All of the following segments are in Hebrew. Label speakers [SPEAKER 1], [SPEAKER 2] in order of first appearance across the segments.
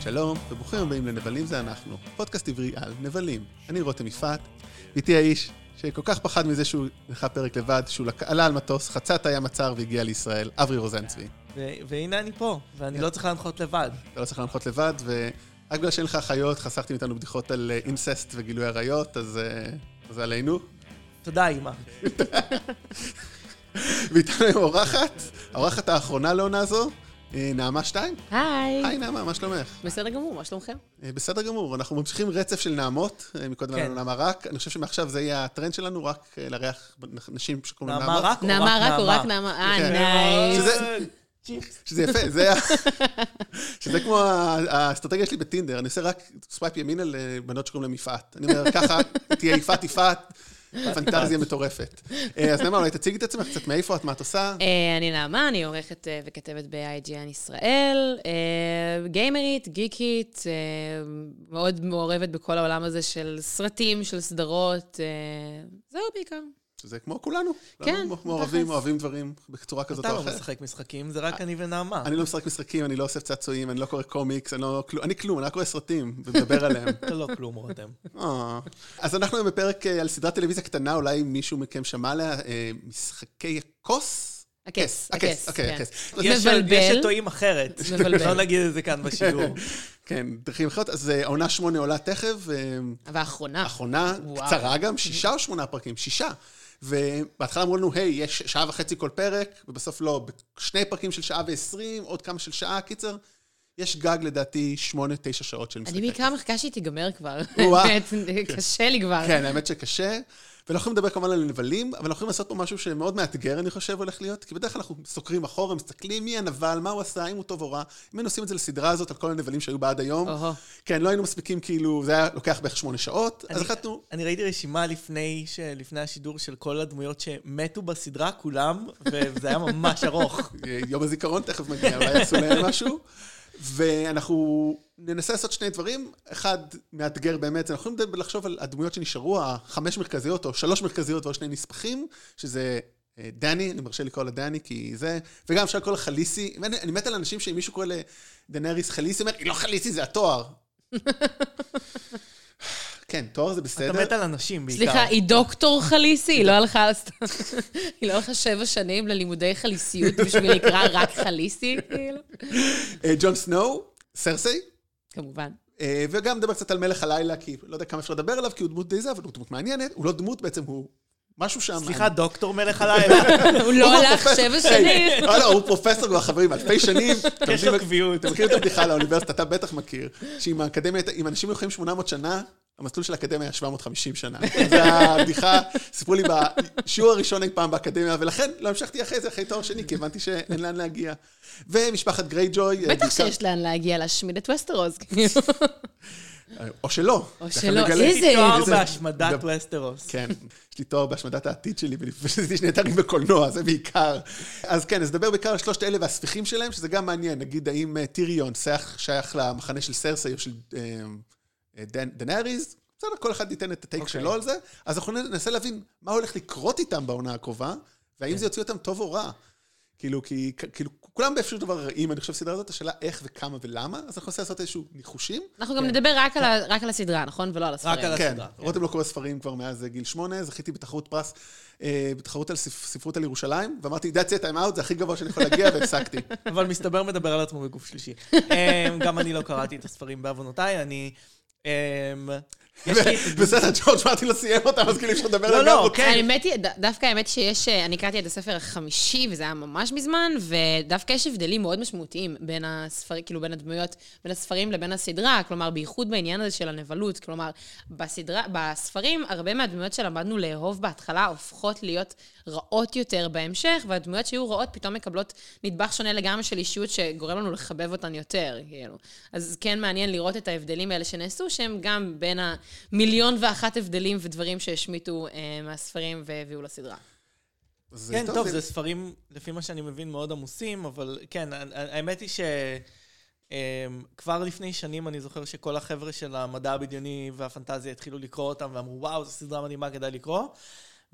[SPEAKER 1] שלום, וברוכים הבאים לנבלים זה אנחנו, פודקאסט עברי על נבלים. אני רותם יפעת, ואיתי האיש שכל כך פחד מזה שהוא נלך פרק לבד, שהוא לק- עלה על מטוס, חצה את הים הצר והגיע לישראל, אברי רוזנצבי.
[SPEAKER 2] ו- והנה אני פה, ואני
[SPEAKER 1] כן.
[SPEAKER 2] לא צריך להנחות לבד.
[SPEAKER 1] אתה לא צריך להנחות לבד, ורק בגלל שאין לך אחיות, חסכתי מאיתנו בדיחות על אה, אינססט וגילוי עריות, אז אה, זה עלינו.
[SPEAKER 2] תודה, אימא.
[SPEAKER 1] ואיתנו היום אורחת, האורחת האחרונה לעונה זו, אה, נעמה שתיים. היי
[SPEAKER 3] היי.
[SPEAKER 1] נעמה, מה שלומך?
[SPEAKER 3] בסדר גמור, מה שלומכם?
[SPEAKER 1] אה, בסדר גמור, אנחנו ממשיכים רצף של נעמות, אה, מקודם
[SPEAKER 2] כן.
[SPEAKER 1] היה לנו נעמה רק, אני חושב שמעכשיו זה יהיה הטרנד שלנו, רק אה, לארח נשים שקוראים לנו
[SPEAKER 2] נעמה
[SPEAKER 1] נעמות.
[SPEAKER 2] רק או רק נעמה?
[SPEAKER 3] נעמה רק או רק נעמה? אה,
[SPEAKER 1] כן.
[SPEAKER 3] נייס.
[SPEAKER 1] שזה-
[SPEAKER 2] צ'יפס.
[SPEAKER 1] שזה יפה, זה ה- שזה כמו ה- האסטרטגיה שלי בטינדר, אני עושה רק סווייפ ימינה לבנות שקוראים להן יפעת. אני אומר, ככה תהיה יפעת יפעת, פנטזיה מטורפת. אה, אז נעמה, אולי תציגי את עצמך קצת מאיפה את, מה את עושה?
[SPEAKER 3] אה, אני נעמה, אני עורכת אה, וכתבת ב-IGN ישראל, אה, גיימרית, גיקית, אה, מאוד מעורבת בכל העולם הזה של סרטים, של סדרות, אה, זהו בעיקר.
[SPEAKER 1] שזה כמו כולנו.
[SPEAKER 3] כן,
[SPEAKER 1] כולנו מעורבים,
[SPEAKER 3] תכלס.
[SPEAKER 1] אוהבים דברים בצורה כזאת
[SPEAKER 2] אתה
[SPEAKER 1] או
[SPEAKER 2] לא
[SPEAKER 1] אחרת.
[SPEAKER 2] משחק משחקים, זה רק אני ונעמה.
[SPEAKER 1] אני לא משחק משחקים, אני לא אוסף צעצועים, אני לא קורא קומיקס, אני לא... כלום- אני כלום, אני רק רואה סרטים ומדבר עליהם.
[SPEAKER 2] אתה לא כלום, רותם.
[SPEAKER 1] אה. אז אנחנו היום בפרק אה, על סדרת טלוויזיה קטנה, אולי מישהו מכם שמע עליה, אה, משחקי הכוס?
[SPEAKER 3] הכס, הכס,
[SPEAKER 1] אוקיי,
[SPEAKER 3] כן.
[SPEAKER 1] הכס.
[SPEAKER 2] יש-
[SPEAKER 3] מבלבל.
[SPEAKER 2] יש שטועים אחרת.
[SPEAKER 3] מבלבל.
[SPEAKER 2] לא נגיד את זה כאן בשיעור.
[SPEAKER 1] כן, דרכים אחרות. אז אה, עונה שמונה עולה תכף, אה,
[SPEAKER 3] אבל האחרונה,
[SPEAKER 1] אחרונה,
[SPEAKER 3] וואו.
[SPEAKER 1] קצרה גם, שישה או שמונה פרקים? שישה. ובהתחלה אמרו לנו, היי, יש שעה וחצי כל פרק, ובסוף לא, שני פרקים של שעה ועשרים, עוד כמה של שעה, קיצר. יש גג לדעתי שמונה, תשע שעות של משחקי
[SPEAKER 3] אני בעיקר מחכה שהיא תיגמר כבר.
[SPEAKER 1] וואו.
[SPEAKER 3] באמת, קשה לי כבר.
[SPEAKER 1] כן, האמת שקשה. ואנחנו יכולים לדבר כמובן על נבלים, אבל אנחנו יכולים לעשות פה משהו שמאוד מאתגר, אני חושב, הולך להיות, כי בדרך כלל אנחנו סוקרים אחורה, מסתכלים מי הנבל, מה הוא עשה, אם הוא טוב או רע. אם היינו עושים את זה לסדרה הזאת, על כל הנבלים שהיו בה עד היום,
[SPEAKER 3] אוהו.
[SPEAKER 1] כן, לא היינו מספיקים, כאילו, זה היה לוקח בערך שמונה שעות, אז
[SPEAKER 2] אני-
[SPEAKER 1] החלטנו,
[SPEAKER 2] אני ראיתי רשימה לפני ש- לפני השידור של כל הדמויות שמתו בסדרה, כולם, וזה היה ממש ארוך.
[SPEAKER 1] אה, יום הזיכרון תכף מגיע, אולי יעשו להם משהו. ואנחנו ננסה לעשות שני דברים. אחד מאתגר באמת, זה אנחנו יכולים לחשוב על הדמויות שנשארו, החמש מרכזיות, או שלוש מרכזיות ועוד שני נספחים, שזה אה, דני, אני מרשה לקרוא לה דני, כי זה, וגם אפשר לקרוא לה חליסי. אני, אני מת על אנשים שאם מישהו קורא לדנריס חליסי, אומר, היא לא חליסי, זה התואר. כן, תואר זה בסדר.
[SPEAKER 2] אתה מת על אנשים בעיקר.
[SPEAKER 3] סליחה, היא דוקטור חליסי? היא לא הלכה סתם. היא לא הלכה שבע שנים ללימודי חליסיות בשביל לקרוא רק חליסי, כאילו?
[SPEAKER 1] אה, ג'ון סנואו, סרסי.
[SPEAKER 3] כמובן.
[SPEAKER 1] אה, וגם נדבר קצת על מלך הלילה, כי לא יודע כמה אפשר לדבר עליו, כי הוא דמות די זה, אבל הוא דמות מעניינת. הוא לא דמות בעצם, הוא משהו שם.
[SPEAKER 2] סליחה, דוקטור מלך הלילה.
[SPEAKER 3] הוא לא
[SPEAKER 1] הוא
[SPEAKER 3] הלך
[SPEAKER 1] פרופסור-
[SPEAKER 3] שבע
[SPEAKER 1] היי,
[SPEAKER 3] שנים.
[SPEAKER 1] לא, לא, הוא פרופסור כבר, חברים, אלפי שנים. אתם
[SPEAKER 2] יש
[SPEAKER 1] יודעים-
[SPEAKER 2] לו קביעות.
[SPEAKER 1] אתם מכירים את הבדיחה על האוניברסיטה, אתה בטח מכיר, שאם האקדמיה, הייתה- אם אנשים היו חיים 800 שנה, המסלול של האקדמיה היה 750 שנה. זו הבדיחה, סיפרו לי בשיעור הראשון אי פעם באקדמיה, ולכן לא המשכתי אחרי זה, אחרי תואר שני, כי הבנתי שאין לאן להגיע. ומשפחת גרייג'וי... אה,
[SPEAKER 3] בטח
[SPEAKER 1] בעיקר-
[SPEAKER 3] שיש לאן להגיע להשמיד את וסטרוז, כאילו.
[SPEAKER 1] או שלא.
[SPEAKER 3] או
[SPEAKER 1] תכף
[SPEAKER 3] שלא,
[SPEAKER 1] נגלה.
[SPEAKER 3] איזה-
[SPEAKER 2] יש תואר
[SPEAKER 1] איזה-
[SPEAKER 2] בהשמדת וסטרוס.
[SPEAKER 1] כן, יש לי תואר בהשמדת העתיד שלי, ועשיתי שני תארים בקולנוע, זה בעיקר. אז כן, אז נדבר בעיקר על שלושת אלה והספיחים שלהם, שזה גם מעניין. נגיד, האם אה, טיריון שייך, שייך למחנה של סרסי או של אה, אה, דנ- דנאריז? בסדר, כל אחד ייתן את הטייק
[SPEAKER 2] אוקיי.
[SPEAKER 1] שלו על זה. אז אנחנו ננסה להבין מה הולך לקרות איתם בעונה הקרובה, והאם זה יוציא אותם טוב או רע. כאילו, כי כאילו, כולם באיפשהו דבר רעים, אני חושב, בסדרה הזאת, השאלה איך וכמה ולמה, אז אנחנו ננסה לעשות איזשהו ניחושים.
[SPEAKER 3] אנחנו גם נדבר רק על ה- רק על הסדרה, נכון? ולא על הספרים.
[SPEAKER 2] כן. רק על
[SPEAKER 1] כן,
[SPEAKER 2] הסדרה, כן.
[SPEAKER 1] רותם לא קורא ספרים כבר מאז גיל שמונה, זכיתי בתחרות פרס, אה, בתחרות על ספ- ספרות על ירושלים, ואמרתי, that's it, I'm out, זה הכי גבוה שאני יכול להגיע, והפסקתי.
[SPEAKER 2] אבל מסתבר מדבר על עצמו בגוף שלישי. אמ, גם אני לא קראתי את הספרים בעוונותיי, אני... אמ, יש לי...
[SPEAKER 1] בסדר, ג'ורג' מרטין לא סיים אותם, אז כאילו אי אפשר לדבר
[SPEAKER 2] כן. לא,
[SPEAKER 1] עליהם.
[SPEAKER 2] לא, כן.
[SPEAKER 3] האמת היא, ד- דווקא האמת שיש, אה, אני קראתי את הספר החמישי, וזה היה ממש מזמן, ודווקא יש הבדלים מאוד משמעותיים בין הספרים, כאילו בין הדמויות, בין הספרים לבין הסדרה, כלומר, בייחוד בעניין הזה של הנבלות, כלומר, בסדרה, בספרים, הרבה מהדמויות שלמדנו לאהוב בהתחלה הופכות להיות רעות יותר בהמשך, והדמויות שהיו רעות פתאום מקבלות נדבך שונה לגמרי של אישיות שגורם לנו לחבב אותן יותר, כאילו. אז כן מעניין לראות את ההבדלים האלה שנעשו, שהם גם בין המיליון ואחת הבדלים ודברים שהשמיטו אה, מהספרים והביאו לסדרה.
[SPEAKER 1] אז
[SPEAKER 2] כן, טוב, זה ספרים, לפי מה שאני מבין, מאוד עמוסים, אבל כן, ה- ה- האמת היא ש... אמ, כבר לפני שנים אני זוכר שכל החבר'ה של המדע הבדיוני והפנטזיה התחילו לקרוא אותם ואמרו, וואו, זו סדרה מדהימה, כדאי לקרוא.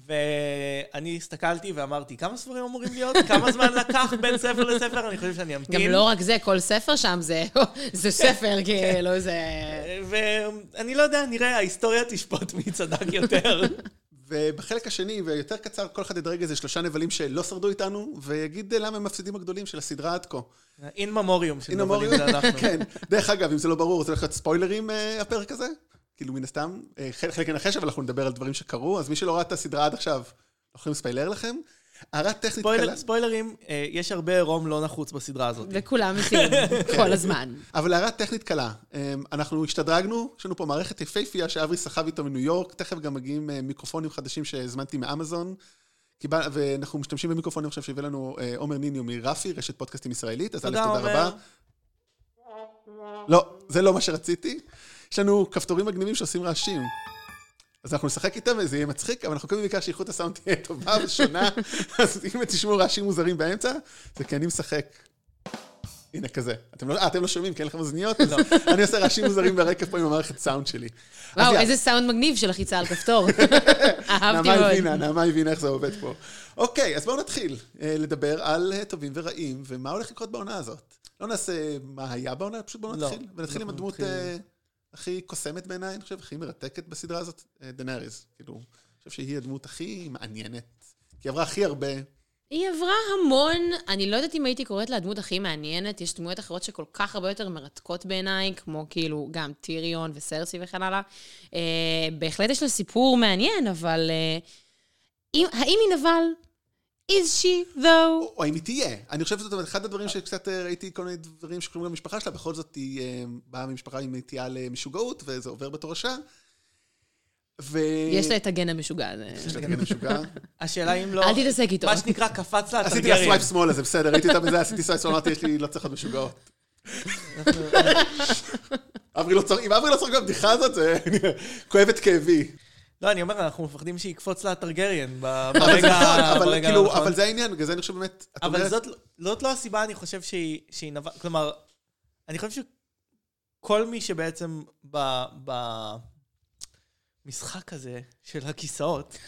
[SPEAKER 2] ואני הסתכלתי ואמרתי, כמה ספרים אמורים להיות? כמה זמן לקח בין ספר לספר? אני חושב שאני
[SPEAKER 3] גם
[SPEAKER 2] אמתין.
[SPEAKER 3] לא רק זה, כל ספר שם זה- זה ספר, כאילו, זה...
[SPEAKER 2] ואני לא יודע, נראה, ההיסטוריה תשפוט מי צדק יותר.
[SPEAKER 1] ובחלק השני, ויותר קצר, כל אחד ידרג איזה שלושה נבלים שלא שרדו איתנו, ויגיד אה, למה הם המפסידים הגדולים של הסדרה עד כה.
[SPEAKER 2] אין ממוריום של
[SPEAKER 1] הנה
[SPEAKER 2] נובלים
[SPEAKER 1] מוריו.
[SPEAKER 2] זה אנחנו.
[SPEAKER 1] כן. דרך אגב, אם זה לא ברור, זה הולך להיות ספוילרים, אה, הפרק הזה? כאילו, מן הסתם. אה, חלק חלק ינחש, אבל אנחנו נדבר על דברים שקרו, אז מי שלא ראה את הסדרה עד עכשיו, אנחנו יכולים לספיילר לכם. הערה טכנית
[SPEAKER 2] ספוילר-
[SPEAKER 1] קלה,
[SPEAKER 2] ספוילרים, אה, יש הרבה עירום לא נחוץ בסדרה הזאת.
[SPEAKER 3] וכולם מתים כל הזמן.
[SPEAKER 1] אבל הערה טכנית קלה. אה, אנחנו השתדרגנו, יש לנו פה מערכת יפייפייה שאברי סחב איתו מניו יורק, תכף גם מגיעים אה, מיקרופונים חדשים שהזמנתי מאמזון. קיבל- ואנחנו משתמשים במיקרופונים עכשיו שהביא לנו אה, עומר ניניו מרפי, רשת פודקאסטים ישראלית, אז א',
[SPEAKER 2] תודה,
[SPEAKER 1] תודה
[SPEAKER 2] עומר.
[SPEAKER 1] רבה. לא, זה לא מה שרציתי. יש לנו כפתורים מגניבים שעושים רעשים. אז אנחנו נשחק איתם וזה יהיה מצחיק, אבל אנחנו קודם בעיקר שאיכות הסאונד תהיה טובה ושונה, אז אם תשמעו רעשים מוזרים באמצע, זה כי אני משחק. הנה, כזה. אתם לא, אה, אתם לא שומעים, כי אין לכם אוזניות? אז אני עושה רעשים מוזרים ברקע פה עם המערכת סאונד שלי. אז
[SPEAKER 3] וואו,
[SPEAKER 1] יאללה.
[SPEAKER 3] איזה סאונד מגניב של לחיצה על כפתור. אהבתי
[SPEAKER 1] נעמה
[SPEAKER 3] מאוד.
[SPEAKER 1] הבינה, נעמה הבינה איך זה עובד פה. אוקיי, אז בואו נתחיל אה, לדבר על אה, טובים ורעים, ומה הולך לקרות בעונה הזאת. לא נעשה מה היה בעונה, פשוט בואו
[SPEAKER 2] לא,
[SPEAKER 1] נתחיל. ונתחיל עם
[SPEAKER 2] אנחנו
[SPEAKER 1] הדמות
[SPEAKER 2] נתחיל.
[SPEAKER 1] אה, הכי קוסמת בעיניי, אני חושב, הכי מרתקת בסדרה הזאת, אה, דנאריס. כאילו, אני חושב שהיא הדמות הכי מעניינת. כי היא עברה הכי הרבה.
[SPEAKER 3] היא עברה המון, אני לא יודעת אם הייתי קוראת לה הדמות הכי מעניינת, יש דמויות אחרות שכל כך הרבה יותר מרתקות בעיניי, כמו כאילו גם טיריון וסרסי וכן הלאה. אה, בהחלט יש לה סיפור מעניין, אבל אה, אם, האם היא נבל? is she though?
[SPEAKER 1] או או האם היא תהיה. אני חושב שזאת אומרת, אחד הדברים שקצת אה, ראיתי כל מיני דברים שקשורים למשפחה שלה, בכל זאת היא אה, באה ממשפחה עם נטייה למשוגעות, וזה עובר בתורשה. ו...
[SPEAKER 2] אה,
[SPEAKER 3] יש לה את הגן המשוגע הזה.
[SPEAKER 1] יש לה את הגן המשוגע.
[SPEAKER 2] השאלה אם לא...
[SPEAKER 3] אל תתעסק איתו.
[SPEAKER 2] מה שנקרא, קפץ לה
[SPEAKER 1] עשיתי לה
[SPEAKER 2] הטרגריה.
[SPEAKER 1] סווייפ שמאלה, זה בסדר, ראיתי אותה בזה, עשיתי סווייפ שמאלה, אמרתי, יש לי, לא צריך להיות משוגעות. אברי לא צוחק, אם אברי לא צוחק בבדיחה הזאת, זה כואב את כאבי.
[SPEAKER 2] לא, אני אומר, אנחנו מפחדים שיקפוץ לה הטרגריאן ב-
[SPEAKER 1] אבל זה
[SPEAKER 2] ברגע
[SPEAKER 1] נכון, אבל
[SPEAKER 2] ברגע
[SPEAKER 1] כאילו,
[SPEAKER 2] הנכון.
[SPEAKER 1] אבל זה העניין, בגלל זה אני חושב באמת, את
[SPEAKER 2] אבל
[SPEAKER 1] אומרת,
[SPEAKER 2] זאת, זאת לא הסיבה, אני חושב, שהיא, שהיא נבע... כלומר, אני חושב שכל מי שבעצם ב... ב... משחק הזה של הכיסאות,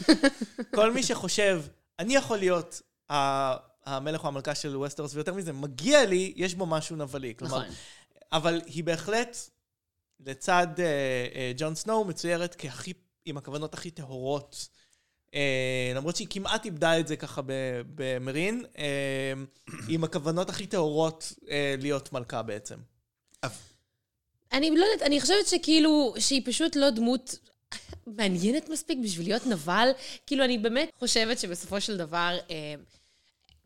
[SPEAKER 2] כל מי שחושב, אני יכול להיות ה- המלך או המלכה של ווסטרוס, ויותר מזה, מגיע לי, יש בו משהו נבלי. כלומר,
[SPEAKER 3] נכון.
[SPEAKER 2] אבל היא בהחלט, לצד אה, אה, ג'ון סנואו, מצוירת כהכי, עם הכוונות הכי טהורות. אה, למרות שהיא כמעט איבדה את זה ככה ב- במרין, אה, עם הכוונות הכי טהורות אה, להיות מלכה בעצם.
[SPEAKER 3] אני לא יודעת, אני חושבת שכאילו, שהיא פשוט לא דמות מעניינת מספיק בשביל להיות נבל. כאילו, אני באמת חושבת שבסופו של דבר, אה,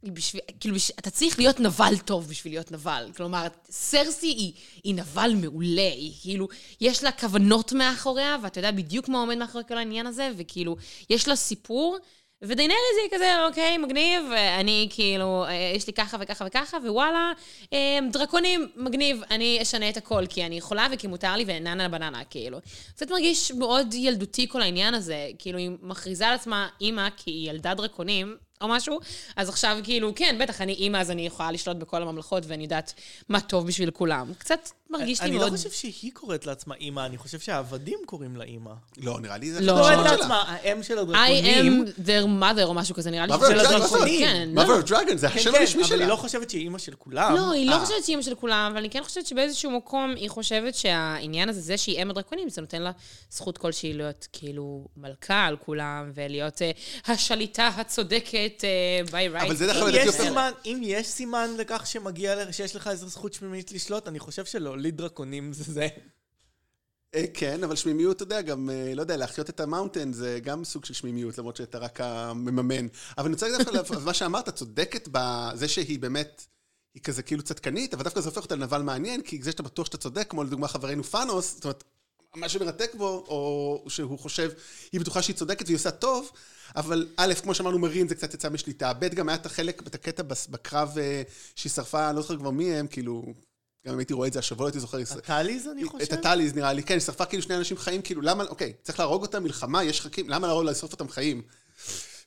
[SPEAKER 3] היא בשביל, כאילו, בש- אתה צריך להיות נבל טוב בשביל להיות נבל. כלומר, סרסי היא, היא נבל מעולה, היא כאילו, יש לה כוונות מאחוריה, ואתה יודע בדיוק מה עומד מאחורי כל העניין הזה, וכאילו, יש לה סיפור. ודיינריז היא כזה, אוקיי, מגניב, אה, אני כאילו, אה, יש לי ככה וככה וככה, ווואלה, אה, דרקונים, מגניב, אני אשנה את הכל, כי אני יכולה וכי מותר לי, וננה לבננה, כאילו. קצת מרגיש מאוד ילדותי כל העניין הזה, כאילו, היא מכריזה על עצמה אימא, כי היא ילדה דרקונים, או משהו, אז עכשיו כאילו, כן, בטח, אני אימא, אז אני יכולה לשלוט בכל הממלכות, ואני יודעת מה טוב בשביל כולם. קצת מרגיש לי
[SPEAKER 2] אני
[SPEAKER 3] מאוד...
[SPEAKER 2] לא חושב שהיא קוראת לעצמה אימא, אני חושב שהעבדים קוראים לה אימא.
[SPEAKER 1] לא, נראה לי זה...
[SPEAKER 3] לא.
[SPEAKER 1] לא,
[SPEAKER 2] קוראת
[SPEAKER 1] שלה.
[SPEAKER 2] לעצמה, האם של
[SPEAKER 3] I
[SPEAKER 2] הדרקונים.
[SPEAKER 3] am their mother, או משהו כזה, נראה לי
[SPEAKER 1] Mother of
[SPEAKER 3] שזה
[SPEAKER 1] Dragons,
[SPEAKER 3] דרקונים, כן, לא.
[SPEAKER 1] Mother of Dragon, זה
[SPEAKER 2] כן,
[SPEAKER 1] השם
[SPEAKER 2] כן,
[SPEAKER 1] הרשמי
[SPEAKER 2] אבל היא
[SPEAKER 1] שלה.
[SPEAKER 2] לא חושבת שהיא אימא של כולם.
[SPEAKER 3] לא, היא לא
[SPEAKER 1] אה.
[SPEAKER 3] חושבת שהיא אמא של כולם, אבל אני כן חושבת שבאיזשהו מקום היא חושבת שהעניין הזה, זה שהיא אם הדרקונים, זה נותן לה זכות כלשהי להיות כאילו מלכה על כולם, ולהיות אה, השליטה הצודקת אה, by right.
[SPEAKER 1] אבל זה דרך
[SPEAKER 2] אם
[SPEAKER 1] אגב,
[SPEAKER 2] יש
[SPEAKER 1] לדעתי,
[SPEAKER 2] סימן- אם יש סימן לכך שמגיע לך, שיש לך איזו זכות שמימית לשלוט, אני חושב שלהוליד דרקונים זה זה.
[SPEAKER 1] אה, כן, אבל שמימיות, אתה יודע, גם, אה, לא יודע, להחיות את המאונטן זה גם סוג של שמימיות, למרות שאתה רק המממן. אבל אני רוצה להגיד לך, על מה שאמרת, צודקת בזה שהיא באמת, היא כזה כאילו צדקנית, אבל דווקא זה הופך אותה לנבל מעניין, כי זה שאתה בטוח שאתה צודק, כמו לדוגמה חברנו פאנוס, זאת אומרת, מה שמרתק בו, או שהוא חושב, היא בטוחה שהיא צודקת והיא עושה טוב, אבל א', כמו שאמרנו, מרין זה קצת יצא משליטה, ב', גם היה את החלק, את הקטע בס- בקרב אה, שהיא שרפה, אני לא זוכר כבר מי הם, כאילו, גם אם הייתי רואה את זה השבוע, לא הייתי זוכר.
[SPEAKER 2] אה, הטליז, אני
[SPEAKER 1] את
[SPEAKER 2] חושב?
[SPEAKER 1] הטליז נראה לי, כן, שרפה כאילו שני אנשים חיים, כאילו למה, אוקיי, צריך להרוג אותם, מלחמה, יש חכים, למה להרוג, לשרוף אותם חיים?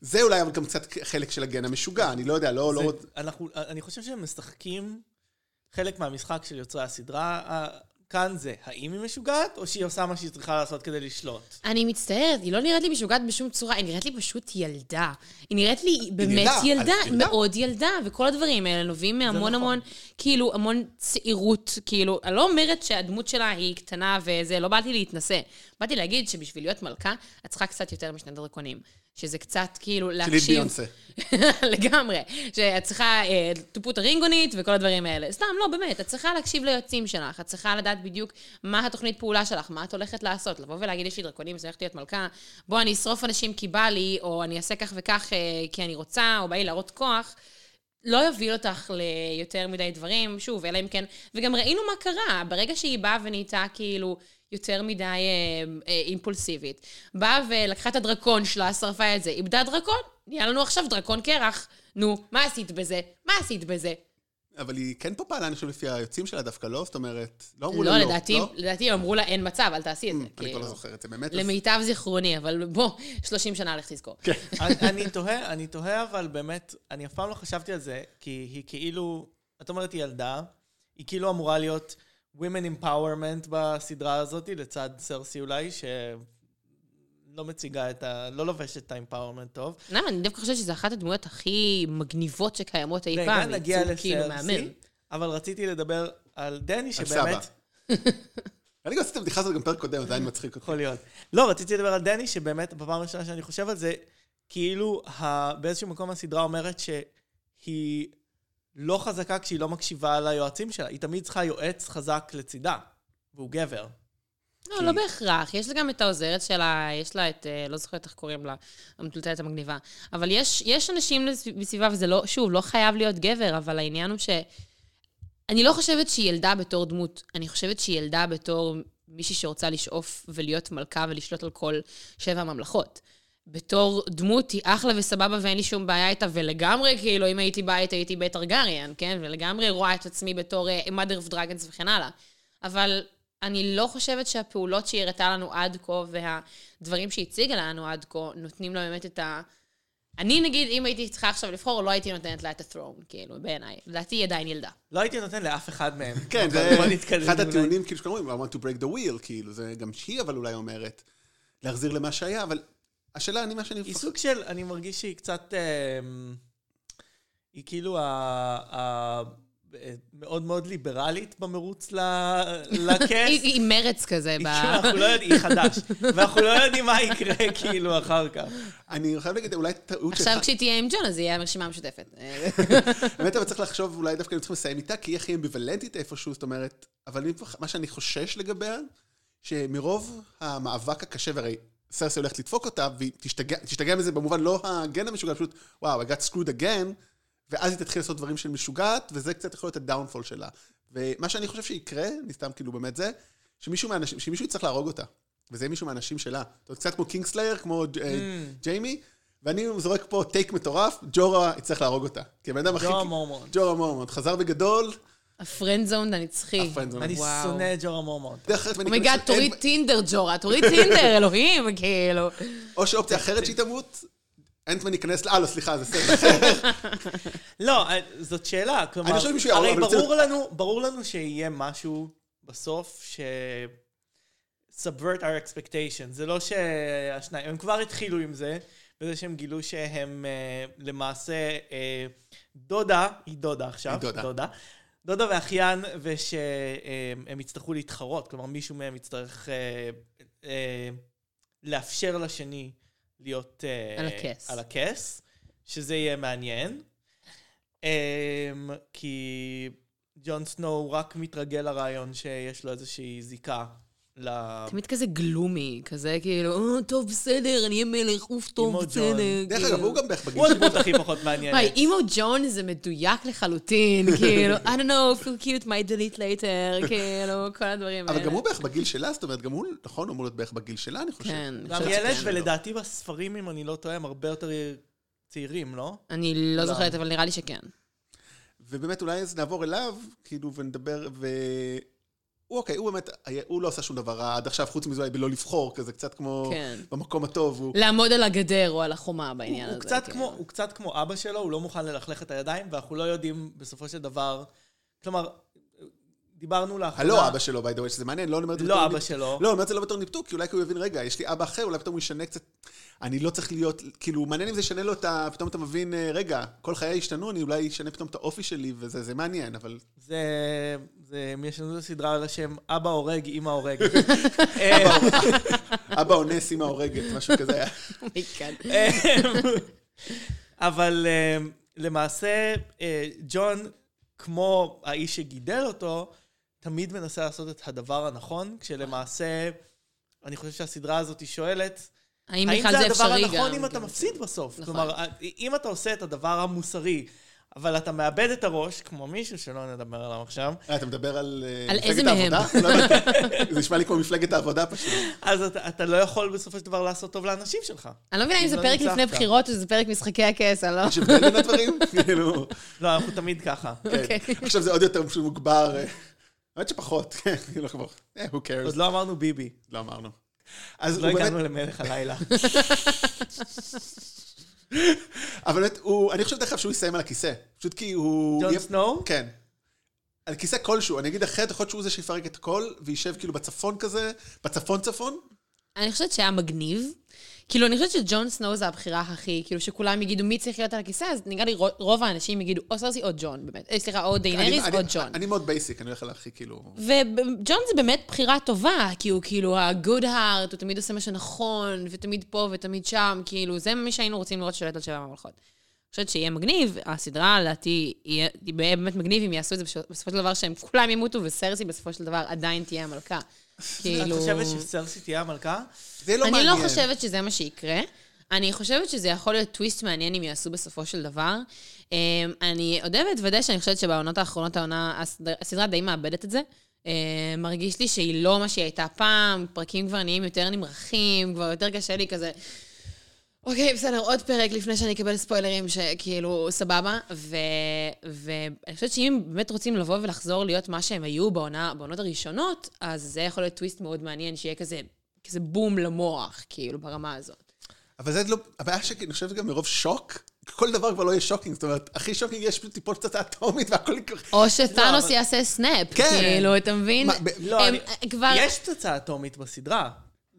[SPEAKER 1] זה אולי אבל גם קצת חלק של הגן המשוגע, אני לא יודע, לא, לא... רוצ-
[SPEAKER 2] זה- אנחנו- אני חושב שהם משחקים חלק מהמשחק של יוצרי הסדרה. ה- כאן זה האם היא משוגעת, או שהיא עושה מה שהיא צריכה לעשות כדי לשלוט.
[SPEAKER 3] אני מצטערת, היא לא נראית לי משוגעת בשום צורה, היא נראית לי פשוט ילדה. היא נראית לי באמת
[SPEAKER 1] ילדה,
[SPEAKER 3] ילדה,
[SPEAKER 1] אז ילדה.
[SPEAKER 3] מאוד ילדה, וכל הדברים האלה נובעים מהמון
[SPEAKER 2] נכון.
[SPEAKER 3] המון, כאילו, המון צעירות, כאילו, אני לא אומרת שהדמות שלה היא קטנה וזה, לא באתי להתנשא. באתי להגיד שבשביל להיות מלכה, את צריכה קצת יותר משני דרקונים. שזה קצת כאילו
[SPEAKER 1] שלי
[SPEAKER 3] להקשיב.
[SPEAKER 1] ביונסה.
[SPEAKER 3] לגמרי. שאת צריכה אה, טופות הרינגונית וכל הדברים האלה. סתם, לא, באמת, את צריכה להקשיב ליועצים שלך, את צריכה לדעת בדיוק מה התוכנית פעולה שלך, מה את הולכת לעשות. לבוא ולהגיד, יש לי דרקונים, אז אני הולכת להיות מלכה, בוא, אני אשרוף אנשים כי בא לי, או אני אעשה כך וכך אה, כי אני רוצה, או בא לי להראות כוח. לא יוביל אותך ליותר מדי דברים, שוב, אלא אם כן... וגם ראינו מה קרה, ברגע שהיא באה ונהייתה כאילו יותר מדי אה, אה, אימפולסיבית, באה ולקחה את הדרקון שלה, שרפה את זה, איבדה דרקון, נהיה לנו עכשיו דרקון קרח. נו, מה עשית בזה? מה עשית בזה?
[SPEAKER 1] אבל היא כן פה פעלה, אני חושב, לפי היוצאים שלה דווקא, לא? זאת אומרת, לא אמרו לה
[SPEAKER 3] לא,
[SPEAKER 1] לא.
[SPEAKER 3] לדעתי,
[SPEAKER 1] לא?
[SPEAKER 3] לדעתי אמרו לה, אין מצב, אל תעשי את זה.
[SPEAKER 1] אני כבר
[SPEAKER 3] כאילו.
[SPEAKER 1] לא זוכר את זה, באמת. אז-
[SPEAKER 3] למיטב זיכרוני, אבל בוא, 30 שנה לך תזכור.
[SPEAKER 1] כן.
[SPEAKER 2] אני- אני תוהה, אני תוהה, אבל באמת, אני אף פעם לא חשבתי על זה, כי היא כאילו, את אומרת היא ילדה, היא כאילו אמורה להיות Women Empowerment בסדרה הזאת, לצד סרסי אולי, שלא מציגה את ה... לא לובשת את ה-Empowerment טוב.
[SPEAKER 3] למה? אני דווקא חושבת שזו אחת הדמויות הכי מגניבות שקיימות אי
[SPEAKER 2] רגע,
[SPEAKER 3] פעם.
[SPEAKER 2] נגיע
[SPEAKER 3] ייצוג כאילו
[SPEAKER 2] לסרסי,
[SPEAKER 3] מהמם.
[SPEAKER 2] אבל רציתי לדבר על דני,
[SPEAKER 1] על
[SPEAKER 2] שבאמת...
[SPEAKER 1] סבא. אני גם עשיתי את הבדיחה הזאת גם פרק קודם, עדיין מצחיק אותי.
[SPEAKER 2] יכול להיות. לא, רציתי לדבר על דני, שבאמת, בפעם הראשונה שאני חושב על זה, כאילו, ה... באיזשהו מקום הסדרה אומרת שהיא לא חזקה כשהיא לא מקשיבה ליועצים שלה. היא תמיד צריכה יועץ חזק לצידה, והוא גבר.
[SPEAKER 3] לא,
[SPEAKER 2] כי-
[SPEAKER 3] לא בהכרח. יש לה גם את העוזרת שלה, יש לה את, אה, לא זוכרת איך קוראים לה, המטולטלת המגניבה. אבל יש, יש אנשים לס- בסביבה, וזה לא, שוב, לא חייב להיות גבר, אבל העניין הוא ש... אני לא חושבת שהיא ילדה בתור דמות, אני חושבת שהיא ילדה בתור מישהי שרוצה לשאוף ולהיות מלכה ולשלוט על כל שבע הממלכות. בתור דמות היא אחלה וסבבה ואין לי שום בעיה איתה, ולגמרי, כאילו, אם הייתי בית, הייתי בית ארגריאן, כן? ולגמרי רואה את עצמי בתור uh, mother of dragons וכן הלאה. אבל אני לא חושבת שהפעולות שהיא הראתה לנו עד כה, והדברים שהיא הציגה לנו עד כה, נותנים לה באמת את ה... אני, נגיד, אם הייתי צריכה עכשיו לבחור, לא הייתי נותנת לה את ה'ת'רון, כאילו, בעיניי. לדעתי היא עדיין ילדה.
[SPEAKER 2] לא הייתי נותן לאף אחד מהם.
[SPEAKER 1] כן,
[SPEAKER 2] אבל
[SPEAKER 1] זה
[SPEAKER 2] בוא נתקדם
[SPEAKER 1] אחד
[SPEAKER 2] אולי.
[SPEAKER 1] הטיעונים, כאילו, שאומרים, I want to break the wheel, כאילו, זה גם שהיא אבל אולי אומרת, להחזיר למה שהיה, אבל השאלה, אני, מה שאני...
[SPEAKER 2] היא
[SPEAKER 1] מפחד-
[SPEAKER 2] סוג של, אני מרגיש שהיא קצת... אמ, היא כאילו ה... ה... מאוד מאוד ליברלית במרוץ ל-
[SPEAKER 3] היא
[SPEAKER 2] לכס.
[SPEAKER 3] היא מרץ כזה, ב...
[SPEAKER 2] כאילו, אנחנו לא יודעים, היא חדש, ואנחנו לא יודעים מה יקרה כאילו אחר כך.
[SPEAKER 1] אני חייב להגיד, אולי טעות שלך.
[SPEAKER 3] עכשיו כשהיא תהיה עם ג'ון, אז היא הרשימה המשותפת.
[SPEAKER 1] באמת, אבל צריך לחשוב, אולי דווקא אני צריך לסיים איתה, כי היא הכי אמביוולנטית איפשהו, זאת אומרת, אבל אני, מפח- מה שאני חושש לגביה, שמרוב המאבק הקשה, והרי סרסי הולכת לדפוק אותה, והיא תשתגע, תשתגע מזה במובן לא הגן המשוגע, פשוט, וואו, I got screwed again, ואז היא תתחיל לעשות דברים של משוגעת, וזה קצת יכול להיות הדאונפול שלה. ומה שאני חושב שיקרה, אני סתם כאילו באמת זה, שמישהו מהאנשים, שמישהו יצטרך להרוג אותה. וזה יהיה מישהו מהאנשים שלה. זאת אומרת, קצת כמו קינגסלייר, כמו אה, ג'יימי, ואני זורק פה טייק מטורף, ג'ורה יצטרך להרוג אותה. כי הבן אדם הכי...
[SPEAKER 2] ג'ורה מורמונט.
[SPEAKER 1] ג'ורה מורמונט. חזר בגדול,
[SPEAKER 3] הפרנד זון הנצחי.
[SPEAKER 1] הפרנד זון.
[SPEAKER 2] אני
[SPEAKER 3] וואו.
[SPEAKER 2] שונא את ג'ורה מורמונט.
[SPEAKER 1] דרך אחרת, ואני
[SPEAKER 3] אומייגאד,
[SPEAKER 1] מקווה שאין-
[SPEAKER 3] Oh תוריד טינדר, ג'ורה, תוריד טינדר, אלוהים, כאילו.
[SPEAKER 1] או שאופציה אחרת שהיא תמות, אנטמן ייכנס ל... אה, לא, סליחה, זה סרט אחר.
[SPEAKER 2] לא, אה, זאת שאלה, כלומר,
[SPEAKER 1] אני חושב שמישהו יהרוג,
[SPEAKER 2] הרי
[SPEAKER 1] אבל
[SPEAKER 2] ברור
[SPEAKER 1] בסדר.
[SPEAKER 2] לנו, ברור לנו שיהיה משהו בסוף ש... subvert our expectations. זה לא שהשניים, הם כבר התחילו עם זה, בזה שהם גילו שהם אה, למעשה, אה, דודה, היא דודה עכשיו,
[SPEAKER 1] היא דודה.
[SPEAKER 2] דודה, דודה ואחיין, ושהם יצטרכו להתחרות, כלומר מישהו מהם יצטרך אה, אה, לאפשר לשני להיות... אה,
[SPEAKER 3] על הכס.
[SPEAKER 2] על הכס, שזה יהיה מעניין. אה, כי ג'ון סנואו רק מתרגל לרעיון שיש לו איזושהי זיקה ל...
[SPEAKER 3] תמיד כזה גלומי, כזה כאילו, "אה, טוב, בסדר, אני אהיה מלך, אוף, טוב,
[SPEAKER 2] אימו
[SPEAKER 3] בסדר.
[SPEAKER 2] ג'ון.
[SPEAKER 1] דרך
[SPEAKER 3] כאילו.
[SPEAKER 1] אגב, הוא גם בערך בגיל
[SPEAKER 2] הוא
[SPEAKER 1] שלי.
[SPEAKER 2] הדמות הכי פחות
[SPEAKER 3] וואי,
[SPEAKER 2] מעניינת.
[SPEAKER 3] אימו ג'ון זה מדויק לחלוטין, כאילו, I don't know, feel cute, might delete later, כאילו, כל הדברים האלה.
[SPEAKER 1] אבל גם הוא בערך בגיל שלה, זאת אומרת, גם הוא, נכון, אמור להיות בערך בגיל שלה, אני חושב.
[SPEAKER 3] כן, אני
[SPEAKER 2] גם
[SPEAKER 3] חושבת
[SPEAKER 2] ילד,
[SPEAKER 3] שכן.
[SPEAKER 2] ולדעתי בספרים, אם אני לא טועה, הם הרבה יותר צעירים, לא?
[SPEAKER 3] אני לא זוכרת, אבל נראה לי שכן.
[SPEAKER 1] ובאמת, אולי אז נעבור אליו, כאילו, ונדבר, ו... הוא אוקיי, הוא באמת, היה- הוא לא עשה שום דבר רע עד עכשיו, חוץ מזה אולי בלא לבחור, כזה קצת כמו...
[SPEAKER 3] כן.
[SPEAKER 1] במקום הטוב,
[SPEAKER 2] לא.
[SPEAKER 1] הוא...
[SPEAKER 3] לעמוד על הגדר או על החומה
[SPEAKER 2] הוא-
[SPEAKER 3] בעניין
[SPEAKER 2] הוא
[SPEAKER 3] הזה.
[SPEAKER 2] קצת
[SPEAKER 3] כאילו.
[SPEAKER 2] כמו- הוא קצת כמו אבא שלו, הוא לא מוכן ללכלך את הידיים, ואנחנו לא יודעים בסופו של דבר... כלומר, דיברנו לאחרונה...
[SPEAKER 1] הלא אבא שלו, by the way, שזה מעניין, לא אני אומר את זה
[SPEAKER 2] לא
[SPEAKER 1] בתור
[SPEAKER 2] אבא
[SPEAKER 1] ניפ-
[SPEAKER 2] שלו.
[SPEAKER 1] לא, אני אומר את זה לא בתור ניפטוק, כי אולי כי הוא יבין, רגע, יש לי אבא אחר, אולי פתאום הוא ישנה קצת... אני לא צריך להיות... כאילו, מעניין אם זה ישנה לו את ה... פתאום אתה מבין, אה, רגע, כל חיי השתנו, אני אולי אשנה פתאום את האופי שלי, וזה זה מעניין, אבל...
[SPEAKER 2] זה... זה... יש לנו סדרה על השם אבא הורג, אמא הורג. אה,
[SPEAKER 1] אבא אונס, אמא הורגת, משהו כזה היה.
[SPEAKER 3] אומייגאד.
[SPEAKER 2] אבל אה, למעשה, אה, ג'ון, כמו האיש שגידל אותו, תמיד מנסה לעשות את הדבר הנכון, כשלמעשה, אני חושב שהסדרה הזאת היא שואלת,
[SPEAKER 3] האם בכלל זה
[SPEAKER 2] הדבר
[SPEAKER 3] אפשרי גם?
[SPEAKER 2] הנכון אם אתה
[SPEAKER 3] כאילו?
[SPEAKER 2] מפסיד בסוף?
[SPEAKER 3] נכון.
[SPEAKER 2] כלומר, אה, אם אתה עושה את הדבר המוסרי, אבל אתה מאבד את הראש, כמו מישהו שלא נדבר עליו עכשיו,
[SPEAKER 1] אה, אתה מדבר על... אה,
[SPEAKER 3] על
[SPEAKER 1] מפלגת
[SPEAKER 3] איזה מהם?
[SPEAKER 1] העבודה? לא הבנתי. זה נשמע לי כמו מפלגת העבודה פשוט.
[SPEAKER 2] אז אתה, אתה לא יכול בסופו של דבר לעשות טוב לאנשים שלך.
[SPEAKER 3] אני לא מבינה אם
[SPEAKER 2] אם
[SPEAKER 3] זה
[SPEAKER 2] לא
[SPEAKER 3] פרק לפני
[SPEAKER 2] ניצחת.
[SPEAKER 3] בחירות או שזה פרק משחקי הכס, אני לא...
[SPEAKER 1] יש הבדל בין הדברים? כאילו...
[SPEAKER 2] לא, אנחנו תמיד ככה.
[SPEAKER 1] כן.
[SPEAKER 3] אוקיי.
[SPEAKER 1] עכשיו זה עוד יותר פשוט מוגבר. אה, האמת שפחות, כן, כאילו, כמו, אה, who
[SPEAKER 2] עוד
[SPEAKER 1] cares,
[SPEAKER 2] לא אמרנו ביבי.
[SPEAKER 1] לא אמרנו. אז
[SPEAKER 2] אז לא
[SPEAKER 1] הוא באמת...
[SPEAKER 2] הגענו למלך הלילה.
[SPEAKER 1] אבל באמת, הוא, אני חושב דרך אגב שהוא יסיים על הכיסא. פשוט כי הוא...
[SPEAKER 2] ג'ון
[SPEAKER 1] יהיה-
[SPEAKER 2] סנואו?
[SPEAKER 1] כן. על כיסא כלשהו. אני אגיד אחרת, יכול להיות שהוא זה שיפרק את הכל, וישב כאילו בצפון כזה, בצפון צפון.
[SPEAKER 3] אני חושבת שהיה מגניב. כאילו, אני חושבת שג'ון סנואו זה הבחירה הכי, כאילו, שכולם יגידו מי צריך להיות על הכיסא, אז נראה לי רו- רוב האנשים יגידו או סרסי או ג'ון, באמת. אה, סליחה, או דיינריס
[SPEAKER 1] אני-
[SPEAKER 3] או
[SPEAKER 1] אני-
[SPEAKER 3] ג'ון.
[SPEAKER 1] אני מאוד בייסיק, אני הולך על הכי כאילו...
[SPEAKER 3] וג'ון זה באמת בחירה טובה, כי הוא כאילו ה-good heart, הוא תמיד עושה מה שנכון, ותמיד פה ותמיד שם, כאילו, זה מי שהיינו רוצים לראות שולט על שבע הממלכות. אני חושבת שיהיה מגניב, הסדרה לדעתי יהיה יהיה באמת מגניב אם יעשו את זה בש- בסופו של דבר שהם כולם ימותו וסרסי בסופו של דבר עדיין תהיה המלכה.
[SPEAKER 2] את
[SPEAKER 3] כאילו...
[SPEAKER 2] חושבת שסרסי תהיה המלכה?
[SPEAKER 1] זה יהיה לא
[SPEAKER 3] אני
[SPEAKER 1] מעניין.
[SPEAKER 3] לא חושבת שזה מה שיקרה. אני חושבת שזה יכול להיות טוויסט מעניין אם יעשו בסופו של דבר. אמ, אני עוד אוהבת ודאי שאני חושבת שבעונות האחרונות העונה, הסדר- הסדרה די מאבדת את זה. אמ, מרגיש לי שהיא לא מה שהיא הייתה פעם, פרקים כבר נהיים יותר נמרחים, כבר יותר קשה לי כזה. אוקיי, בסדר, עוד פרק לפני שאני אקבל ספוילרים שכאילו, סבבה. ו- ואני חושבת שאם הם באמת רוצים לבוא ולחזור להיות מה שהם היו בעונה, בעונות הראשונות, אז זה יכול להיות טוויסט מאוד מעניין, שיהיה כזה, כזה בום למוח, כאילו, ברמה הזאת.
[SPEAKER 1] אבל זה לא... הבעיה שאני חושבת גם מרוב שוק, כל דבר כבר לא יהיה שוקינג. זאת אומרת, הכי שוקינג יש פשוט טיפול פצצה אטומית והכל... יקרה.
[SPEAKER 3] או שטאנוס
[SPEAKER 2] אבל-
[SPEAKER 3] יעשה סנאפ,
[SPEAKER 1] כן.
[SPEAKER 3] כאילו, אתה מבין?
[SPEAKER 1] מה, ב-
[SPEAKER 2] לא,
[SPEAKER 3] הם
[SPEAKER 2] אני-
[SPEAKER 3] כבר...
[SPEAKER 2] יש פצצה אטומית בסדרה,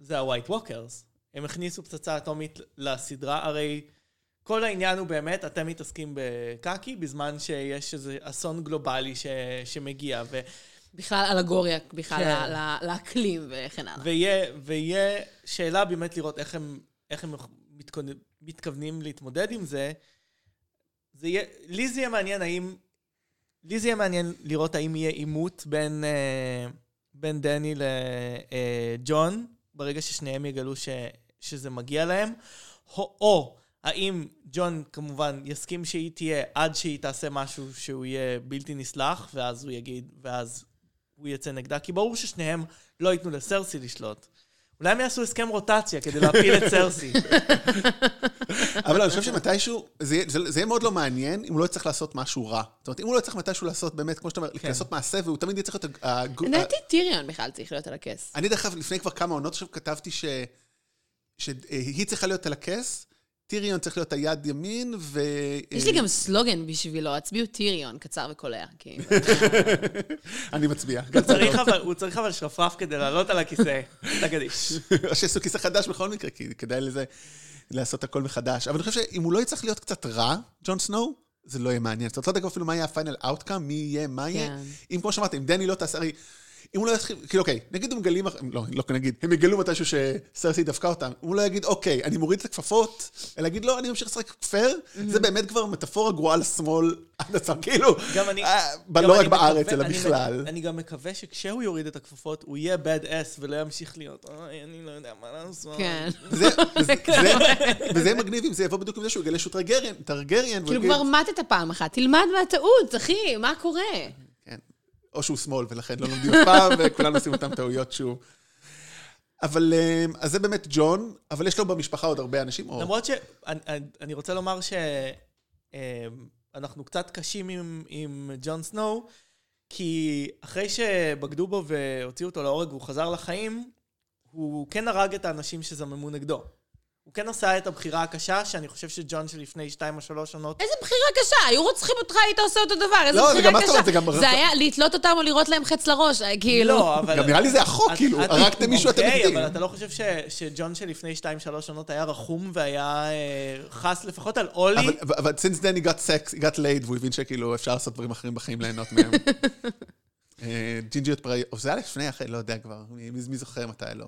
[SPEAKER 2] זה הווייט ווקרס. הם הכניסו פצצה אטומית לסדרה, הרי כל העניין הוא באמת, אתם מתעסקים בקקי בזמן שיש איזה אסון גלובלי ש, שמגיע, ו,
[SPEAKER 3] בכלל אלגוריה, בכלל
[SPEAKER 2] כן.
[SPEAKER 3] ל- ל- לאקלים וכן הלאה.
[SPEAKER 2] ויהיה, ויהיה שאלה באמת לראות איך הם, איך הם מתכונ... מתכוונים להתמודד עם זה. זה יהיה, לי זה יהיה מעניין האם... לי זה יהיה מעניין לראות האם יהיה עימות בין, אה, בין דני לג'ון, ברגע ששניהם יגלו ש, שזה מגיע להם, או, או האם ג'ון כמובן יסכים שהיא תהיה עד שהיא תעשה משהו שהוא יהיה בלתי נסלח, ואז הוא יגיד, ואז הוא יצא נגדה, כי ברור ששניהם לא ייתנו לסרסי לשלוט. אולי הם יעשו הסכם רוטציה כדי להפיל את סרסי.
[SPEAKER 1] אבל אני חושב שמתישהו, זה יהיה- זה זה יהיה מאוד לא מעניין אם הוא לא יצטרך לעשות משהו רע. זאת אומרת, אם הוא לא יצטרך מתישהו לעשות באמת, כמו שאתה אומר,
[SPEAKER 3] כן.
[SPEAKER 1] לעשות מעשה, והוא תמיד יהיה צריך להיות... ה- ה-
[SPEAKER 3] לדעתי טיריון בכלל צריך להיות על הכס.
[SPEAKER 1] אני דרך אגב, לפני כבר כמה עונות עכשיו כתבתי ש... שהיא צריכה להיות על הכס, טיריון צריך להיות היד ימין, ו... אה,
[SPEAKER 3] יש לי גם סלוגן בשבילו, הצביעו טיריון, קצר וקולע, כאילו.
[SPEAKER 1] אני מצביע.
[SPEAKER 2] הוא צריך אבל- הוא צריך אבל שרפרף כדי לעלות על הכיסא. אתה גדיש.
[SPEAKER 1] או שיעשו כיסא חדש בכל מקרה, כי כדאי לזה לעשות הכל מחדש. אבל אני חושב שאם הוא לא יצטרך להיות קצת רע, ג'ון סנואו, זה לא יהיה מעניין. זאת אומרת, לא יודע גם אפילו מה יהיה הפיינל אאוטקאם, מי יהיה, מה יהיה.
[SPEAKER 3] כן.
[SPEAKER 1] אם כמו שאמרת, אם דני לא תעשה, הרי... אם הוא לא יתחיל, כאילו, אוקיי, נגיד הם מגלים, אח- לא, לא נגיד, הם יגלו מתישהו שסרסי דפקה אותם, הוא לא יגיד, אוקיי, אני מוריד את הכפפות, אלא יגיד, לא, אני ממשיך לשחק פייר, זה באמת כבר מטאפורה גרועה לשמאל עד הצד, כאילו,
[SPEAKER 2] גם אני...
[SPEAKER 1] אה, ב-
[SPEAKER 2] גם
[SPEAKER 1] לא רק
[SPEAKER 2] אני מקווה-
[SPEAKER 1] בארץ, אלא
[SPEAKER 2] אני-
[SPEAKER 1] בכלל.
[SPEAKER 2] אני גם מקווה שכשהוא יוריד את הכפפות, הוא יהיה bad ass ולא ימשיך להיות, אוי, אני לא יודע מה לעשות.
[SPEAKER 3] כן.
[SPEAKER 1] זה- וזה- וזה- וזה יהיה מגניב אם זה יבוא בדיוק עם זה שהוא יגלה שהוא טרגריאן, טרגריאן. והוא
[SPEAKER 3] כאילו
[SPEAKER 1] יגיד-
[SPEAKER 3] כבר מתת פעם אחת, תלמד מהטעות, אחי, מה קורה?
[SPEAKER 1] כן. או שהוא שמאל, ולכן לא לומדים אף פעם, וכולנו עושים אותם טעויות שהוא. אבל אמ, אז זה באמת ג'ון, אבל יש לו במשפחה עוד הרבה אנשים, או...
[SPEAKER 2] למרות שאני אני- אני רוצה לומר שאנחנו קצת קשים עם, עם ג'ון סנואו, כי אחרי שבגדו בו והוציאו אותו להורג והוא חזר לחיים, הוא כן הרג את האנשים שזממו נגדו. הוא כן עשה את הבחירה הקשה, שאני חושב שג'ון שלפני שתיים או שלוש עונות...
[SPEAKER 3] איזה בחירה קשה, היו רוצחים אותך, היית עושה אותו דבר, איזה
[SPEAKER 1] לא, זה גם-
[SPEAKER 3] בחירה
[SPEAKER 1] מה זאת
[SPEAKER 3] קשה.
[SPEAKER 1] אומרת, זה גם-
[SPEAKER 3] זה היה לתלות אותם או לירות להם חץ לראש, אה, כאילו.
[SPEAKER 2] לא, אבל...
[SPEAKER 1] גם נראה לי זה החוק,
[SPEAKER 2] את-
[SPEAKER 1] כאילו,
[SPEAKER 2] את-
[SPEAKER 1] הרגתם מישהו, אתם
[SPEAKER 2] אוקיי,
[SPEAKER 1] נגדי.
[SPEAKER 2] אבל אתה לא חושב ש- שג'ון שלפני שתיים, שלוש עונות היה רחום והיה אה, חס לפחות על אולי?
[SPEAKER 1] אבל- אבל אבל since then he got sex, he got laid, והוא הבין שכאילו אפשר לעשות דברים אחרים בחיים ליהנות מהם. אה, ג'ינג'יות פראי, או זה היה לפני, אחרי, לא יודע כבר, מי מי- מי זוכר מתי לא.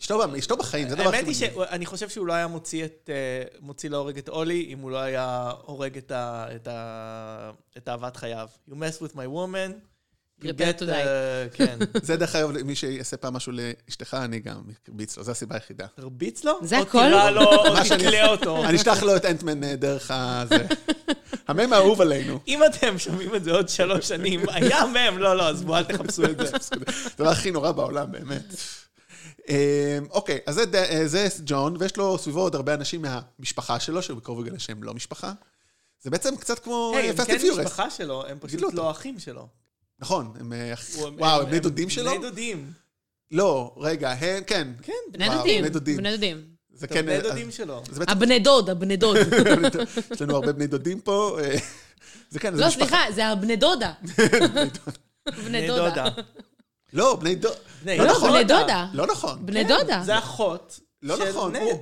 [SPEAKER 1] אשתו ב- אשתו בחיים, זה הדבר הכי
[SPEAKER 2] האמת היא
[SPEAKER 1] מגניב.
[SPEAKER 2] שאני חושב שהוא לא היה מוציא את, אה, מוציא להורג את אולי, אם הוא לא היה הורג את ה- את ה- את אהבת חייו. You mess with my woman, you
[SPEAKER 3] Prepare to
[SPEAKER 2] get... אה, כן.
[SPEAKER 1] זה דרך אגב, מי שיעשה פעם משהו לאשתך, אני גם ארביץ לו, זו הסיבה היחידה.
[SPEAKER 2] תרביץ לו?
[SPEAKER 3] זה
[SPEAKER 2] או
[SPEAKER 3] הכל?
[SPEAKER 2] תירה לו, או
[SPEAKER 1] מה שאני-
[SPEAKER 2] תתלה אותו.
[SPEAKER 1] אני אשלח לו את אנטמן אה, דרך ה... זה. המם האהוב עלינו.
[SPEAKER 2] אם אתם שומעים את זה עוד שלוש שנים, היה מם, לא, לא, אז בואו אל תחפשו את זה.
[SPEAKER 1] זה הדבר הכי נורא בעולם, באמת. אה, אוקיי, אז זה ד- אה, זה ג'ון, ויש לו סביבו עוד הרבה אנשים מהמשפחה שלו, שבקרוב יגלה שהם לא משפחה. זה בעצם קצת כמו אה,
[SPEAKER 2] היי, הם
[SPEAKER 1] פסט
[SPEAKER 2] כן
[SPEAKER 1] פיורס.
[SPEAKER 2] משפחה שלו, הם
[SPEAKER 1] גידלו
[SPEAKER 2] פשוט
[SPEAKER 1] אותו.
[SPEAKER 2] לא אחים שלו.
[SPEAKER 1] נכון, הם... אה,
[SPEAKER 2] הוא-
[SPEAKER 1] וואו, הם בני דודים שלו?
[SPEAKER 2] בני דודים,
[SPEAKER 1] לא, רגע, הם, כן.
[SPEAKER 2] כן.
[SPEAKER 3] בני
[SPEAKER 1] וואו,
[SPEAKER 3] דודים,
[SPEAKER 1] בני דודים.
[SPEAKER 3] בני דודים.
[SPEAKER 1] זה
[SPEAKER 2] הם
[SPEAKER 1] כן...
[SPEAKER 2] בני
[SPEAKER 1] אה,
[SPEAKER 2] דודים שלו.
[SPEAKER 1] זה בעצם...
[SPEAKER 3] הבני דוד, הבני דוד.
[SPEAKER 1] יש לנו הרבה בני דודים פה. אה, זה כן, זה
[SPEAKER 3] לא,
[SPEAKER 1] משפחה.
[SPEAKER 3] סליחה, זה הבני דודה.
[SPEAKER 2] בני
[SPEAKER 3] בני
[SPEAKER 2] דודה.
[SPEAKER 3] דודה.
[SPEAKER 1] לא, בני דוד...
[SPEAKER 2] בני
[SPEAKER 1] לא
[SPEAKER 3] לא,
[SPEAKER 1] נכון.
[SPEAKER 3] בני דודה.
[SPEAKER 1] לא נכון.
[SPEAKER 3] בני דודה.
[SPEAKER 2] זה אחות
[SPEAKER 1] לא
[SPEAKER 2] של
[SPEAKER 1] נכון.
[SPEAKER 2] נד.
[SPEAKER 1] הוא-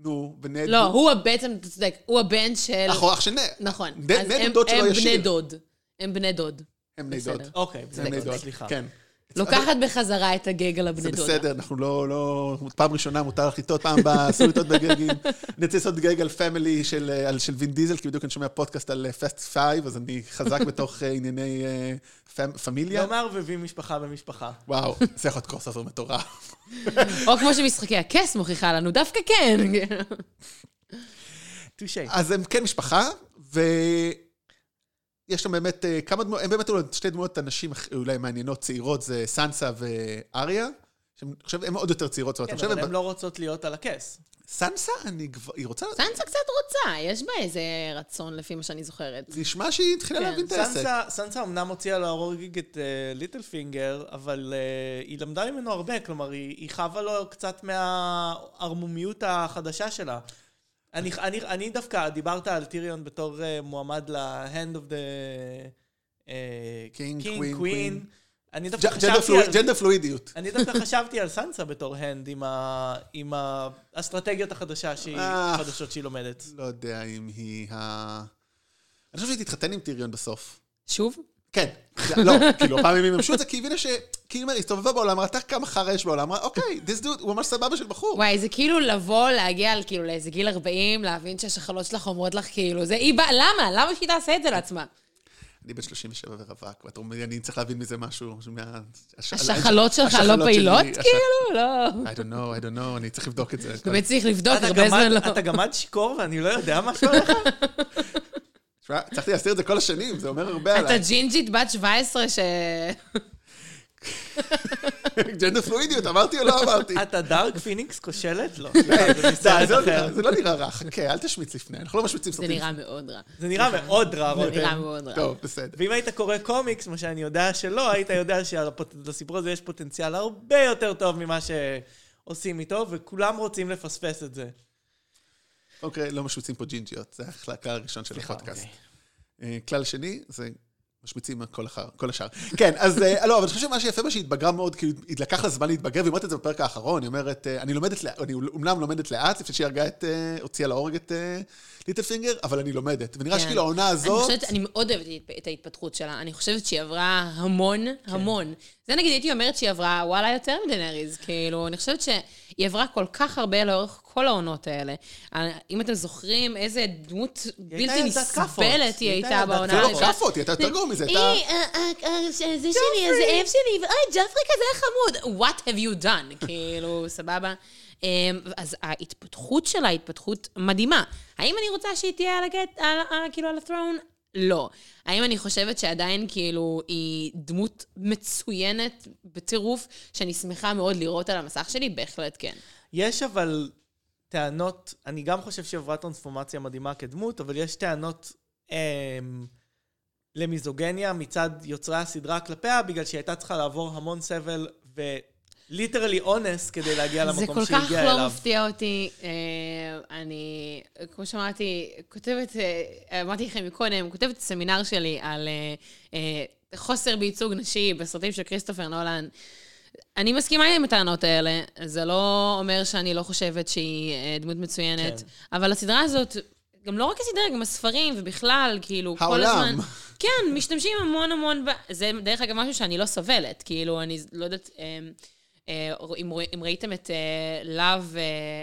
[SPEAKER 1] נו, בני...
[SPEAKER 3] לא, הוא בעצם, אתה צודק, הוא הבן של...
[SPEAKER 1] אח או אח של נד.
[SPEAKER 3] נכון.
[SPEAKER 1] נד-
[SPEAKER 3] אז
[SPEAKER 1] נד הוא
[SPEAKER 3] הם-
[SPEAKER 1] דוד שלו
[SPEAKER 3] הם
[SPEAKER 1] ישיר.
[SPEAKER 3] בני דוד. הם בני דוד.
[SPEAKER 1] הם בני דוד.
[SPEAKER 3] בסדר.
[SPEAKER 2] אוקיי,
[SPEAKER 1] הם בני
[SPEAKER 2] בסדר,
[SPEAKER 1] דוד.
[SPEAKER 2] סליחה.
[SPEAKER 1] כן.
[SPEAKER 3] לוקחת בחזרה את הגג על הבני
[SPEAKER 1] זה
[SPEAKER 3] דודה.
[SPEAKER 1] בסדר, אנחנו לא, לא... פעם ראשונה מותר לך לטעות, פעם הבאה אסור לטעות בגגים. אני רוצה לעשות גג על פמילי של, אה, על- של וין דיזל, כי בדיוק אני שומע פודקאסט על פסט פייב, אז אני חזק בתוך אה, ענייני אה, פמ- פמיליה.
[SPEAKER 2] לא מערבבים משפחה במשפחה.
[SPEAKER 1] וואו, זה יכול להיות קורסאזור מטורף.
[SPEAKER 3] או כמו שמשחקי הכס מוכיחה לנו, דווקא כן.
[SPEAKER 2] טושי.
[SPEAKER 1] אז הם כן משפחה, ויש שם באמת אה, כמה דמויות, הם באמת אולי שתי דמויות הנשים הכי- אולי מעניינות, צעירות, זה סנסה ואריה. שאני חושב, הן עוד יותר צעירות, זאת אומרת,
[SPEAKER 2] כן,
[SPEAKER 1] אני חושב,
[SPEAKER 2] אבל
[SPEAKER 1] הן
[SPEAKER 2] הן
[SPEAKER 1] ב-
[SPEAKER 2] לא רוצות להיות על הכס.
[SPEAKER 1] סנסה, אני כבר... היא רוצה...
[SPEAKER 3] סנסה קצת רוצה, יש בה איזה רצון, לפי מה שאני זוכרת.
[SPEAKER 1] נשמע שהיא התחילה
[SPEAKER 3] כן,
[SPEAKER 1] להבין את העסק.
[SPEAKER 2] סנסה- סנסה אמנם הוציאה להורג את ליטל פינגר, אבל אה, היא למדה ממנו הרבה, כלומר, היא היא חבה לו קצת מהערמומיות החדשה שלה. אני- אני אני דווקא, דיברת על טיריון בתור אה, מועמד ל-hand of the... אה,
[SPEAKER 1] King,
[SPEAKER 2] King,
[SPEAKER 1] Queen,
[SPEAKER 2] Queen. אני דווקא
[SPEAKER 1] ג'- ג'נדר
[SPEAKER 2] חשבתי על...
[SPEAKER 1] פלואי- ג'נדר פלואידיות.
[SPEAKER 2] אני דווקא חשבתי על סנסה בתור הנד עם, ה... עם האסטרטגיות החדשה שהיא...
[SPEAKER 1] אה.
[SPEAKER 2] החדשות שהיא לומדת.
[SPEAKER 1] לא יודע אם היא ה... אני חושב שהיא תתחתן עם טיריון בסוף.
[SPEAKER 3] שוב?
[SPEAKER 1] כן. לא, כאילו, הפעם הם יממשו את זה, כי היא הבינה ש... כי היא אומרת, היא הסתובבה בעולם, ראתה כמה חרא יש בעולם, אמרה, אוקיי, this dude, הוא ממש סבבה של בחור.
[SPEAKER 3] וואי, זה כאילו לבוא, להגיע על- כאילו לאיזה גיל 40, להבין שהשחלות שלך אומרות לך כאילו, זה היא באה, למה? למה שהיא תעשה את זה לעצמה?
[SPEAKER 1] אני בן 37 ורווק, ואתה אומר, אני צריך להבין מזה משהו. מה- הש-
[SPEAKER 3] השחלות שלך
[SPEAKER 1] השחלות
[SPEAKER 3] לא פעילות?
[SPEAKER 1] שלי, הש-
[SPEAKER 3] כאילו, לא.
[SPEAKER 1] I don't know, I don't know, אני צריך לבדוק את זה.
[SPEAKER 3] באמת צריך לבדוק,
[SPEAKER 2] אתה
[SPEAKER 3] הרבה זמן
[SPEAKER 2] גמד-
[SPEAKER 3] לא.
[SPEAKER 2] אתה גמד שיכור ואני לא יודע משהו עליך?
[SPEAKER 1] תשמע, הצלחתי להסתיר את זה כל השנים, זה אומר הרבה
[SPEAKER 3] אתה
[SPEAKER 1] עליי.
[SPEAKER 3] ג'ינג'ית בת 17 ש...
[SPEAKER 1] ג'נדר פלואידיות, אמרתי או לא אמרתי?
[SPEAKER 2] אתה דארק פיניקס כושלת? לא, סליחה, זה
[SPEAKER 1] די,
[SPEAKER 2] מסרט
[SPEAKER 1] זה לא
[SPEAKER 2] אחר.
[SPEAKER 1] נראה- זה לא נראה רע, חכה, אל תשמיץ לפני, אנחנו לא משמיצים
[SPEAKER 3] זה
[SPEAKER 1] סרטים.
[SPEAKER 3] נראה מאוד רע.
[SPEAKER 2] זה נראה מאוד רע,
[SPEAKER 3] זה נראה
[SPEAKER 2] רותם.
[SPEAKER 3] מאוד רע.
[SPEAKER 1] אוקיי. טוב, בסדר.
[SPEAKER 2] ואם היית קורא קומיקס, מה שאני יודע שלא, היית יודע שלסיפור הזה יש פוטנציאל הרבה יותר טוב ממה שעושים איתו, וכולם רוצים לפספס את זה.
[SPEAKER 1] אוקיי, לא משמיצים פה ג'ינג'יות, זה החלקה הראשון של
[SPEAKER 2] סליחה,
[SPEAKER 1] הפודקאסט.
[SPEAKER 2] אוקיי.
[SPEAKER 1] אה, כלל שני, זה משמיצים כל, אחר, כל השאר. כן, אז אה, לא, אבל אני חושב שמה שיפה בה שהיא התבגרה מאוד, כי היא לקח לה זמן להתבגר, והיא אומרת את זה בפרק האחרון, היא אומרת, אה, אני לומדת, לאט- אני אומנם לומדת לאט, לפני שהיא הרגה את, אה, הוציאה להורג את אה, ליטל פינגר, אבל אני לומדת. ונראה
[SPEAKER 3] כן.
[SPEAKER 1] שכאילו כאילו, העונה
[SPEAKER 3] אני
[SPEAKER 1] הזאת,
[SPEAKER 3] חושבת, אני מאוד אוהבת את- את ההתפתחות שלה. אני חושבת שהיא עברה המון,
[SPEAKER 1] כן.
[SPEAKER 3] המון. זה נגיד, הייתי אומרת שהיא עברה, וואלה, יותר מדנריז. כאילו, אני חושבת שהיא עברה כל כך הרבה לאורך כל העונות האלה. אה, אם אתם זוכרים, איזה דמות
[SPEAKER 2] הייתה
[SPEAKER 3] בלתי
[SPEAKER 2] ילדת כאפות.
[SPEAKER 3] נסבלת היא
[SPEAKER 2] היא הייתה
[SPEAKER 3] הייתה
[SPEAKER 2] ילדת
[SPEAKER 3] בעונה
[SPEAKER 1] זה
[SPEAKER 2] אה,
[SPEAKER 1] לא
[SPEAKER 2] אה,
[SPEAKER 3] הראשונה.
[SPEAKER 1] כאפות, היא הייתה יותר גרוע מזה, הייתה...
[SPEAKER 3] היא, אה, אה, אה, זה שלי, הזאב שלי, ואוי, ג'פרי כזה חמוד. What have you done? כאילו, סבבה. אמ, אז ההתפתחות שלה היא התפתחות מדהימה. האם אני רוצה שהיא תהיה על הגט, על, על, כאילו על ה-throne? לא. האם אני חושבת שעדיין כאילו היא דמות מצוינת בטירוף, שאני שמחה מאוד לראות על המסך שלי? בהחלט כן.
[SPEAKER 2] יש אבל טענות, אני גם חושב שהיא עברה טרנספורמציה מדהימה כדמות, אבל יש טענות אמ, למיזוגניה מצד יוצרי הסדרה כלפיה, בגלל שהיא הייתה צריכה לעבור המון סבל וליטרלי אונס כדי להגיע
[SPEAKER 3] זה
[SPEAKER 2] למקום
[SPEAKER 3] כל
[SPEAKER 2] שהיא
[SPEAKER 3] כך
[SPEAKER 2] הגיעה
[SPEAKER 3] לא
[SPEAKER 2] אליו.
[SPEAKER 3] מפתיע אותי. אה, אני, כמו שאמרתי, כותבת, אה, אמרתי לכם מקודם, כותבת את הסמינר שלי על אה, אה, חוסר בייצוג נשי בסרטים של כריסטופר נולן. אני מסכימה עם הטענות האלה, זה לא אומר שאני לא חושבת שהיא אה, דמות מצוינת,
[SPEAKER 2] כן.
[SPEAKER 3] אבל הסדרה הזאת, גם לא רק הסדרה, גם הספרים, ובכלל, כאילו, כל
[SPEAKER 1] העולם.
[SPEAKER 3] הזמן... כן, משתמשים המון המון ב... זה דרך אגב משהו שאני לא סובלת, כאילו, אני לא יודעת... אמ, אה, אם, רוא- אם ראיתם את אה, Love, אה,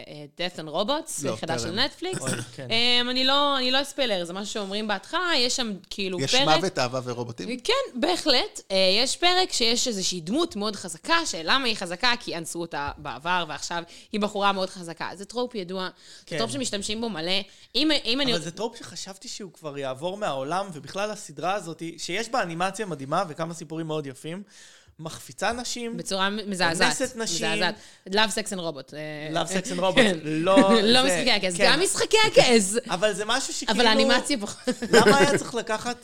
[SPEAKER 3] אה, Death and Robots,
[SPEAKER 1] לא,
[SPEAKER 3] לא, יחידה של
[SPEAKER 1] טרם.
[SPEAKER 3] נטפליקס,
[SPEAKER 2] אוי, כן.
[SPEAKER 3] אמ, אני לא, אני לא אספיילר, זה משהו שאומרים בהתחלה, יש שם כאילו
[SPEAKER 1] יש
[SPEAKER 3] פרק...
[SPEAKER 1] מוות, אהבה ורובוטים?
[SPEAKER 3] כן, בהחלט. אה, יש פרק שיש איזושהי דמות מאוד חזקה, שלמה היא חזקה? כי אנסו אותה בעבר, ועכשיו היא בחורה מאוד חזקה. זה טרופ ידוע,
[SPEAKER 2] כן.
[SPEAKER 3] זה טרופ שמשתמשים בו מלא. אם, אם אני...
[SPEAKER 2] אבל זה טרופ שחשבתי שהוא כבר יעבור מהעולם, ובכלל הסדרה הזאת, שיש בה אנימציה מדהימה וכמה סיפורים מאוד יפים, מחפיצה נשים,
[SPEAKER 3] בצורה מזעזעת.
[SPEAKER 2] אונסת נשים.
[SPEAKER 3] מזעזעת. Love, Sex and Robot. אה,
[SPEAKER 2] Love, Sex and Robots.
[SPEAKER 3] כן.
[SPEAKER 2] לא
[SPEAKER 3] לא
[SPEAKER 2] זה,
[SPEAKER 3] משחקי הכס.
[SPEAKER 2] כן. כאילו-
[SPEAKER 3] גם משחקי הכס.
[SPEAKER 2] אבל זה משהו שכאילו...
[SPEAKER 3] אבל האנימציה פחות.
[SPEAKER 2] למה היה צריך לקחת,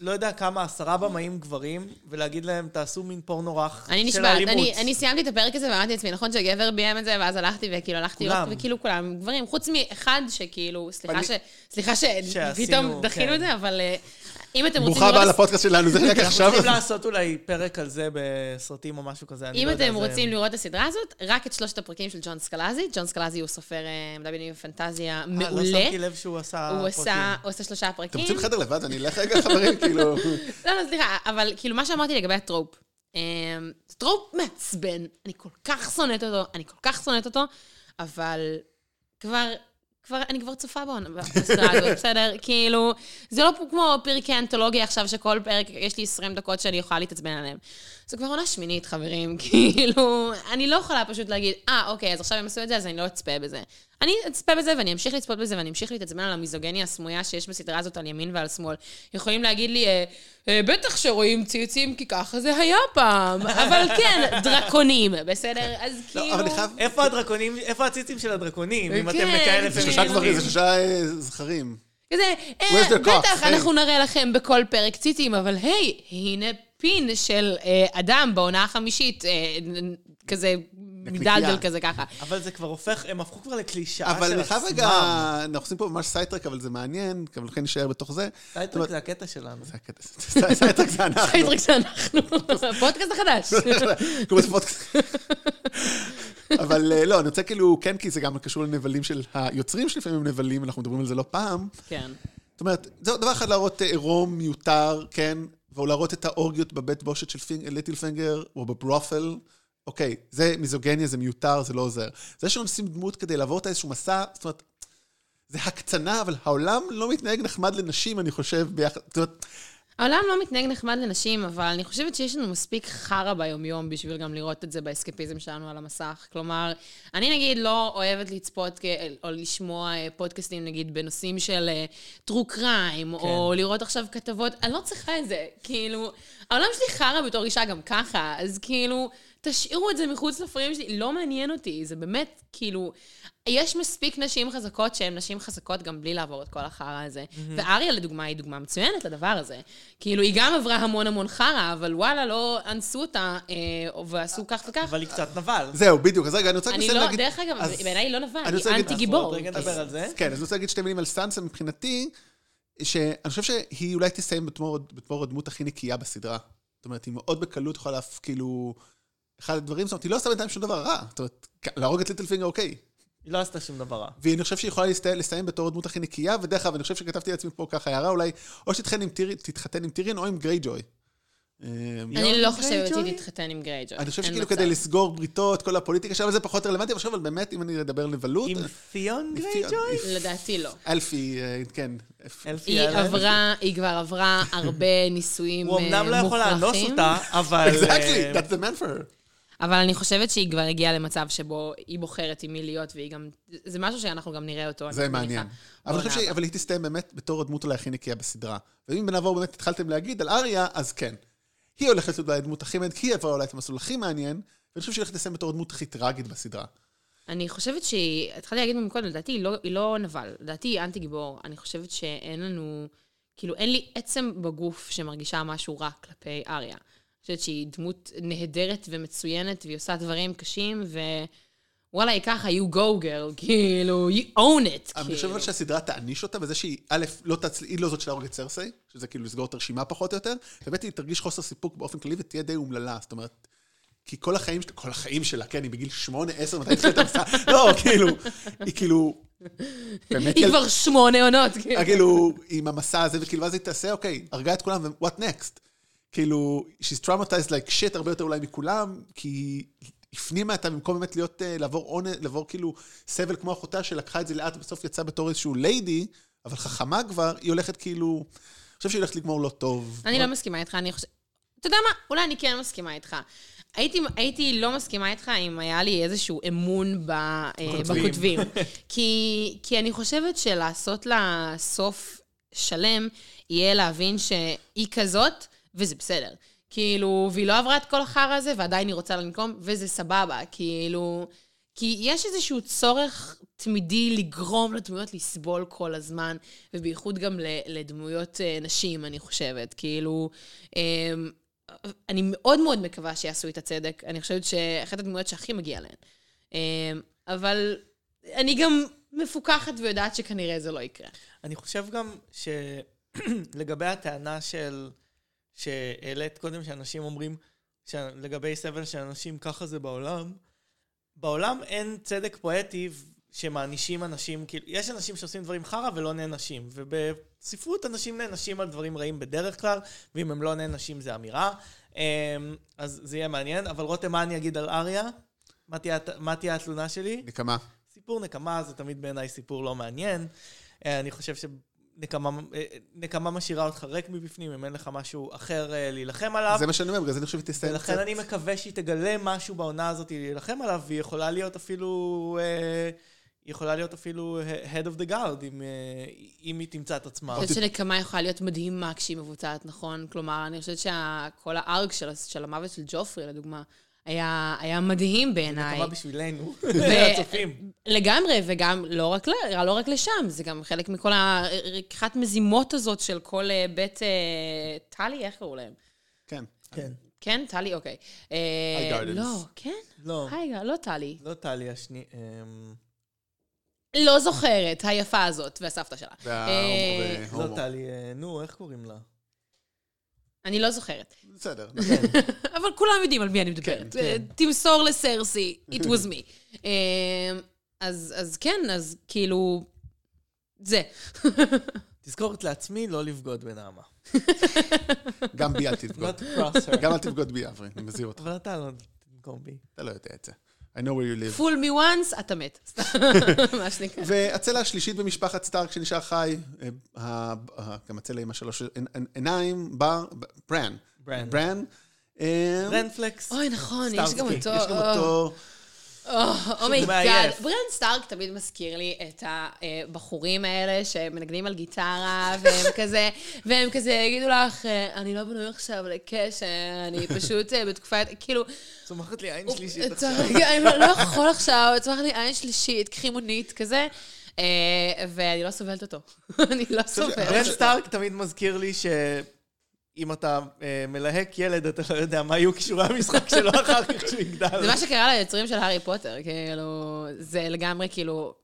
[SPEAKER 2] לא יודע כמה, עשרה במאים גברים, ולהגיד להם, תעשו מין פורנו רך
[SPEAKER 3] אני
[SPEAKER 2] של
[SPEAKER 3] נשבעת.
[SPEAKER 2] אלימות?
[SPEAKER 3] אני, אני סיימתי את הפרק הזה ואמרתי לעצמי, נכון שהגבר ביים את זה, ואז הלכתי וכאילו הלכתי,
[SPEAKER 2] כולם.
[SPEAKER 3] לראות, וכאילו כולם גברים, חוץ מאחד שכאילו, סליחה,
[SPEAKER 1] אני-
[SPEAKER 3] ש, סליחה שפתאום
[SPEAKER 2] שעשינו,
[SPEAKER 3] דחינו
[SPEAKER 2] כן.
[SPEAKER 3] את זה, אבל אה, אם אתם רוצים
[SPEAKER 1] ברוכה הבאה
[SPEAKER 3] לראות... את-
[SPEAKER 1] לפודקאסט שלנו, זה רק
[SPEAKER 2] אנחנו
[SPEAKER 1] עכשיו.
[SPEAKER 2] צריכים לעשות אולי פרק על זה בסרטים או משהו כזה, אני
[SPEAKER 3] אם
[SPEAKER 2] לא יודע.
[SPEAKER 3] אתם
[SPEAKER 2] זה-
[SPEAKER 3] רוצים לראות את הסדרה הזאת, רק את שלושת הפרקים של ג'ון סקלזי. ג'ון סקלזי הוא סופר אה, מדע בדיוני ופנטזיה
[SPEAKER 2] אה, לא
[SPEAKER 3] מעולה.
[SPEAKER 2] שמתי לב שהוא עשה...
[SPEAKER 3] הוא
[SPEAKER 2] פרקים.
[SPEAKER 3] עשה, הוא עשה שלושה
[SPEAKER 1] אתם
[SPEAKER 3] פרקים.
[SPEAKER 1] רוצים חדר לבד? אני אלך רגע, חברים, כאילו...
[SPEAKER 3] לא, לא, סליחה, אבל כאילו מה שאמרתי לגבי הטרופ, אמ, זה טרופ מעצבן, אני כל כך שונאת אותו, אני כל כך שונאת אותו, אבל כבר, כבר, אני כבר צופה בעונה- בסדרה הזאת, בסדר? כאילו, זה לא כמו פרקי אנתולוגיה עכשיו, שכל פרק יש לי 20 דקות שאני יכולה להתעצבן עליהם. זו כבר עונה שמינית, חברים, כאילו, אני לא יכולה פשוט להגיד, אה, אוקיי, אז עכשיו הם עשו את זה, אז אני לא אצפה בזה. אני אצפה בזה ואני אמשיך לצפות בזה ואני אמשיך להתעצבן על המיזוגניה הסמויה שיש בסדרה הזאת על ימין ועל שמאל. יכולים להגיד לי, אה, אה, בטח שרואים ציוצים כי ככה זה היה פעם, אבל כן, דרקונים, בסדר? אז כאילו...
[SPEAKER 1] לא, אבל אני חייב...
[SPEAKER 2] איפה הדרקונים, איפה הציצים של הדרקונים, אם אתם
[SPEAKER 3] כן.
[SPEAKER 2] בכאלה
[SPEAKER 1] זה
[SPEAKER 3] זה
[SPEAKER 1] שלושה
[SPEAKER 3] כאילו-
[SPEAKER 1] גברים, זה שלושה אה, זכרים.
[SPEAKER 3] כזה,
[SPEAKER 1] Where's
[SPEAKER 3] אה,
[SPEAKER 1] the cock?
[SPEAKER 3] בטח,
[SPEAKER 1] היי."
[SPEAKER 3] אנחנו נראה לכם בכל פרק ציצים, אבל היי, הנה פין של אה, אדם בעונה החמישית, אה, נ- נ- כזה מדלדל כזה ככה.
[SPEAKER 2] אבל זה כבר הופך, הם הפכו כבר לקלישאה של עצמם.
[SPEAKER 1] אבל אני חייב רגע, אנחנו עושים פה ממש סייטרק, אבל זה מעניין, אבל לכן נשאר בתוך זה. לא-
[SPEAKER 2] סייטרק זה הקטע שלנו.
[SPEAKER 1] זה הקטע, סי- סייטרק זה אנחנו.
[SPEAKER 3] הייטרק זה אנחנו, הפודקאסט החדש.
[SPEAKER 1] כמו זה פודקאסט. אבל אה, לא, אני רוצה כאילו, כן, כי זה גם קשור לנבלים של היוצרים שלפעמים הם נבלים, אנחנו מדברים על זה לא פעם.
[SPEAKER 3] כן.
[SPEAKER 1] זאת אומרת, זה דבר אחד להראות אה, עירום מיותר, כן, ולהראות את האורגיות בבית בושת של פינג- ליטל פינגר, או בברופל. אוקיי, זה מיזוגניה, זה מיותר, זה לא עוזר. זה שעושים דמות כדי לעבור אותה איזשהו מסע, זאת אומרת, זה הקצנה, אבל העולם לא מתנהג נחמד לנשים, אני חושב, ביחד. זאת אומרת,
[SPEAKER 3] העולם לא מתנהג נחמד לנשים, אבל אני חושבת שיש לנו מספיק חרא ביומיום בשביל גם לראות את זה באסקפיזם שלנו על המסך. כלומר, אני נגיד לא אוהבת לצפות כ- או לשמוע אה, פודקאסטים, נגיד, בנושאים של טרו קריים, כן. או לראות עכשיו כתבות, אני לא צריכה את זה. כאילו, העולם שלי חרא בתור אישה גם ככה, אז כאילו, תשאירו את זה מחוץ לפריים שלי, לא מעניין אותי, זה באמת, כאילו, יש מספיק נשים חזקות שהן נשים חזקות גם בלי לעבור את כל החרא הזה. ואריה, לדוגמה, היא דוגמה מצוינת לדבר הזה. כאילו, היא גם עברה המון המון חרא, אבל וואלה, לא אנסו אותה, אה, ועשו כך וכך.
[SPEAKER 2] אבל היא קצת נבל.
[SPEAKER 1] זהו, בדיוק. אז רגע, אני רוצה רק
[SPEAKER 3] אני
[SPEAKER 1] לסיים
[SPEAKER 3] לא,
[SPEAKER 1] להגיד...
[SPEAKER 3] דרך אגב,
[SPEAKER 1] אז-
[SPEAKER 3] בעיניי היא לא נבל,
[SPEAKER 1] אני רוצה
[SPEAKER 3] היא
[SPEAKER 1] להגיד-
[SPEAKER 3] אנטי גיבור.
[SPEAKER 2] אנחנו עוד רגע נדבר על זה.
[SPEAKER 1] כן, אז אני רוצה להגיד שתי מילים על סנסה מבחינתי, שאני חושב שהיא אולי תסיים בתמור, בתמור הדמות הכי נקייה בסדרה. זאת אומרת, היא מאוד בקלות יכולה להפ... כאילו... אחד הדברים, זאת אומרת, היא לא עושה בינתיים שום דבר רע. זאת אומרת, להרוג את ליטל פינגר אוקיי.
[SPEAKER 2] היא לא עשתה שום דבר רע.
[SPEAKER 1] ואני חושב שהיא יכולה לסיים, לסיים בתור הדמות הכי נקייה, ודרך אגב, אני חושב שכתבתי לעצמי פה ככה הערה, אולי, או שתתחתן עם, טיר, תתחתן עם טירין או עם גרייג'וי. אמ,
[SPEAKER 3] אני לא
[SPEAKER 2] יום
[SPEAKER 3] חושבת שהיא
[SPEAKER 2] גרייג'וי?
[SPEAKER 3] תתחתן עם גרייג'וי.
[SPEAKER 1] אני חושב
[SPEAKER 3] אין
[SPEAKER 1] שכאילו
[SPEAKER 3] מצב.
[SPEAKER 1] כדי לסגור בריתות, כל הפוליטיקה שם, זה פחות רלוונטי, אבל עכשיו, אבל באמת, אם אני אדבר לבלות...
[SPEAKER 2] עם פיון
[SPEAKER 1] לפי-
[SPEAKER 2] גרייג'וי?
[SPEAKER 3] לדעתי לא.
[SPEAKER 1] אלפי, אה, כן. אלפי.
[SPEAKER 2] אלפי
[SPEAKER 3] היא
[SPEAKER 2] אלן.
[SPEAKER 3] עברה, היא כבר עברה הרבה ניסויים אה,
[SPEAKER 2] הוא
[SPEAKER 3] מוכרחים.
[SPEAKER 2] אמנם לא יכול לאנוס אותה, אבל...
[SPEAKER 1] Exactly,
[SPEAKER 2] אה,
[SPEAKER 1] that's the man for her.
[SPEAKER 3] אבל אני חושבת שהיא כבר הגיעה למצב שבו היא בוחרת עם מי להיות, והיא גם... זה משהו שאנחנו גם נראה אותו. אני
[SPEAKER 1] זה
[SPEAKER 3] מניחה. לא
[SPEAKER 1] מעניין. אבל אני
[SPEAKER 3] בעונה
[SPEAKER 1] חושב שהיא-
[SPEAKER 3] הבאה.
[SPEAKER 1] אבל היא תסתיים באמת בתור הדמות אולי הכי נקייה בסדרה. ואם בנעבור באמת התחלתם להגיד על אריה, אז כן. היא הולכת להיות אולי הדמות הכי מעניינת, כי היא עברה אולי את המסלול הכי מעניין, ואני חושב שהיא הולכת לסיים בתור הדמות הכי טראגית בסדרה.
[SPEAKER 3] אני חושבת שהיא... התחלתי להגיד מקודם, לדעתי היא לא- היא לא נבל, לדעתי היא אנטי גיבור. אני חושבת שאין לנו... כאילו, אין לי עצם בגוף שמרגישה משהו רע כלפי אריה. אני חושבת שהיא דמות נהדרת ומצוינת, והיא עושה דברים קשים, ו... וואלה, היא ככה, you go girl, כאילו, you own it,
[SPEAKER 1] אני חושב
[SPEAKER 3] כאילו.
[SPEAKER 1] אבל שהסדרה תעניש אותה בזה שהיא, א', לא תצל... היא לא זאת שתהרוג את סרסי, שזה כאילו לסגור את הרשימה פחות או יותר, וב' היא תרגיש חוסר סיפוק באופן כללי ותהיה די אומללה, זאת אומרת... כי כל החיים, של- כל החיים שלה, כן, היא בגיל שמונה, עשר, מתי התחילה את המסע? לא, כאילו, היא כאילו... באמת
[SPEAKER 3] היא
[SPEAKER 1] ילד-
[SPEAKER 3] כבר שמונה עונות, כאילו.
[SPEAKER 1] אה, כאילו, עם המסע הזה, וכאילו, ואז היא תעשה, אוקיי, הרגה את כולם, ו-what next? כאילו, she's traumatized like shit הרבה יותר אולי מכולם, כי היא הפנימה אותה במקום באמת להיות, אה, לעבור עונש, לעבור כאילו סבל כמו אחותה שלקחה את זה לאט, ובסוף יצאה בתור איזשהו ליידי, אבל חכמה כבר, היא הולכת כאילו... אני חושב שהיא הולכת לגמור לא טוב.
[SPEAKER 3] אני לא מסכימה איתך, אני חושבת... אתה יודע מה? אולי אני כן מסכימה איתך. הייתי, הייתי לא מסכימה איתך אם היה לי איזשהו אמון ב, אה,
[SPEAKER 2] בכותבים.
[SPEAKER 3] בכותבים. כי, כי אני חושבת שלעשות לה סוף שלם, יהיה להבין שהיא כזאת, וזה בסדר. כאילו, והיא לא עברה את כל החרא הזה, ועדיין היא רוצה לנקום, וזה סבבה. כאילו... כי יש איזשהו צורך תמידי לגרום לדמויות לסבול כל הזמן, ובייחוד גם ל- לדמויות אה, נשים, אני חושבת. כאילו, אמ, אני מאוד מאוד מקווה שיעשו את הצדק. אני חושבת שאחת הדמויות שהכי מגיע להן. אמ, אבל אני גם מפוקחת ויודעת שכנראה זה לא יקרה.
[SPEAKER 2] אני חושב גם שלגבי הטענה של... שהעלית קודם, שאנשים אומרים, לגבי סבל של אנשים, ככה זה בעולם, בעולם אין צדק פואטי שמענישים אנשים, כאילו, יש אנשים שעושים דברים חרא ולא נענשים, ובספרות אנשים נענשים על דברים רעים בדרך כלל, ואם הם לא נענשים זה אמירה, אמ, אז זה יהיה מעניין, אבל רותם, מה אני אגיד על אריה? מה תהיה הת- מה תהיה התלונה שלי?
[SPEAKER 1] נקמה.
[SPEAKER 2] סיפור נקמה זה תמיד בעיניי סיפור לא מעניין. אה, אני חושב שנקמה אה, נקמה משאירה אותך ריק מבפנים, אם אין לך משהו אחר אה, להילחם עליו.
[SPEAKER 1] זה מה שאני אומר, בגלל זה אני חושב שהיא תסיים קצת.
[SPEAKER 2] ולכן אני מקווה שהיא תגלה משהו בעונה הזאת להילחם עליו, והיא יכולה להיות אפילו... אה, היא יכולה להיות אפילו Head of the Guard, אם, אה, אם היא תמצא את עצמה.
[SPEAKER 3] אני חושבת שנקמה יכולה להיות מדהימה כשהיא מבוצעת נכון. כלומר, אני חושבת שכל הארג של, של המוות של ג'ופרי, לדוגמה, היה, היה מדהים בעיניי.
[SPEAKER 2] נקמה בשבילנו, הצופים.
[SPEAKER 3] לגמרי, וגם לא רק, ל- לא רק לשם, זה גם חלק מכל הרכיחת מזימות הזאת של כל אה, בית... אה, טלי, איך קראו להם?
[SPEAKER 1] כן.
[SPEAKER 2] כן.
[SPEAKER 3] כן, טלי, אוקיי. אה,
[SPEAKER 1] High Gardens.
[SPEAKER 3] לא, כן?
[SPEAKER 2] לא,
[SPEAKER 3] היי, לא טלי.
[SPEAKER 2] לא טלי השני... אמ,
[SPEAKER 3] לא זוכרת, היפה הזאת, והסבתא שלה.
[SPEAKER 1] וה-
[SPEAKER 3] אה,
[SPEAKER 2] לא
[SPEAKER 1] וההומו.
[SPEAKER 2] טלי, אה, נו, איך קוראים לה?
[SPEAKER 3] אני לא זוכרת.
[SPEAKER 1] בסדר.
[SPEAKER 3] אבל כולם יודעים על מי אני מדברת. אה,
[SPEAKER 2] כן, כן.
[SPEAKER 3] תמסור לסרסי, it was me. אה, אז אז כן, אז כאילו... זה.
[SPEAKER 2] כן. תזכורת לעצמי לא לבגוד בנעמה.
[SPEAKER 1] גם בי אל תבגוד.
[SPEAKER 2] Not cross her.
[SPEAKER 1] גם אל תבגוד בי, אברי, אני מזהיר אותך.
[SPEAKER 2] אבל אתה לא תנקום בי.
[SPEAKER 1] אתה לא יודע את זה. I know where you live.
[SPEAKER 3] fool me once, אתה מת. סתם, מה שנקרא.
[SPEAKER 1] והצלע השלישית במשפחת סטארק שנשאר חי, אה, ה- ה- גם הצלע עם השלוש עין- עין- עיניים, בר, ברן.
[SPEAKER 2] ברן.
[SPEAKER 1] ברן. אה,
[SPEAKER 2] רנפלקס.
[SPEAKER 3] אוי, נכון, יש
[SPEAKER 2] סטארסקי.
[SPEAKER 3] גם אותו.
[SPEAKER 1] יש גם אותו,
[SPEAKER 3] Oh,
[SPEAKER 2] שהוא
[SPEAKER 3] אומייגאד.
[SPEAKER 2] מעייף.
[SPEAKER 3] ברן סטארק תמיד מזכיר לי את הבחורים האלה שמנגנים על גיטרה, והם כזה, והם כזה יגידו לך, אה, אני לא בנוי עכשיו לקשר, אני פשוט אה, בתקופת, כאילו,
[SPEAKER 2] צומחת לי עין
[SPEAKER 3] הוא-
[SPEAKER 2] שלישית
[SPEAKER 3] צר-
[SPEAKER 2] עכשיו.
[SPEAKER 3] אני לא- לא יכול עכשיו, צמח לי עין שלישית, קחי מונית, כזה, אה, ואני לא סובלת אותו. אני לא
[SPEAKER 2] ברן
[SPEAKER 3] סובלת.
[SPEAKER 2] סטארק תמיד מזכיר לי ש... אם אתה אה, מלהק ילד, אתה לא יודע מה יהיו כישורי המשחק שלו אחר כך כשהוא יגדל.
[SPEAKER 3] זה מה שקרה ליוצרים של הארי פוטר, כאילו, זה לגמרי כאילו,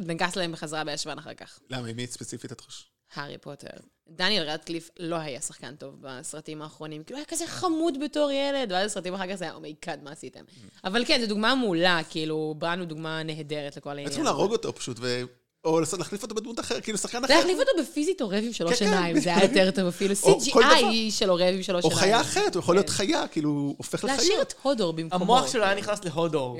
[SPEAKER 3] נגס להם בחזרה בישבן אחר כך.
[SPEAKER 1] למה, עם מי ספציפית את חושבת?
[SPEAKER 3] הארי פוטר. דניאל רדקליף לא היה שחקן טוב בסרטים האחרונים, כאילו הוא היה כזה חמוד בתור ילד, ואז הסרטים אחר כך זה היה אומייגאד, מה עשיתם? אבל כן, זו דוגמה מעולה, כאילו, ברן הוא דוגמה נהדרת לכל העניין.
[SPEAKER 1] היו צריכים להרוג אותו פשוט, ו- או לעשות- להחליף אותו בדמות אחרת, כאילו שחקן
[SPEAKER 3] זה
[SPEAKER 1] אחר.
[SPEAKER 3] להחליף אותו בפיזית עורב עם שלוש
[SPEAKER 1] כן, כן.
[SPEAKER 3] עיניים, זה היה יותר טוב אפילו.
[SPEAKER 1] או כל דבר.
[SPEAKER 3] CGI של עורב עם שלוש
[SPEAKER 1] או
[SPEAKER 3] עיניים.
[SPEAKER 1] חיה אחרת, הוא יכול להיות חיה, כאילו, הוא הופך לחיה.
[SPEAKER 3] כן. להשאיר את הודור במקומו.
[SPEAKER 2] המוח שלו היה נכנס להודור.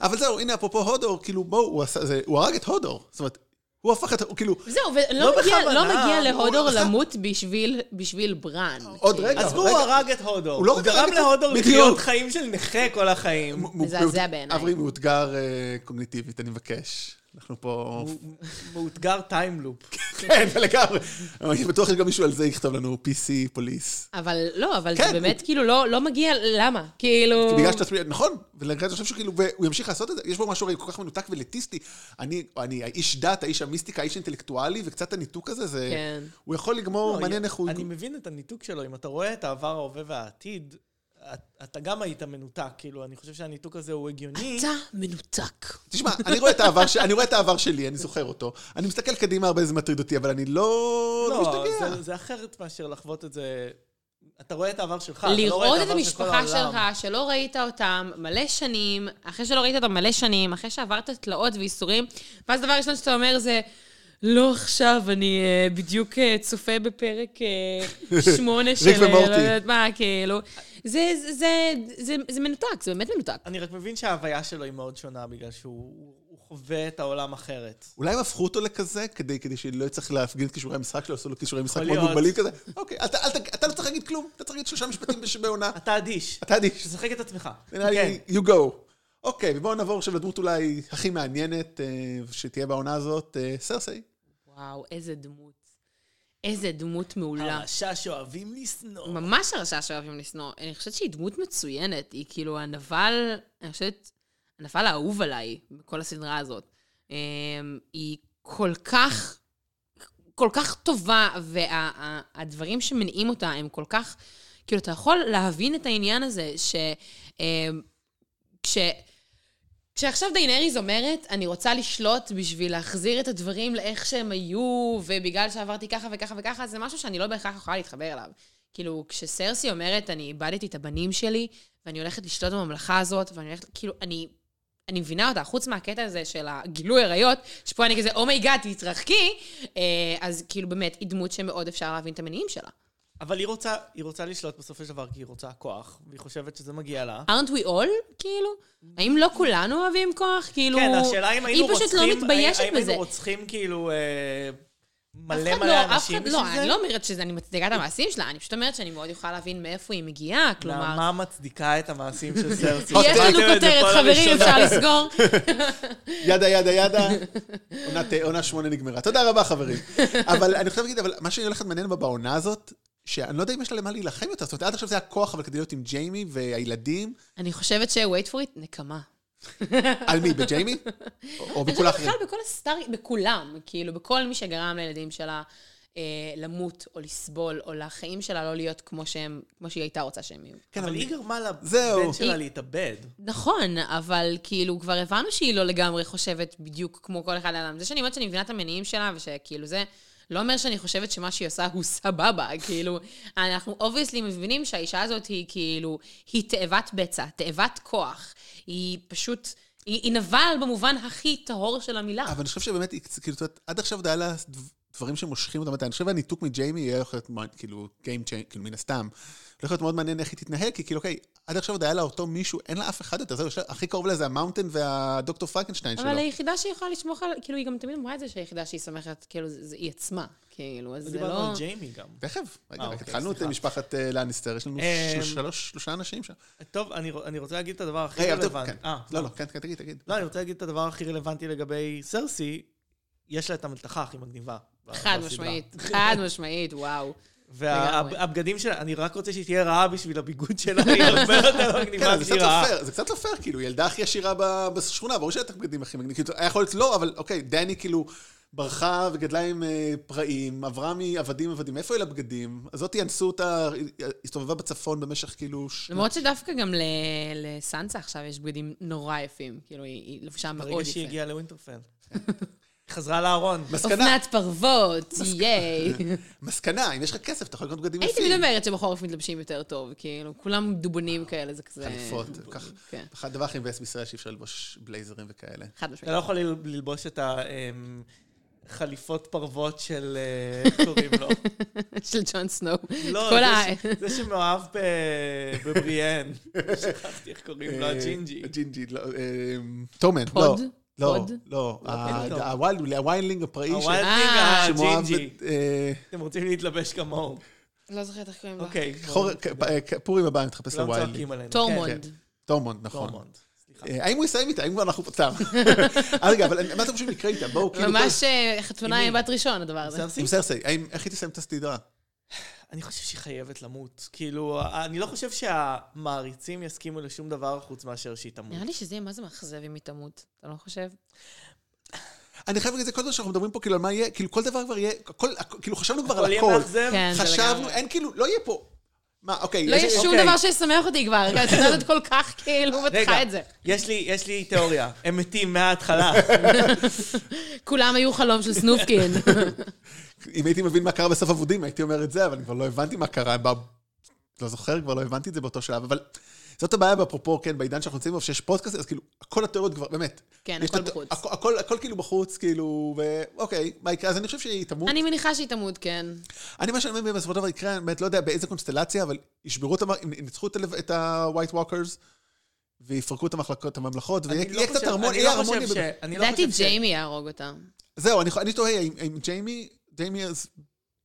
[SPEAKER 1] אבל זהו, הנה, אפרופו הודור, כאילו, בואו, הוא עשה- זה- הוא הרג את הודור. זאת אומרת, הוא הפך את, הוא כאילו,
[SPEAKER 3] זהו,
[SPEAKER 2] לא
[SPEAKER 3] ולא מגיע-
[SPEAKER 2] בכוונה,
[SPEAKER 3] לא מגיע
[SPEAKER 2] הוא-
[SPEAKER 3] להודור
[SPEAKER 1] הוא-
[SPEAKER 3] למות בשביל- בשביל ברן.
[SPEAKER 1] עוד
[SPEAKER 3] כאילו.
[SPEAKER 1] רגע,
[SPEAKER 2] אז
[SPEAKER 1] אבל
[SPEAKER 2] הוא
[SPEAKER 1] רגע.
[SPEAKER 2] הרג את הודור.
[SPEAKER 1] הוא לא
[SPEAKER 2] הוא
[SPEAKER 1] רק הרג
[SPEAKER 2] גרם
[SPEAKER 1] את-
[SPEAKER 2] להודור
[SPEAKER 1] בדיוק.
[SPEAKER 2] לחיות חיים של נכה כל החיים.
[SPEAKER 3] מזעזע בעיניי.
[SPEAKER 1] אברי מאותגר אה, קוגניטיבית, אני מבקש. אנחנו פה...
[SPEAKER 2] הוא מאותגר טיימלופ.
[SPEAKER 1] כן, לגמרי. אבל אני בטוח שגם מישהו על זה יכתוב לנו PC, פוליס.
[SPEAKER 3] אבל לא, אבל
[SPEAKER 1] כן,
[SPEAKER 3] זה באמת כאילו לא לא מגיע, למה? כאילו...
[SPEAKER 1] בגלל שאתה תסביר, נכון, ולכן אני חושב שהוא כאילו, והוא ימשיך לעשות את זה, יש בו משהו הרי כל כך מנותק ולטיסטי. אני, אני האיש דת, האיש המיסטיקה, האיש אינטלקטואלי, וקצת הניתוק הזה, זה...
[SPEAKER 3] כן.
[SPEAKER 1] הוא יכול לגמור,
[SPEAKER 2] לא,
[SPEAKER 1] מעניין
[SPEAKER 2] אני-
[SPEAKER 1] איך הוא...
[SPEAKER 2] אני מבין את הניתוק שלו, אם אתה רואה את העבר, ההווה והעתיד, את- אתה גם היית מנותק, כאילו, אני חושב שהניתוק הזה הוא הגיוני.
[SPEAKER 3] אתה מנותק.
[SPEAKER 1] תשמע, אני רואה את העבר ש- אני רואה את העבר שלי, אני זוכר אותו. אני מסתכל קדימה, הרבה זה מטריד אותי, אבל אני לא לא
[SPEAKER 2] לא,
[SPEAKER 1] משתגע.
[SPEAKER 2] זה- זה אחרת מאשר לחוות את זה. אתה רואה את העבר שלך, אתה לא רואה
[SPEAKER 3] לראות את
[SPEAKER 2] העבר של כל
[SPEAKER 3] המשפחה
[SPEAKER 2] העולם.
[SPEAKER 3] שלך, שלא ראית אותם מלא שנים, אחרי שלא ראית אותם מלא שנים, אחרי שעברת תלאות וייסורים, ואז דבר ראשון שאתה אומר זה, לא עכשיו, אני אה, בדיוק אה, צופה בפרק אה, שמונה של...
[SPEAKER 1] ריק
[SPEAKER 3] אה,
[SPEAKER 1] ומורטי.
[SPEAKER 3] לא יודעת מה, כאילו. זה, זה, זה, זה, זה מנותק, זה באמת מנותק.
[SPEAKER 2] אני רק מבין שההוויה שלו היא מאוד שונה, בגלל שהוא הוא- הוא חווה את העולם אחרת.
[SPEAKER 1] אולי הם הפכו אותו לכזה, כדי כדי שלא יצטרך להפגין את כישורי המשחק שלו, עשו לו כישורי משחק
[SPEAKER 2] יכול
[SPEAKER 1] מאוד
[SPEAKER 2] להיות.
[SPEAKER 1] מוגבלים כזה. אוקיי, אתה- אל ת- אתה לא צריך להגיד כלום, אתה צריך להגיד שלושה משפטים בש- בעונה.
[SPEAKER 2] אתה אדיש.
[SPEAKER 1] אתה אדיש.
[SPEAKER 2] תשחק את עצמך.
[SPEAKER 1] זה נראה לי,
[SPEAKER 2] כן.
[SPEAKER 1] you go. אוקיי, ובואו נעבור עכשיו לדמות אולי הכי מעניינת אה, שתהיה בעונה הזאת, אה, סרסיי.
[SPEAKER 3] וואו, איזה דמות. איזה דמות מעולה.
[SPEAKER 2] הרשע שאוהבים לשנוא.
[SPEAKER 3] ממש הרשע שאוהבים לשנוא. אני חושבת שהיא דמות מצוינת. היא כאילו הנבל, אני חושבת, הנבל האהוב עליי בכל הסדרה הזאת. אמ, היא כל כך, כל כך טובה, והדברים שמניעים אותה הם כל כך... כאילו, אתה יכול להבין את העניין הזה, ש... אמ, כש... כשעכשיו דיינריז אומרת, אני רוצה לשלוט בשביל להחזיר את הדברים לאיך שהם היו, ובגלל שעברתי ככה וככה וככה, זה משהו שאני לא בהכרח יכולה להתחבר אליו. כאילו, כשסרסי אומרת, אני איבדתי את הבנים שלי, ואני הולכת לשלוט בממלכה הזאת, ואני הולכת, כאילו, אני... אני מבינה אותה, חוץ מהקטע הזה של הגילוי עריות, שפה אני כזה, אומייגאד, תתרחקי, אה, אז כאילו באמת, היא דמות שמאוד אפשר להבין את המניעים שלה.
[SPEAKER 2] אבל היא רוצה, היא רוצה לשלוט בסופו של דבר, כי היא רוצה כוח, והיא חושבת שזה מגיע לה.
[SPEAKER 3] aren't we all, כאילו? האם לא כולנו אוהבים כוח? כאילו...
[SPEAKER 2] כן, השאלה אם היינו רוצחים...
[SPEAKER 3] היא פשוט לא מתביישת
[SPEAKER 2] האם- האם
[SPEAKER 3] בזה.
[SPEAKER 2] היינו רוצחים כאילו אה,
[SPEAKER 3] אף
[SPEAKER 2] מלא
[SPEAKER 3] אחד
[SPEAKER 2] מלא
[SPEAKER 3] לא, אף
[SPEAKER 2] אנשים
[SPEAKER 3] אחד
[SPEAKER 2] בשביל
[SPEAKER 3] לא,
[SPEAKER 2] זה?
[SPEAKER 3] אני לא אומרת שזה, אני מצדיקה את המעשים שלה, אני פשוט אומרת שאני מאוד יכולה להבין מאיפה היא מגיעה, כלומר...
[SPEAKER 2] נעמה מצדיקה את המעשים של סרסי.
[SPEAKER 3] יש לנו
[SPEAKER 2] שמעתם את זה
[SPEAKER 3] כותרת,
[SPEAKER 2] פה
[SPEAKER 3] חברים,
[SPEAKER 2] לראשונה.
[SPEAKER 3] אפשר לסגור.
[SPEAKER 1] ידה, ידה, ידה. עונת, אה, עונה שמונה נגמרה. תודה רבה, חברים. אבל אני חייב להגיד, אבל מה שאני הולכת מעניין בה בעונה הזאת, שאני לא יודע אם יש לה למה להילחם יותר. זאת אומרת, עד עכשיו זה היה כוח, אבל כדי להיות עם ג'יימי והילדים,
[SPEAKER 3] אני חושבת ש-wait for it, נקמה.
[SPEAKER 1] על מי? בג'יימי? או- או
[SPEAKER 3] אני
[SPEAKER 2] לא
[SPEAKER 1] בכל
[SPEAKER 3] חושבת
[SPEAKER 1] האחרים?
[SPEAKER 3] לא, בכלל בכל הסטאר, בכולם, כאילו, בכל מי שגרם לילדים שלה אה, למות, או לסבול, או לחיים שלה לא להיות כמו שהם, כמו שהיא הייתה רוצה שהם יהיו.
[SPEAKER 1] כן,
[SPEAKER 2] אבל
[SPEAKER 1] אבל
[SPEAKER 2] היא גרמה לבן
[SPEAKER 1] זהו.
[SPEAKER 2] שלה
[SPEAKER 3] היא-
[SPEAKER 2] להתאבד.
[SPEAKER 3] נכון, אבל כאילו, כבר הבנו שהיא לא לגמרי חושבת בדיוק כמו כל אחד האדם. זה שאני אומרת שאני מבינה את המניעים שלה, ושכאילו זה לא אומר שאני חושבת שמה שהיא עושה הוא סבבה. כאילו, אנחנו אובייסלי מבינים שהאישה הזאת היא כאילו, היא תאבת בצע, תאבת כוח. היא פשוט, היא, היא נבל במובן הכי טהור של המילה.
[SPEAKER 1] אבל אני חושב שבאמת, היא קצת- כאילו, את יודעת, עד עכשיו זה היה לה דב- דברים שמושכים אותם. אני חושב שהניתוק מג'יימי יהיה יכול להיות, מעניין, כאילו, Game Change, כאילו, מן הסתם. הולך להיות מאוד מעניין איך היא תתנהג, כי כאילו, אוקיי, עד עכשיו עוד היה לה אותו מישהו, אין לה אף אחד יותר. זהו, יש לה- הכי קרוב לה זה המאונטן והדוקטור פרנקנשטיין שלו.
[SPEAKER 3] אבל היחידה שיכולה לסמוך על, כאילו, היא גם תמיד אמרה את זה שהיחידה שהיא סומכת, כאילו, זה, זה היא עצמה. כאילו, אז זה לא...
[SPEAKER 2] דיברנו על ג'יימי גם.
[SPEAKER 1] תכף, רגע, רק
[SPEAKER 2] אוקיי,
[SPEAKER 1] התחלנו את
[SPEAKER 2] סליחה.
[SPEAKER 1] משפחת אה, לניסטר, יש לנו
[SPEAKER 2] אה,
[SPEAKER 1] שלוש- שלוש- שלושה אנשים שם.
[SPEAKER 2] טוב, אני רוצ- אני רוצה להגיד את הדבר הכי
[SPEAKER 1] רגע, טוב,
[SPEAKER 2] רלוונטי.
[SPEAKER 1] כן.
[SPEAKER 2] אה,
[SPEAKER 1] לא, לא, כן, כן, תגיד, תגיד.
[SPEAKER 2] לא, אני רוצה להגיד את הדבר הכי רלוונטי לגבי סרסי, יש לה את המלתחה הכי מגניבה. ב-
[SPEAKER 3] חד
[SPEAKER 2] בסדרה.
[SPEAKER 3] משמעית, חד משמעית, וואו. לגמרי.
[SPEAKER 2] והבגדים שלה, אני רק רוצה שהיא תהיה רעה בשביל הביגוד שלה, היא הרבה יותר
[SPEAKER 1] כן,
[SPEAKER 2] מגניבה
[SPEAKER 1] אבל זה
[SPEAKER 2] בשביל
[SPEAKER 1] קצת
[SPEAKER 2] רעה.
[SPEAKER 1] לא פייר, זה קצת לא פייר, כאילו, ילדה הכי עשירה ב- בשכונה, ברור שהיה את הבגדים הכי מגניבים. כאילו, היה יכול להיות לא, אבל אוקיי, דני כאילו ברחה וגדלה עם אה, פראים, עברה מעבדים עבדים, איפה יהיו לה בגדים? אז זאתי אנסו אותה, היא- היא הסתובבה בצפון במשך כאילו... ש-
[SPEAKER 3] למרות שדווקא גם ל- לסנסה עכשיו יש בגדים נורא יפים. כאילו, היא היא לבשה מאוד
[SPEAKER 2] ברגע שהיא
[SPEAKER 3] יפה.
[SPEAKER 2] הגיעה לווינטרפל. חזרה לארון.
[SPEAKER 1] מסקנה,
[SPEAKER 3] אופנת פרוות, ייי.
[SPEAKER 1] מסקנה, אם יש לך כסף, אתה יכול לקנות בגדים
[SPEAKER 3] הייתי
[SPEAKER 1] יפים.
[SPEAKER 3] תמיד אומרת שבחורף מתלבשים יותר טוב, כאילו, כולם דובונים כאלה, זה כזה...
[SPEAKER 1] חליפות, ככה.
[SPEAKER 3] כן,
[SPEAKER 1] הדבר הכי מבאס בישראל שאי אפשר ללבוש בלייזרים וכאלה.
[SPEAKER 3] חד
[SPEAKER 2] אתה
[SPEAKER 3] משמעית.
[SPEAKER 2] לא יכול ל- ללבוש את החליפות פרוות של... אה, איך קוראים לו?
[SPEAKER 3] של ג'ון סנואו.
[SPEAKER 2] לא,
[SPEAKER 3] כל
[SPEAKER 2] זה
[SPEAKER 3] ה-
[SPEAKER 2] ש- זה שמאוהב ב- בבריאן. שכחתי איך קוראים לו,
[SPEAKER 1] אה,
[SPEAKER 2] הג'ינג'י.
[SPEAKER 1] הג'ינג'י, לא, אה, טומן, לא.
[SPEAKER 3] פוד?
[SPEAKER 1] לא,
[SPEAKER 3] פוד?
[SPEAKER 1] לא,
[SPEAKER 2] אין טוב.
[SPEAKER 1] ה- הווילד- הווילדלינג הפראי ש-
[SPEAKER 2] הווילדינג
[SPEAKER 3] אה,
[SPEAKER 1] שמואב...
[SPEAKER 2] הג'ינג'י.
[SPEAKER 1] את, אה,
[SPEAKER 2] אתם רוצים להתלבש כמוהו.
[SPEAKER 3] לא זוכרת איך קוראים לו.
[SPEAKER 2] אוקיי.
[SPEAKER 1] חור-
[SPEAKER 2] בואו.
[SPEAKER 1] כ- אה, כ- פורים הבא נתחפש
[SPEAKER 2] לא
[SPEAKER 1] לווילדלינג.
[SPEAKER 2] צועקים עלינו. כן.
[SPEAKER 3] טורמונד.
[SPEAKER 1] טורמונד, נכון.
[SPEAKER 2] טורמונד. סליחה.
[SPEAKER 1] אה, האם הוא יסיים איתה? האם כבר אנחנו... סתם. אה, רגע, אבל אני- מה אתם חושבים יקרה איתה? בואו, כאילו...
[SPEAKER 3] ממש אה, חתונה
[SPEAKER 2] עם
[SPEAKER 3] עם
[SPEAKER 2] מי?
[SPEAKER 3] בת ראשון, הדבר הזה.
[SPEAKER 1] כל- עם סרסי, האם- איך היא תסיים את הסדרה?
[SPEAKER 2] אני חושב שהיא חייבת למות. כאילו, אני לא חושב שהמעריצים יסכימו לשום דבר חוץ מאשר שהיא תמות.
[SPEAKER 3] נראה לי שזה יהיה מה זה מאכזב אם היא תמות, אתה לא חושב?
[SPEAKER 1] אני חייב להגיד את זה כל הזמן שאנחנו מדברים פה, כאילו, על מה יהיה, כאילו, כל דבר כבר יהיה, הכל- הכל- כאילו, חשבנו כבר
[SPEAKER 2] אבל
[SPEAKER 1] על
[SPEAKER 2] יהיה
[SPEAKER 1] הכל.
[SPEAKER 2] מאכזב.
[SPEAKER 3] כן. זה
[SPEAKER 1] חשבנו,
[SPEAKER 3] לגמרי.
[SPEAKER 1] אין כאילו, לא יהיה פה. מה, אוקיי.
[SPEAKER 3] לא
[SPEAKER 1] יש-
[SPEAKER 3] יש שום
[SPEAKER 2] אוקיי.
[SPEAKER 3] דבר שישמח אותי כבר, כי את יודעת את כל כך כאילו בטחה את זה.
[SPEAKER 2] יש לי, יש לי תיאוריה. הם מתים מההתחלה.
[SPEAKER 3] כולם היו חלום של סנופקין.
[SPEAKER 1] אם הייתי מבין מה קרה בסוף אבודים, הייתי אומר את זה, אבל אני כבר לא הבנתי מה קרה, ב... לא זוכר, כבר לא הבנתי את זה באותו שלב, אבל זאת הבעיה, אפרופו, כן, בעידן שאנחנו נמצאים בו, שיש פודקאסט, אז כאילו, כל התיאוריות כבר, באמת.
[SPEAKER 3] כן,
[SPEAKER 1] יש את
[SPEAKER 3] הכל
[SPEAKER 1] הת-
[SPEAKER 3] בחוץ.
[SPEAKER 1] הכ- הכל, הכל כאילו בחוץ, כאילו, ואוקיי, מה יקרה? אז אני חושב שהיא תמות.
[SPEAKER 3] אני מניחה שהיא תמות, כן.
[SPEAKER 1] אני, מה שאני אומר, בסופו של דבר יקרה, אני באמת לא יודע באיזה קונסטלציה, אבל ישברו את המ... ינצחו את הלב- את ה-white walkers, ויפרקו את המחלקות, את הממלכות,
[SPEAKER 2] אני
[SPEAKER 1] ויהיה
[SPEAKER 2] לא
[SPEAKER 1] יהיה קצת
[SPEAKER 2] חושב-
[SPEAKER 1] הרמוניה,
[SPEAKER 2] אני
[SPEAKER 1] יהיה
[SPEAKER 2] לא חושב
[SPEAKER 1] הרמוניה.
[SPEAKER 2] ש-
[SPEAKER 1] ב-
[SPEAKER 2] אני לא
[SPEAKER 3] לדעתי
[SPEAKER 2] חושב ש-
[SPEAKER 3] ג'יימי יהרוג אותה.
[SPEAKER 1] זהו, אני, אני תוהה, אם- אם ג'יימי, ג'יימי, אז...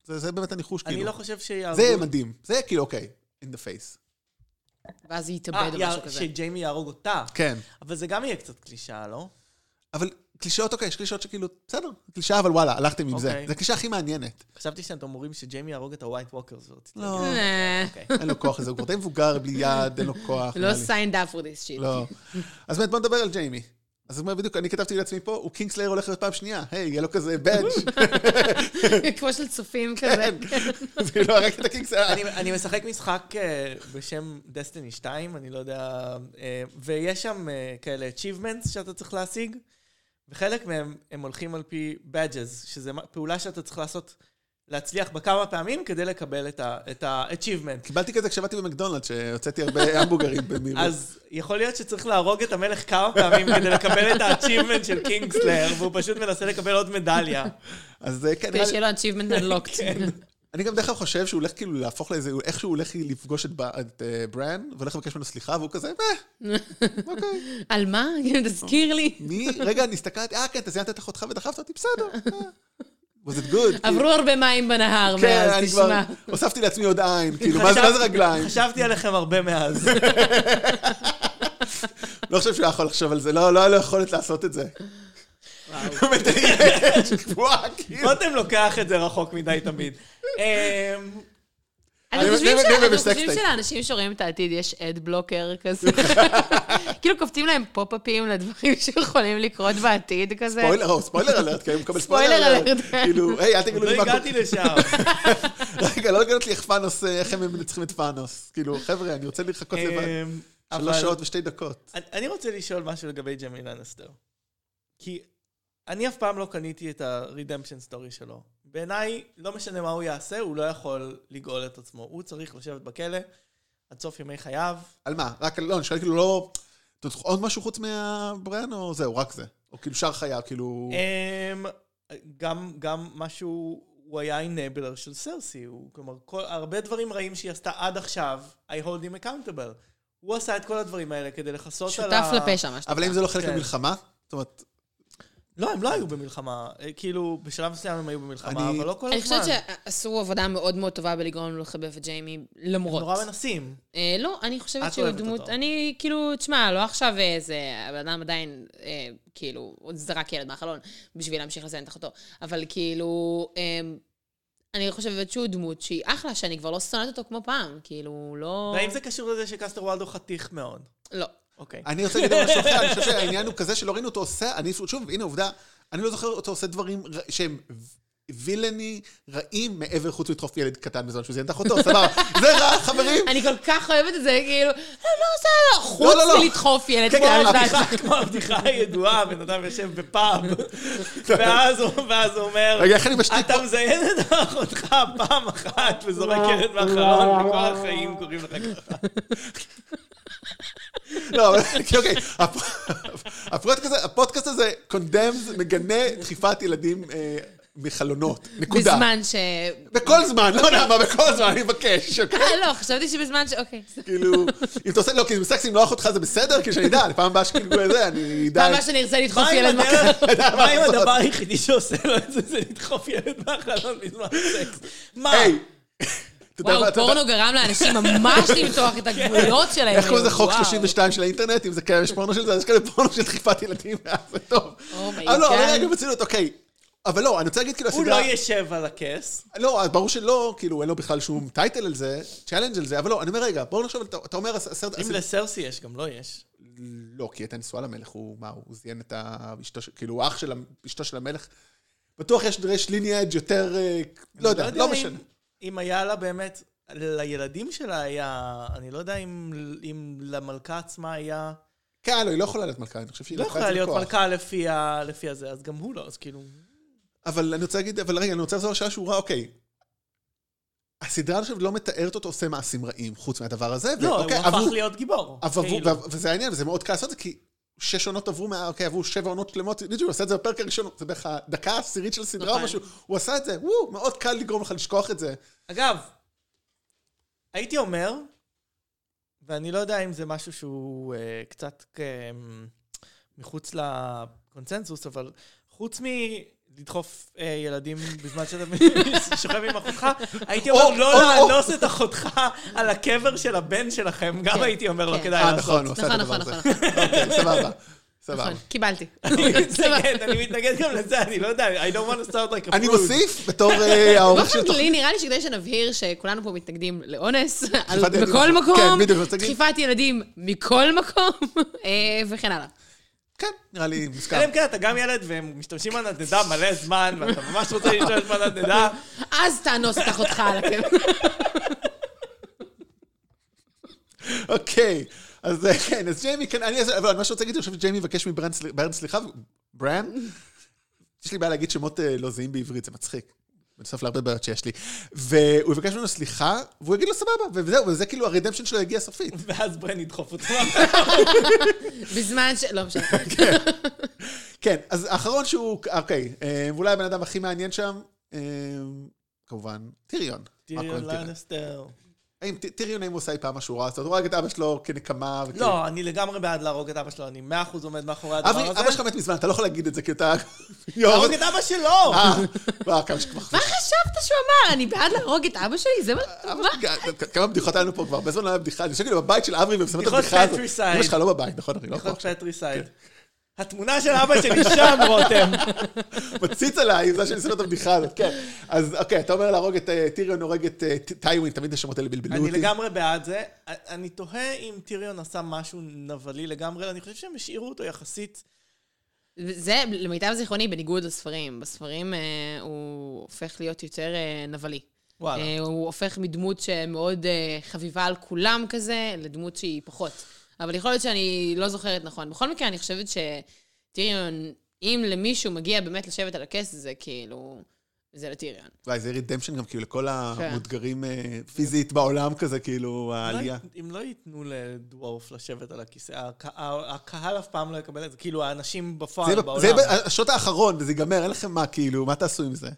[SPEAKER 1] זה, זה באמת הניחוש, כאילו.
[SPEAKER 2] אני לא חושב שיהרגו...
[SPEAKER 1] זה מדהים. זה כאילו, אוקיי, in the face.
[SPEAKER 3] ואז היא
[SPEAKER 2] אה,
[SPEAKER 1] לא
[SPEAKER 3] תתאבד או משהו
[SPEAKER 2] יא-
[SPEAKER 3] כזה.
[SPEAKER 2] שג'יימי יהרוג אותה.
[SPEAKER 1] כן.
[SPEAKER 2] אבל זה גם יהיה קצת קלישאה, לא?
[SPEAKER 1] אבל קלישאות, אוקיי, יש קלישאות שכאילו, בסדר, קלישאה, אבל וואלה, הלכתם עם זה.
[SPEAKER 2] אוקיי.
[SPEAKER 1] זו הקלישאה הכי מעניינת.
[SPEAKER 2] חשבתי שאתם אומרים שג'יימי יהרוג את הווייט ווקרס. ורציתי
[SPEAKER 1] לא.
[SPEAKER 2] להגיד,
[SPEAKER 3] אה,
[SPEAKER 2] אוקיי.
[SPEAKER 1] אין לו כוח לזה, הוא כבר די מבוגר, בלי יד, אין לו כוח.
[SPEAKER 3] לא
[SPEAKER 1] נראה לי.
[SPEAKER 3] signed up for this shit.
[SPEAKER 1] לא. אז באמת, בוא נדבר על ג'יימי. אז הוא אומר בדיוק, אני כתבתי לעצמי פה, הוא קינגסלייר הולך להיות פעם שנייה. היי, יהיה לו כזה בדג'.
[SPEAKER 3] כמו של צופים
[SPEAKER 1] כן,
[SPEAKER 3] כזה.
[SPEAKER 1] אז כאילו, רק את הקינגסלייר.
[SPEAKER 2] אני- אני משחק משחק אה, בשם דסטיני 2, אני לא יודע... אה, ויש שם אה, כאלה achievements שאתה צריך להשיג, וחלק מהם הם הולכים על פי badges, שזה מה- פעולה שאתה צריך לעשות, להצליח בה כמה פעמים כדי לקבל את ה- את ה-achievement.
[SPEAKER 1] קיבלתי כזה כשעבדתי במקדונלד, שהוצאתי הרבה המבורגרים במהירות.
[SPEAKER 2] אז יכול להיות שצריך להרוג את המלך כמה פעמים כדי לקבל את ה-achievement של קינגסלר, והוא פשוט מנסה לקבל עוד מדליה.
[SPEAKER 1] אז אה, כן, נראה
[SPEAKER 3] כדי
[SPEAKER 1] לי-
[SPEAKER 3] שיהיה לו achievement unlocked.
[SPEAKER 1] כן. אני גם דרך אגב חושב שהוא הולך כאילו להפוך לאיזה, הוא- איכשהו הוא הולך לפגוש את ב- את אה, ברן, והולך לבקש ממנו סליחה, והוא כזה, אה, אוקיי.
[SPEAKER 3] על מה? כן, תזכיר לי.
[SPEAKER 1] מי? רגע, אני הסתכלתי, אה, כן, אתה זיינת את אחותך ודחפת אותי, בסדר. אה. was it good?
[SPEAKER 3] עברו הרבה מים בנהר
[SPEAKER 1] כאילו, כן,
[SPEAKER 3] מאז,
[SPEAKER 1] אני כבר
[SPEAKER 3] תשמע.
[SPEAKER 1] הוספתי לעצמי עוד עין, כאילו, מה זה מה זה רגליים?
[SPEAKER 2] חשבתי עליכם הרבה מאז.
[SPEAKER 1] לא חושב שהוא היה יכול לחשוב על זה, לא, לא היה לו יכולת לעשות את זה. באמת, אני שקבועה, כאילו.
[SPEAKER 2] רותם לוקח את זה רחוק מדי תמיד. אמ,
[SPEAKER 1] אני
[SPEAKER 3] אתם חושבים
[SPEAKER 1] מבין,
[SPEAKER 3] ש-
[SPEAKER 1] אני
[SPEAKER 3] אתם
[SPEAKER 1] מבין,
[SPEAKER 3] חושבים
[SPEAKER 1] בסקסטייפ.
[SPEAKER 3] שלאנשים שרואים את העתיד יש אד בלוקר כזה? כאילו קופצים להם פופ-אפים לדברים שיכולים לקרות בעתיד כזה?
[SPEAKER 1] ספוילר, או, ספוילר אלרט, כן, הוא מקבל
[SPEAKER 3] ספוילר
[SPEAKER 1] ספוילר אלרט.
[SPEAKER 3] אלרט, כן.
[SPEAKER 1] כאילו, היי, אל
[SPEAKER 2] עוד
[SPEAKER 1] תגידו לי
[SPEAKER 2] לא
[SPEAKER 1] מה...
[SPEAKER 2] הגעתי לשם.
[SPEAKER 1] רגע, לא הגעתי לי איך פאנוס, אה, איך הם מנצחים את פאנוס. כאילו, חבר'ה, אני רוצה לחכות לבד.
[SPEAKER 2] אמ,
[SPEAKER 1] שלוש
[SPEAKER 2] אבל-
[SPEAKER 1] שעות ושתי דקות.
[SPEAKER 2] אני- אני רוצה לשאול משהו לגבי ג'מי לנסטר. כי אני אף פעם לא קניתי את ה-redemption story שלו. בעיניי, לא משנה מה הוא יעשה, הוא לא יכול לגאול את עצמו. הוא צריך לשבת בכלא עד סוף ימי חייו.
[SPEAKER 1] על מה? רק, על- לא, אני שואל כאילו, לא... אתה צריך עוד משהו חוץ מהברן, או זהו, רק זה? או כאילו שאר חייו, כאילו...
[SPEAKER 2] אמ, גם, גם משהו, הוא היה enabler של סרסי, הוא, כלומר, כל, הרבה דברים רעים שהיא עשתה עד עכשיו, I hold him accountable. הוא עשה את כל הדברים האלה כדי לכסות על
[SPEAKER 3] שותף לפשע, מה
[SPEAKER 1] אבל
[SPEAKER 3] שנקרא.
[SPEAKER 1] האם זה לא חלק
[SPEAKER 2] כן.
[SPEAKER 1] ממלחמה? זאת אומרת,
[SPEAKER 2] לא, הם לא היו במלחמה. אה, כאילו, בשלב מסוים הם היו במלחמה,
[SPEAKER 1] אני-
[SPEAKER 2] אבל לא כל הזמן.
[SPEAKER 3] אני חושבת שעשו עבודה מאוד מאוד טובה בלגרום לו לחבב את ג'יימי, למרות.
[SPEAKER 2] נורא מנסים.
[SPEAKER 3] אה, לא, אני
[SPEAKER 2] את
[SPEAKER 3] חושבת שהוא
[SPEAKER 2] אוהבת
[SPEAKER 3] דמות...
[SPEAKER 2] אותו.
[SPEAKER 3] אני, כאילו, תשמע, לא עכשיו איזה... הבן אדם עדיין, אה, כאילו, עוד זרק ילד מהחלון בשביל להמשיך לזיין את אחותו. אבל כאילו, אה, אני חושבת שהוא דמות שהיא אחלה, שאני כבר לא שונאת אותו כמו פעם. כאילו, לא...
[SPEAKER 2] והאם זה קשור לזה שקסטר וולדו חתיך מאוד?
[SPEAKER 3] לא.
[SPEAKER 2] אוקיי.
[SPEAKER 1] אני רוצה להגיד משהו אחר, אני חושב שהעניין הוא כזה שלא ראינו אותו עושה, אני שוב, הנה עובדה, אני לא זוכר אותו עושה דברים ר- שהם ו- וילני רעים מעבר חוץ מלדחוף ילד קטן בזמן שהוא זיין את אחותו, סבבה, זה רע, חברים.
[SPEAKER 3] אני כל כך אוהבת את זה, כאילו, אני לא עושה
[SPEAKER 1] לא,
[SPEAKER 3] לו, חוץ
[SPEAKER 1] לא, לא.
[SPEAKER 3] מלדחוף ילד
[SPEAKER 1] כן,
[SPEAKER 3] כמו
[SPEAKER 1] כן,
[SPEAKER 3] ילדה.
[SPEAKER 2] הבדיחה- כמו הבדיחה הידועה, בן אדם יושב בפאב, ואז הוא ואז הוא אומר,
[SPEAKER 1] רגע, איך אני משתיק
[SPEAKER 2] אתה מזיין את אחותך פעם אחת וזורק
[SPEAKER 3] לא,
[SPEAKER 2] ילד מהחלון, וכל החיים קוראים לך ככה.
[SPEAKER 1] לא, אבל כי, אוקיי, הפ- הפודקאסט הזה- הפודקאסט הזה קונדמס, מגנה דחיפת ילדים אה, מחלונות, נקודה.
[SPEAKER 3] בזמן ש...
[SPEAKER 1] בכל זמן, לא נעמה, בכל זמן, אני מבקש, אוקיי?
[SPEAKER 3] אה, לא, חשבתי שבזמן ש... אוקיי.
[SPEAKER 1] כאילו, אם אתה עושה, לא, כי אם סקסים לא אותך זה בסדר, כאילו שאני אדע, לפעם הבאה שכאילו זה, אני אדע.
[SPEAKER 3] פעם הבאה שאני ארצה לדחוף
[SPEAKER 2] מה עם
[SPEAKER 3] ילד מהחלון.
[SPEAKER 2] הדבר- מה עם הדבר היחידי שעושה לו את זה, זה לדחוף ילד מהחלון בזמן סקס? מה?
[SPEAKER 1] היי, אתה יודע מה,
[SPEAKER 3] וואו,
[SPEAKER 1] אתה יודע-
[SPEAKER 3] פורנו גרם לאנשים ממש למתוח את הגבולות שלהם.
[SPEAKER 1] איך קוראים לזה חוק
[SPEAKER 3] וואו.
[SPEAKER 1] 32 של האינטרנט? אם זה כאלה, יש פורנו של זה, אז יש כאלה פורנו של דחיפת ילדים, אז זה טוב.
[SPEAKER 2] Oh
[SPEAKER 3] אומייגאד.
[SPEAKER 1] אבל לא, אבל רגע, בצילות, אוקיי. אבל לא, אני רוצה להגיד כאילו,
[SPEAKER 2] הוא לא
[SPEAKER 1] הסדרה...
[SPEAKER 2] ישב על הכס.
[SPEAKER 1] לא, אז ברור שלא, כאילו, אין לו בכלל שום טייטל על זה, צ'אלנג' על זה, אבל לא, אני אומר, רגע, בואו נחשוב, על- אתה אתה אומר, הס- הסרט...
[SPEAKER 2] אם
[SPEAKER 1] הסד-
[SPEAKER 2] לסרסי יש, גם לו יש.
[SPEAKER 1] לא, כי היא הייתה נשואה למלך, הוא, מה, הוא זיין את ה... אשתו של- כאילו, הוא אח של המ- אשתו של המלך. בטוח יש- יש ליניאג' יותר, אה, לא יודע,
[SPEAKER 2] אני
[SPEAKER 1] לא
[SPEAKER 2] אם-
[SPEAKER 1] משנה.
[SPEAKER 2] אם היה לה באמת, לילדים שלה היה, אני לא יודע אם, אם למלכה עצמה היה,
[SPEAKER 1] כן, לא, היא לא יכולה להיות מלכה, אני חושב שהיא
[SPEAKER 2] לא
[SPEAKER 1] לקחה את
[SPEAKER 2] יכולה
[SPEAKER 1] זה
[SPEAKER 2] להיות
[SPEAKER 1] בכוח.
[SPEAKER 2] מלכה לפי, ה, לפי הזה, אז גם הוא לא, אז כאילו...
[SPEAKER 1] אבל אני רוצה להגיד, אבל רגע, אני רוצה לחזור לשאלה שהוא ראה, אוקיי. הסדרה אני חושב לא מתארת אותו עושה מעשים רעים, חוץ מהדבר הזה.
[SPEAKER 2] לא,
[SPEAKER 1] ואוקיי,
[SPEAKER 2] הוא הפך
[SPEAKER 1] עברו-
[SPEAKER 2] להיות גיבור.
[SPEAKER 1] אוקיי, אבל
[SPEAKER 2] כאילו.
[SPEAKER 1] הוא- וזה העניין, וזה מאוד קל לעשות את זה, כי שש עונות עברו, מה- אוקיי, עברו שבע עונות שלמות, ליג'י, הוא עשה את זה בפרק הראשון, זה בערך הדקה העשירית של הסדרה או
[SPEAKER 2] נכון.
[SPEAKER 1] משהו, הוא עשה את זה, וואו, מאוד קל לגרום לך לשכוח את זה.
[SPEAKER 2] אגב, הייתי אומר, ואני לא יודע אם זה משהו שהוא אה, קצת אה, מחוץ לקונצנזוס, אבל חוץ מ... לדחוף אה, ילדים בזמן שאתה שוכב עם אחותך, הייתי אומר
[SPEAKER 1] או,
[SPEAKER 2] לא
[SPEAKER 1] או,
[SPEAKER 2] לאנוס את אחותך על הקבר של הבן שלכם, גם
[SPEAKER 3] כן,
[SPEAKER 2] הייתי אומר לא
[SPEAKER 3] כן.
[SPEAKER 2] כדאי
[SPEAKER 1] אה,
[SPEAKER 2] לעשות.
[SPEAKER 1] נכון, הוא עשה את
[SPEAKER 3] נכון,
[SPEAKER 1] הדבר
[SPEAKER 3] נכון,
[SPEAKER 1] הזה.
[SPEAKER 3] נכון,
[SPEAKER 1] אוקיי, סבבה, סבבה.
[SPEAKER 3] נכון, קיבלתי.
[SPEAKER 1] נכון.
[SPEAKER 2] אני מתנגד, כן, אני מתנגד גם לזה, אני לא יודע, I don't want to start like a
[SPEAKER 1] אני
[SPEAKER 2] prude.
[SPEAKER 1] מוסיף, בתור אה, העורך של
[SPEAKER 3] באופן
[SPEAKER 1] התוכנית,
[SPEAKER 3] כללי, נראה לי שכדי שנבהיר שכולנו פה מתנגדים לאונס, על-
[SPEAKER 1] ילדים.
[SPEAKER 3] בכל מקום,
[SPEAKER 1] כן, בדיוק, אני רוצה להגיד.
[SPEAKER 3] דחיפת ילדים מכל מקום, אה, וכן הלאה.
[SPEAKER 1] כן, נראה לי מוסכם.
[SPEAKER 2] אלא אם כן אתה גם ילד והם משתמשים בנדנדה מלא זמן, ואתה ממש רוצה להשתמש בנדנדה.
[SPEAKER 3] אז תאנוס את אחותך על הקבר.
[SPEAKER 1] אוקיי, אז אה, כן, אז ג'יימי, כן, אני, אבל מה שרוצה להגיד, אני חושב שג'יימי יבקש מברן סל- ברן סליחה, ברן? יש לי בעיה להגיד שמות אה, לא זהים בעברית, זה מצחיק. בנוסף להרבה בעיות שיש לי. והוא יבקש ממנו סליחה, והוא יגיד לו סבבה, וזהו, וזה כאילו הרדמפשן שלו הגיע סופית.
[SPEAKER 2] ואז ברן ידחוף אותו.
[SPEAKER 3] בזמן ש... לא משנה.
[SPEAKER 1] כן, אז האחרון שהוא, אוקיי, אה, ואולי הבן אדם הכי מעניין שם, אה, כמובן, טיריון. מה קורה עם
[SPEAKER 2] טיריון לנסטר.
[SPEAKER 1] האם ט- טיריון, האם הוא עושה אי פעם משהו רע? זאת אומרת, הוא הרג את אבא שלו כנקמה. וכאילו-
[SPEAKER 2] לא, אני לגמרי בעד להרוג את אבא שלו, אני מאה אחוז עומד מאחורי הדבר
[SPEAKER 1] אברי,
[SPEAKER 2] הזה.
[SPEAKER 1] אבא שלך מת מזמן, אתה לא יכול להגיד את זה, כי אתה...
[SPEAKER 2] להרוג את אבא שלו!
[SPEAKER 1] אה, וואו, כמה שכבר...
[SPEAKER 3] מה חשבת שהוא אמר? אני בעד להרוג את אבא שלי? זה מה...
[SPEAKER 1] אה, אבא שלי, כמה בדיחות היה לנו פה כבר, הרבה זמן לא היה בדיחה, אני יושב כאילו בבית של אברי ומסיים את
[SPEAKER 2] בדיחות
[SPEAKER 1] הבדיחה הזאת.
[SPEAKER 2] countryside.
[SPEAKER 1] אמא שלך לא בבית, נכון, אני לא פה.
[SPEAKER 2] נכון, פטריסייד. התמונה של אבא שלי שם, רותם.
[SPEAKER 1] מציץ עליי, זה שאני שם את הבדיחה הזאת, כן. אז אוקיי, אתה אומר להרוג את אה, טיריון, הורג את אה, ט- טיווין, תמיד השמות האלה בלבלו
[SPEAKER 2] אני
[SPEAKER 1] אותי.
[SPEAKER 2] לגמרי בעד זה. אני תוהה אם טיריון עשה משהו נבלי לגמרי, אני חושב שהם השאירו אותו יחסית
[SPEAKER 3] זה, למיטב זיכרוני, בניגוד לספרים. בספרים אה, הוא הופך להיות יותר אה, נבלי.
[SPEAKER 2] וואלה.
[SPEAKER 3] אה, הוא הופך מדמות שמאוד אה, חביבה על כולם כזה, לדמות שהיא פחות. אבל יכול להיות שאני לא זוכרת נכון. בכל מקרה, אני חושבת שטיריון, אם למישהו מגיע באמת לשבת על הכס, זה כאילו... זה לטיריון.
[SPEAKER 1] וואי, זה רידמפשן גם כאילו לכל המאותגרים אה, פיזית בעולם כזה, כאילו, העלייה.
[SPEAKER 2] לא, אם לא ייתנו לדוורף לשבת על הכיסא, הק- ה- הקהל אף פעם לא יקבל את זה, כאילו האנשים
[SPEAKER 1] זה
[SPEAKER 2] בפועל
[SPEAKER 1] יהיה ב-
[SPEAKER 2] בעולם. לא-
[SPEAKER 1] זה יהיה ב- השוט האחרון, וזה ייגמר, אין לכם מה, כאילו, מה תעשו עם זה?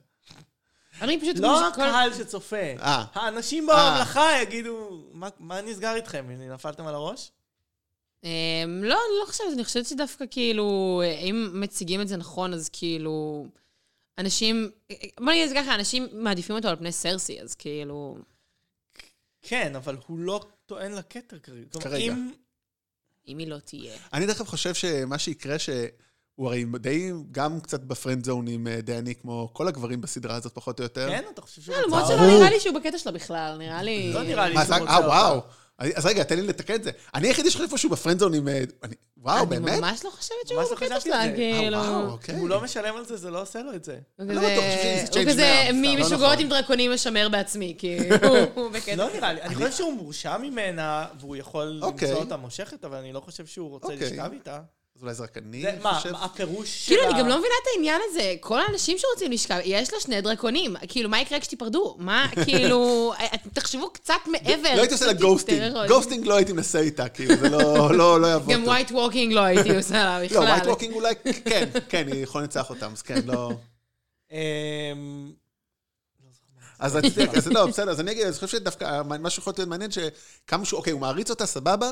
[SPEAKER 3] אני פשוט...
[SPEAKER 2] לא
[SPEAKER 3] כל-
[SPEAKER 2] הקהל שצופה,
[SPEAKER 1] אה.
[SPEAKER 2] האנשים
[SPEAKER 1] אה.
[SPEAKER 2] בממלכה יגידו, "מה- מה נסגר איתכם? נפלתם על הראש?
[SPEAKER 3] אמ, לא, אני לא חושבת, אני חושבת שדווקא כאילו, אה, אם מציגים את זה נכון, אז כאילו, אנשים, אה, אה, בוא נגיד את זה ככה, אנשים מעדיפים אותו על פני סרסי, אז כאילו,
[SPEAKER 2] כן, אבל הוא לא טוען לכתר כרגע. כלומר,
[SPEAKER 1] כרגע.
[SPEAKER 2] אם-
[SPEAKER 3] אם היא לא תהיה.
[SPEAKER 1] אני דרך אגב חושב שמה שיקרה, שהוא הרי די, גם קצת בפרנד זון עם אה, דני, כמו כל הגברים בסדרה הזאת, פחות או יותר.
[SPEAKER 2] כן, אתה חושב שהוא
[SPEAKER 3] לא,
[SPEAKER 2] רצה?
[SPEAKER 3] למרות
[SPEAKER 1] ברור.
[SPEAKER 3] שלא נראה לי שהוא בקטע שלה בכלל, נראה לי...
[SPEAKER 2] לא נראה לי
[SPEAKER 1] מה, אז
[SPEAKER 2] שהוא
[SPEAKER 1] רק-
[SPEAKER 2] רוצה
[SPEAKER 1] אה,
[SPEAKER 2] אותה.
[SPEAKER 1] וואו. אני- אז רגע, תן לי לתקן את זה. אני היחידי שחושב פה שהוא בפרנד זון עם... אה, אני- וואו,
[SPEAKER 3] אני
[SPEAKER 1] באמת?
[SPEAKER 3] ממש לא חושבת שהוא
[SPEAKER 2] ממש לא
[SPEAKER 3] בקטע
[SPEAKER 2] חשבתי
[SPEAKER 3] שלה,
[SPEAKER 2] על זה.
[SPEAKER 1] אה,
[SPEAKER 3] כאילו...
[SPEAKER 1] וואו,
[SPEAKER 3] הוא
[SPEAKER 1] אוקיי.
[SPEAKER 2] אם הוא לא משלם על זה, זה לא עושה לו את זה.
[SPEAKER 1] לא בטוח, אני חושב שזה
[SPEAKER 3] כזה- הוא
[SPEAKER 1] exchange
[SPEAKER 3] כזה
[SPEAKER 1] מאה, סתם, לא
[SPEAKER 3] ממשוגעות
[SPEAKER 1] נכון.
[SPEAKER 3] עם דרקונים משמר בעצמי, כאילו, הוא בקטע...
[SPEAKER 2] לא נראה לי. אני חושב שהוא מורשע ממנה, והוא יכול
[SPEAKER 1] אוקיי.
[SPEAKER 2] למצוא אותה מושכת, אבל אני לא חושב שהוא רוצה
[SPEAKER 1] אוקיי.
[SPEAKER 2] לשכב איתה.
[SPEAKER 1] אז אולי זה רק אני
[SPEAKER 2] זה- מה,
[SPEAKER 1] חושב?
[SPEAKER 2] מה הפירוש שלה?
[SPEAKER 3] כאילו, אני גם לא מבינה את העניין הזה. כל האנשים שרוצים לשכב, יש לה שני דרקונים. כאילו, מה יקרה כשתיפרדו? מה, כאילו, את- תחשבו קצת מעבר.
[SPEAKER 1] לא הייתי עושה לה
[SPEAKER 3] קצת
[SPEAKER 1] גוסטינג.
[SPEAKER 3] יותר עוד.
[SPEAKER 1] גוסטינג לא הייתי מנסה איתה, כאילו, זה לא- לא לא יעבור.
[SPEAKER 3] גם
[SPEAKER 1] טוב.
[SPEAKER 3] ווייט ווקינג לא הייתי עושה לה בכלל.
[SPEAKER 1] לא, ווייט ווקינג אולי, כן, כן, היא יכולה לנצח אותם, אז כן, לא...
[SPEAKER 2] אמ,
[SPEAKER 1] אז רציתי, אז לא, בסדר, אז אני אגיד, אני חושב שדווקא מה שיכול להיות מעניין, שכמה שהוא, אוקיי, הוא מעריץ אותה, סבבה,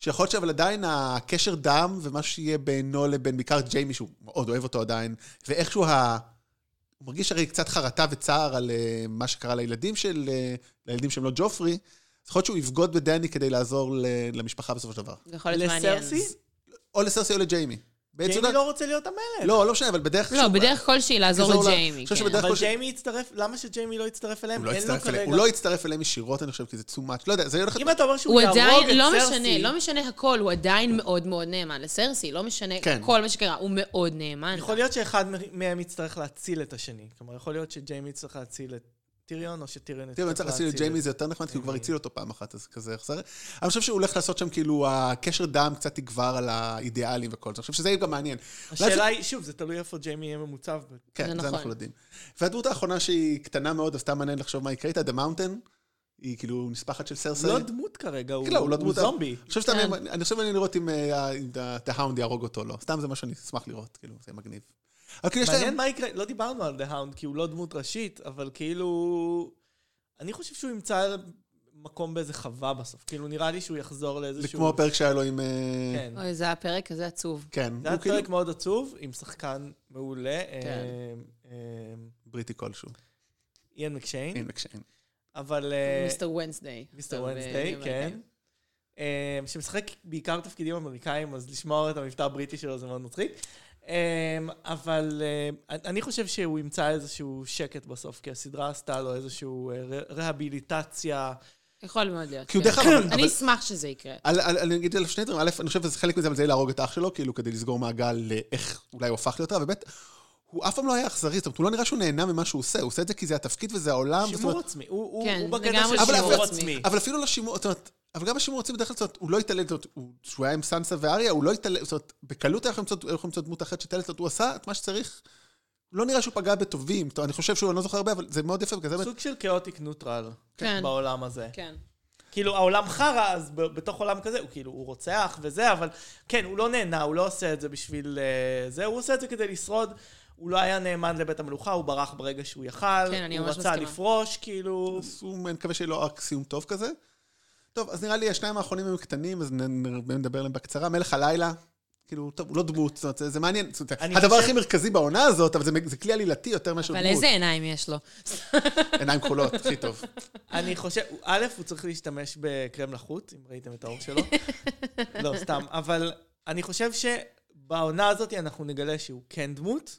[SPEAKER 1] שיכול להיות שאבל עדיין הקשר דם, ומה שיהיה בינו לבין, בעיקר ג'יימי, שהוא מאוד אוהב אותו עדיין, ואיכשהו ה... הוא מרגיש הרי קצת חרטה וצער על אה, מה שקרה לילדים של... אה, לילדים שהם לא ג'ופרי, אז יכול להיות שהוא יבגוד בדני כדי לעזור ל- למשפחה בסופו של דבר.
[SPEAKER 3] זה יכול להיות מעניין.
[SPEAKER 2] לסרסי?
[SPEAKER 1] או לסרסי או לג'יימי.
[SPEAKER 2] ג'יימי
[SPEAKER 1] בצורה-
[SPEAKER 2] לא רוצה להיות המלך.
[SPEAKER 1] אה, לא, לא משנה, אבל בדרך...
[SPEAKER 3] לא,
[SPEAKER 1] שהוא-
[SPEAKER 3] בדרך כלשהי לעזור
[SPEAKER 1] לעזור לה.
[SPEAKER 3] לג'יימי.
[SPEAKER 1] אני חושב
[SPEAKER 3] כן.
[SPEAKER 1] שבדרך-
[SPEAKER 2] אבל
[SPEAKER 1] כלשהי-
[SPEAKER 2] ג'יימי יצטרף, למה שג'יימי לא יצטרף אליהם?
[SPEAKER 1] הוא לא
[SPEAKER 2] אין לו
[SPEAKER 1] יצטרף אליהם,
[SPEAKER 2] כרגע-
[SPEAKER 1] הוא לא יצטרף אליהם ישירות, אני חושב, כי זה too much. לא יודע, זה הולך...
[SPEAKER 2] אם אתה אומר שהוא
[SPEAKER 3] הוא
[SPEAKER 2] יהרוג את סרסי...
[SPEAKER 3] עדיין, לא משנה, לא משנה הכל, הוא עדיין מאוד מאוד נאמן לסרסי, לא משנה
[SPEAKER 1] כן.
[SPEAKER 3] כל מה שקרה, הוא מאוד נאמן.
[SPEAKER 2] יכול להיות שאחד מהם יצטרך להציל את השני. כלומר, יכול להיות שג'יימי יצטרך להציל את טיריון, או שטיריון...
[SPEAKER 1] תראה, אני צריך כן, להציל את ג'יימי, זה יותר נחמד, כי הוא כבר הציל אותו פעם אחת, אז כזה החזר. אני חושב שהוא הולך לעשות שם כאילו, הקשר דם קצת יגבר על האידיאלים וכל זה. אני חושב שזה יהיה גם מעניין.
[SPEAKER 2] השאלה היא, שוב, זה תלוי איפה ג'יימי יהיה ממוצב. ב-
[SPEAKER 3] זה
[SPEAKER 1] כן, זה
[SPEAKER 3] נכון.
[SPEAKER 1] אנחנו יודעים. והדמות האחרונה שהיא קטנה מאוד, אז סתם מעניין לחשוב מה יקרה איתה, The Mountain, היא כאילו נספחת של
[SPEAKER 2] הוא
[SPEAKER 1] סרסרי.
[SPEAKER 2] לא דמות כרגע, הוא
[SPEAKER 1] לא, הוא לא
[SPEAKER 2] הוא
[SPEAKER 1] דמות.
[SPEAKER 2] זומבי.
[SPEAKER 1] אני חושב שאתה,
[SPEAKER 3] כן.
[SPEAKER 1] אני חושב שאני לראות אם אה, אם The Hound יהרוג אותו או לא. סתם זה מה שאני אשמח לראות, כאילו, זה מגניב. אבל כאילו יש להם...
[SPEAKER 2] מעניין מה יקרה, לא דיברנו על The Hound, כי הוא לא דמות ראשית, אבל כאילו... אני חושב שהוא ימצא מקום באיזה חווה בסוף. כאילו, נראה לי שהוא יחזור
[SPEAKER 1] זה
[SPEAKER 2] לאיזשהו...
[SPEAKER 1] כמו הפרק שהיה לו עם... אה,
[SPEAKER 2] כן.
[SPEAKER 3] אוי, זה הפרק כזה עצוב.
[SPEAKER 1] כן.
[SPEAKER 2] זה היה
[SPEAKER 1] הוא כאילו
[SPEAKER 2] פרק מאוד עצוב, עם שחקן מעולה.
[SPEAKER 3] כן.
[SPEAKER 2] אה, אה,
[SPEAKER 1] בריטי כלשהו.
[SPEAKER 2] איין מקשיין,
[SPEAKER 1] אין מקשיין.
[SPEAKER 2] אבל... אה,
[SPEAKER 3] מיסטר אה, וונסדיי.
[SPEAKER 2] מיסטר ונסדיי, כן. אמ, שמשחק בעיקר תפקידים אמריקאים, אז לשמוע את המבטא הבריטי שלו זה מאוד מצחיק. אמ, אבל אמ, אני- אני חושב שהוא ימצא איזשהו שקט בסוף, כי הסדרה עשתה לו איזשהו אה, ר- רהביליטציה.
[SPEAKER 1] אה,
[SPEAKER 3] יכול מאוד להיות.
[SPEAKER 1] כי הוא
[SPEAKER 3] כן.
[SPEAKER 1] דרך אגב... אבל-
[SPEAKER 3] אני אשמח שזה יקרה.
[SPEAKER 1] על- על- אני אגיד על שני דברים, א', אני חושב שזה חלק מזה, אבל זה יהיה להרוג את אח שלו, כאילו, כדי לסגור מעגל לאיך אולי הוא הפך להיות רע, וב', הוא אף פעם לא היה אכזרי, זאת אומרת, הוא לא נראה שהוא נהנה ממה שהוא עושה, הוא עושה את זה כי זה התפקיד וזה העולם, זאת
[SPEAKER 2] שימור
[SPEAKER 1] אומרת,
[SPEAKER 2] עצמי, הוא הוא-
[SPEAKER 3] כן,
[SPEAKER 2] הוא בגדר
[SPEAKER 3] לגמרי
[SPEAKER 2] של
[SPEAKER 1] שימור
[SPEAKER 2] שימור
[SPEAKER 3] עצמי.
[SPEAKER 2] עצמי.
[SPEAKER 1] אבל אפילו לא שימור, זאת אומרת, אבל גם השימור רוצים בדרך כלל, זאת אומרת, הוא לא התעלל, זאת אומרת, הוא- כשהוא היה עם סנסה ואריה, הוא לא התעלל, זאת אומרת, בקלות היה יכול למצוא- היה יכול למצוא דמות אחרת שתעלל, זאת אומרת, הוא עשה את מה שצריך. לא נראה שהוא פגע בטובים, זאת אומרת, אני חושב שהוא, אני לא זוכר הרבה, אבל זה מאוד יפה, בגלל זה,
[SPEAKER 2] סוג של כאוטיק נוטרל
[SPEAKER 3] כן.
[SPEAKER 2] בעולם הזה.
[SPEAKER 3] כן.
[SPEAKER 2] כאילו, העולם חרא, אז ב- בתוך עולם כזה, הוא כאילו, הוא רוצח וזה, אבל כן, הוא לא נהנה, הוא לא עושה את זה בשביל אה, זה, הוא עושה את זה כדי לשרוד. הוא לא היה נאמן לבית המלוכה, הוא ברח ברגע שהוא יכל.
[SPEAKER 3] כן, אני ממש
[SPEAKER 2] הוא רצה
[SPEAKER 3] מסכימה.
[SPEAKER 2] לפרוש, כאילו...
[SPEAKER 1] אז הוא- אני מקווה שיהיה לו רק סיום טוב כזה. טוב, אז נראה לי השניים האחרונים הם קטנים, אז נ- נ- נדבר עליהם בקצרה. מלך הלילה, כאילו, טוב, הוא לא דמות, זאת אומרת, זה- זה מעניין. זאת אומרת,
[SPEAKER 2] אני
[SPEAKER 1] הדבר
[SPEAKER 2] חושב-
[SPEAKER 1] הכי מרכזי בעונה הזאת, אבל זה מ- זה כלי עלילתי יותר מאשר
[SPEAKER 3] אבל
[SPEAKER 1] דמות.
[SPEAKER 3] איזה עיניים יש לו.
[SPEAKER 1] עיניים כחולות, הכי טוב.
[SPEAKER 2] אני חושב, א', הוא צריך להשתמש בקרם לחוט, אם ראיתם את האור שלו. לא, סתם. אבל אני חושב שבעונה הזאת אנחנו נגלה שהוא כן דמות,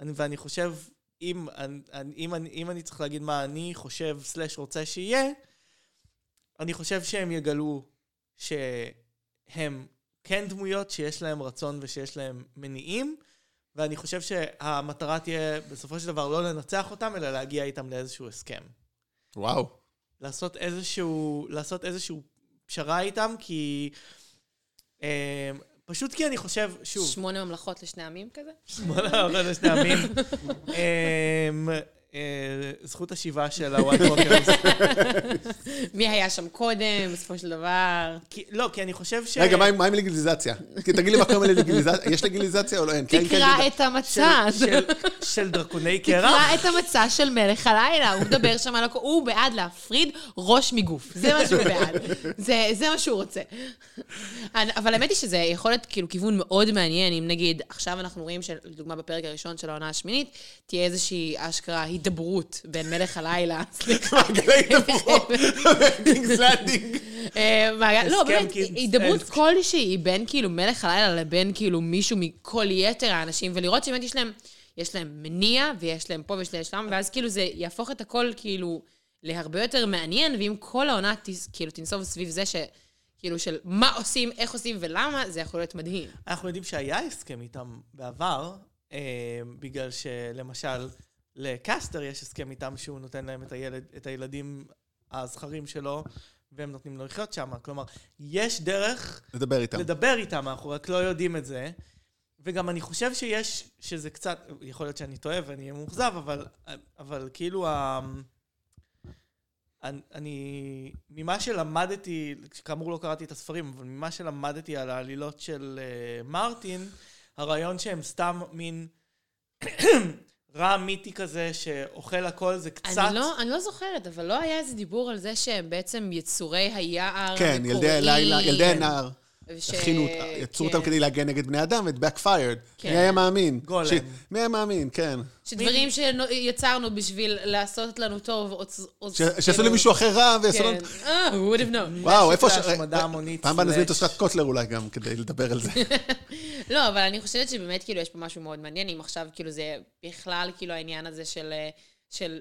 [SPEAKER 2] אני- ואני חושב, אם, אני- אני- אם, אני- אם אני צריך להגיד מה אני חושב, סלאש רוצה שיהיה, אני חושב שהם יגלו שהם כן דמויות שיש להם רצון ושיש להם מניעים, ואני חושב שהמטרה תהיה בסופו של דבר לא לנצח אותם, אלא להגיע איתם לאיזשהו הסכם.
[SPEAKER 1] וואו.
[SPEAKER 2] לעשות איזשהו, לעשות איזשהו פשרה איתם, כי... אה, פשוט כי אני חושב, שוב,
[SPEAKER 3] שמונה ממלכות לשני עמים כזה?
[SPEAKER 2] שמונה אורן לשני עמים, אמ, אה, זכות השיבה של הוואט ווקרס.
[SPEAKER 3] מי היה שם קודם, בסופו של דבר?
[SPEAKER 2] כי- לא, כי אני חושב ש...
[SPEAKER 1] רגע, מה עם- מה עם לגליזציה? כי תגיד לי מה קורה עם לגליזציה, יש לגליזציה או לא אין? כן, כן,
[SPEAKER 3] תקרא
[SPEAKER 1] לגליזציה.
[SPEAKER 3] את המצע.
[SPEAKER 2] של- של- של דרקוני קרח?
[SPEAKER 3] תקרא את המצע של מלך הלילה. הוא מדבר שם על הכל. הוא בעד להפריד ראש מגוף. זה מה שהוא בעד. זה, זה מה שהוא רוצה. אני- אבל האמת היא שזה יכול להיות כאילו כיוון מאוד מעניין, אם נגיד, עכשיו אנחנו רואים שלדוגמה בפרק הראשון של העונה השמינית, תהיה איזושהי אשכרה הידברות בין מלך הלילה, סליחה.
[SPEAKER 1] מעגלי הידברות. קינגס לנדינג.
[SPEAKER 3] אה, מעגל- לא,
[SPEAKER 2] הסכם
[SPEAKER 3] באמת,
[SPEAKER 2] כאילו-
[SPEAKER 3] הידברות
[SPEAKER 2] הסכם.
[SPEAKER 3] כלשהי בין כאילו מלך הלילה לבין כאילו מישהו מכל יתר האנשים, ולראות שבאמת יש להם, יש להם מניע, ויש להם פה ויש להם שם, ואז כאילו זה יהפוך את הכל כאילו להרבה יותר מעניין, ואם כל העונה תס- כאילו תנסוב סביב זה ש... כאילו של מה עושים, איך עושים ולמה, זה יכול להיות מדהים.
[SPEAKER 2] אנחנו יודעים שהיה הסכם איתם בעבר, אה, בגלל שלמשל לקסטר יש הסכם איתם שהוא נותן להם את, הילד, את הילדים הזכרים שלו, והם נותנים לו לחיות שם. כלומר, יש דרך
[SPEAKER 1] לדבר איתם.
[SPEAKER 2] לדבר איתם, אנחנו רק לא יודעים את זה. וגם אני חושב שיש, שזה קצת, יכול להיות שאני טועה ואני אהיה מאוכזב, אבל, אבל כאילו ה... אני, אני, ממה שלמדתי, כאמור לא קראתי את הספרים, אבל ממה שלמדתי על העלילות של uh, מרטין, הרעיון שהם סתם מין רע מיתי כזה שאוכל הכל, זה קצת...
[SPEAKER 3] אני לא, אני לא זוכרת, אבל לא היה איזה דיבור על זה שהם בעצם יצורי היער
[SPEAKER 1] כן, ילדי הלילה, ילדי הנער.
[SPEAKER 3] וש-
[SPEAKER 1] הכינו, אותה- יצרו
[SPEAKER 3] כן.
[SPEAKER 1] אותם כדי להגן נגד בני אדם, את Backfired.
[SPEAKER 3] כן.
[SPEAKER 1] מי היה מאמין?
[SPEAKER 2] גולם.
[SPEAKER 1] ש- מי היה מאמין, כן.
[SPEAKER 3] שדברים שיצרנו בשביל לעשות לנו טוב, עוצ- עוצ-
[SPEAKER 1] ש- שעשו
[SPEAKER 3] כאילו-
[SPEAKER 1] למישהו אחר רע ויעשו לנו...
[SPEAKER 3] כן. אה, who would have known.
[SPEAKER 1] וואו, איפה...
[SPEAKER 2] שזה
[SPEAKER 1] ש- אה,
[SPEAKER 2] השמדה המונית
[SPEAKER 1] פעם הבאה נזמין את
[SPEAKER 2] slash-
[SPEAKER 1] אושרת קוטלר אולי גם, כדי לדבר על זה.
[SPEAKER 3] לא, אבל אני חושבת שבאמת, כאילו, יש פה משהו מאוד מעניין, אם עכשיו, כאילו, זה בכלל, כאילו, העניין הזה של, אה, של,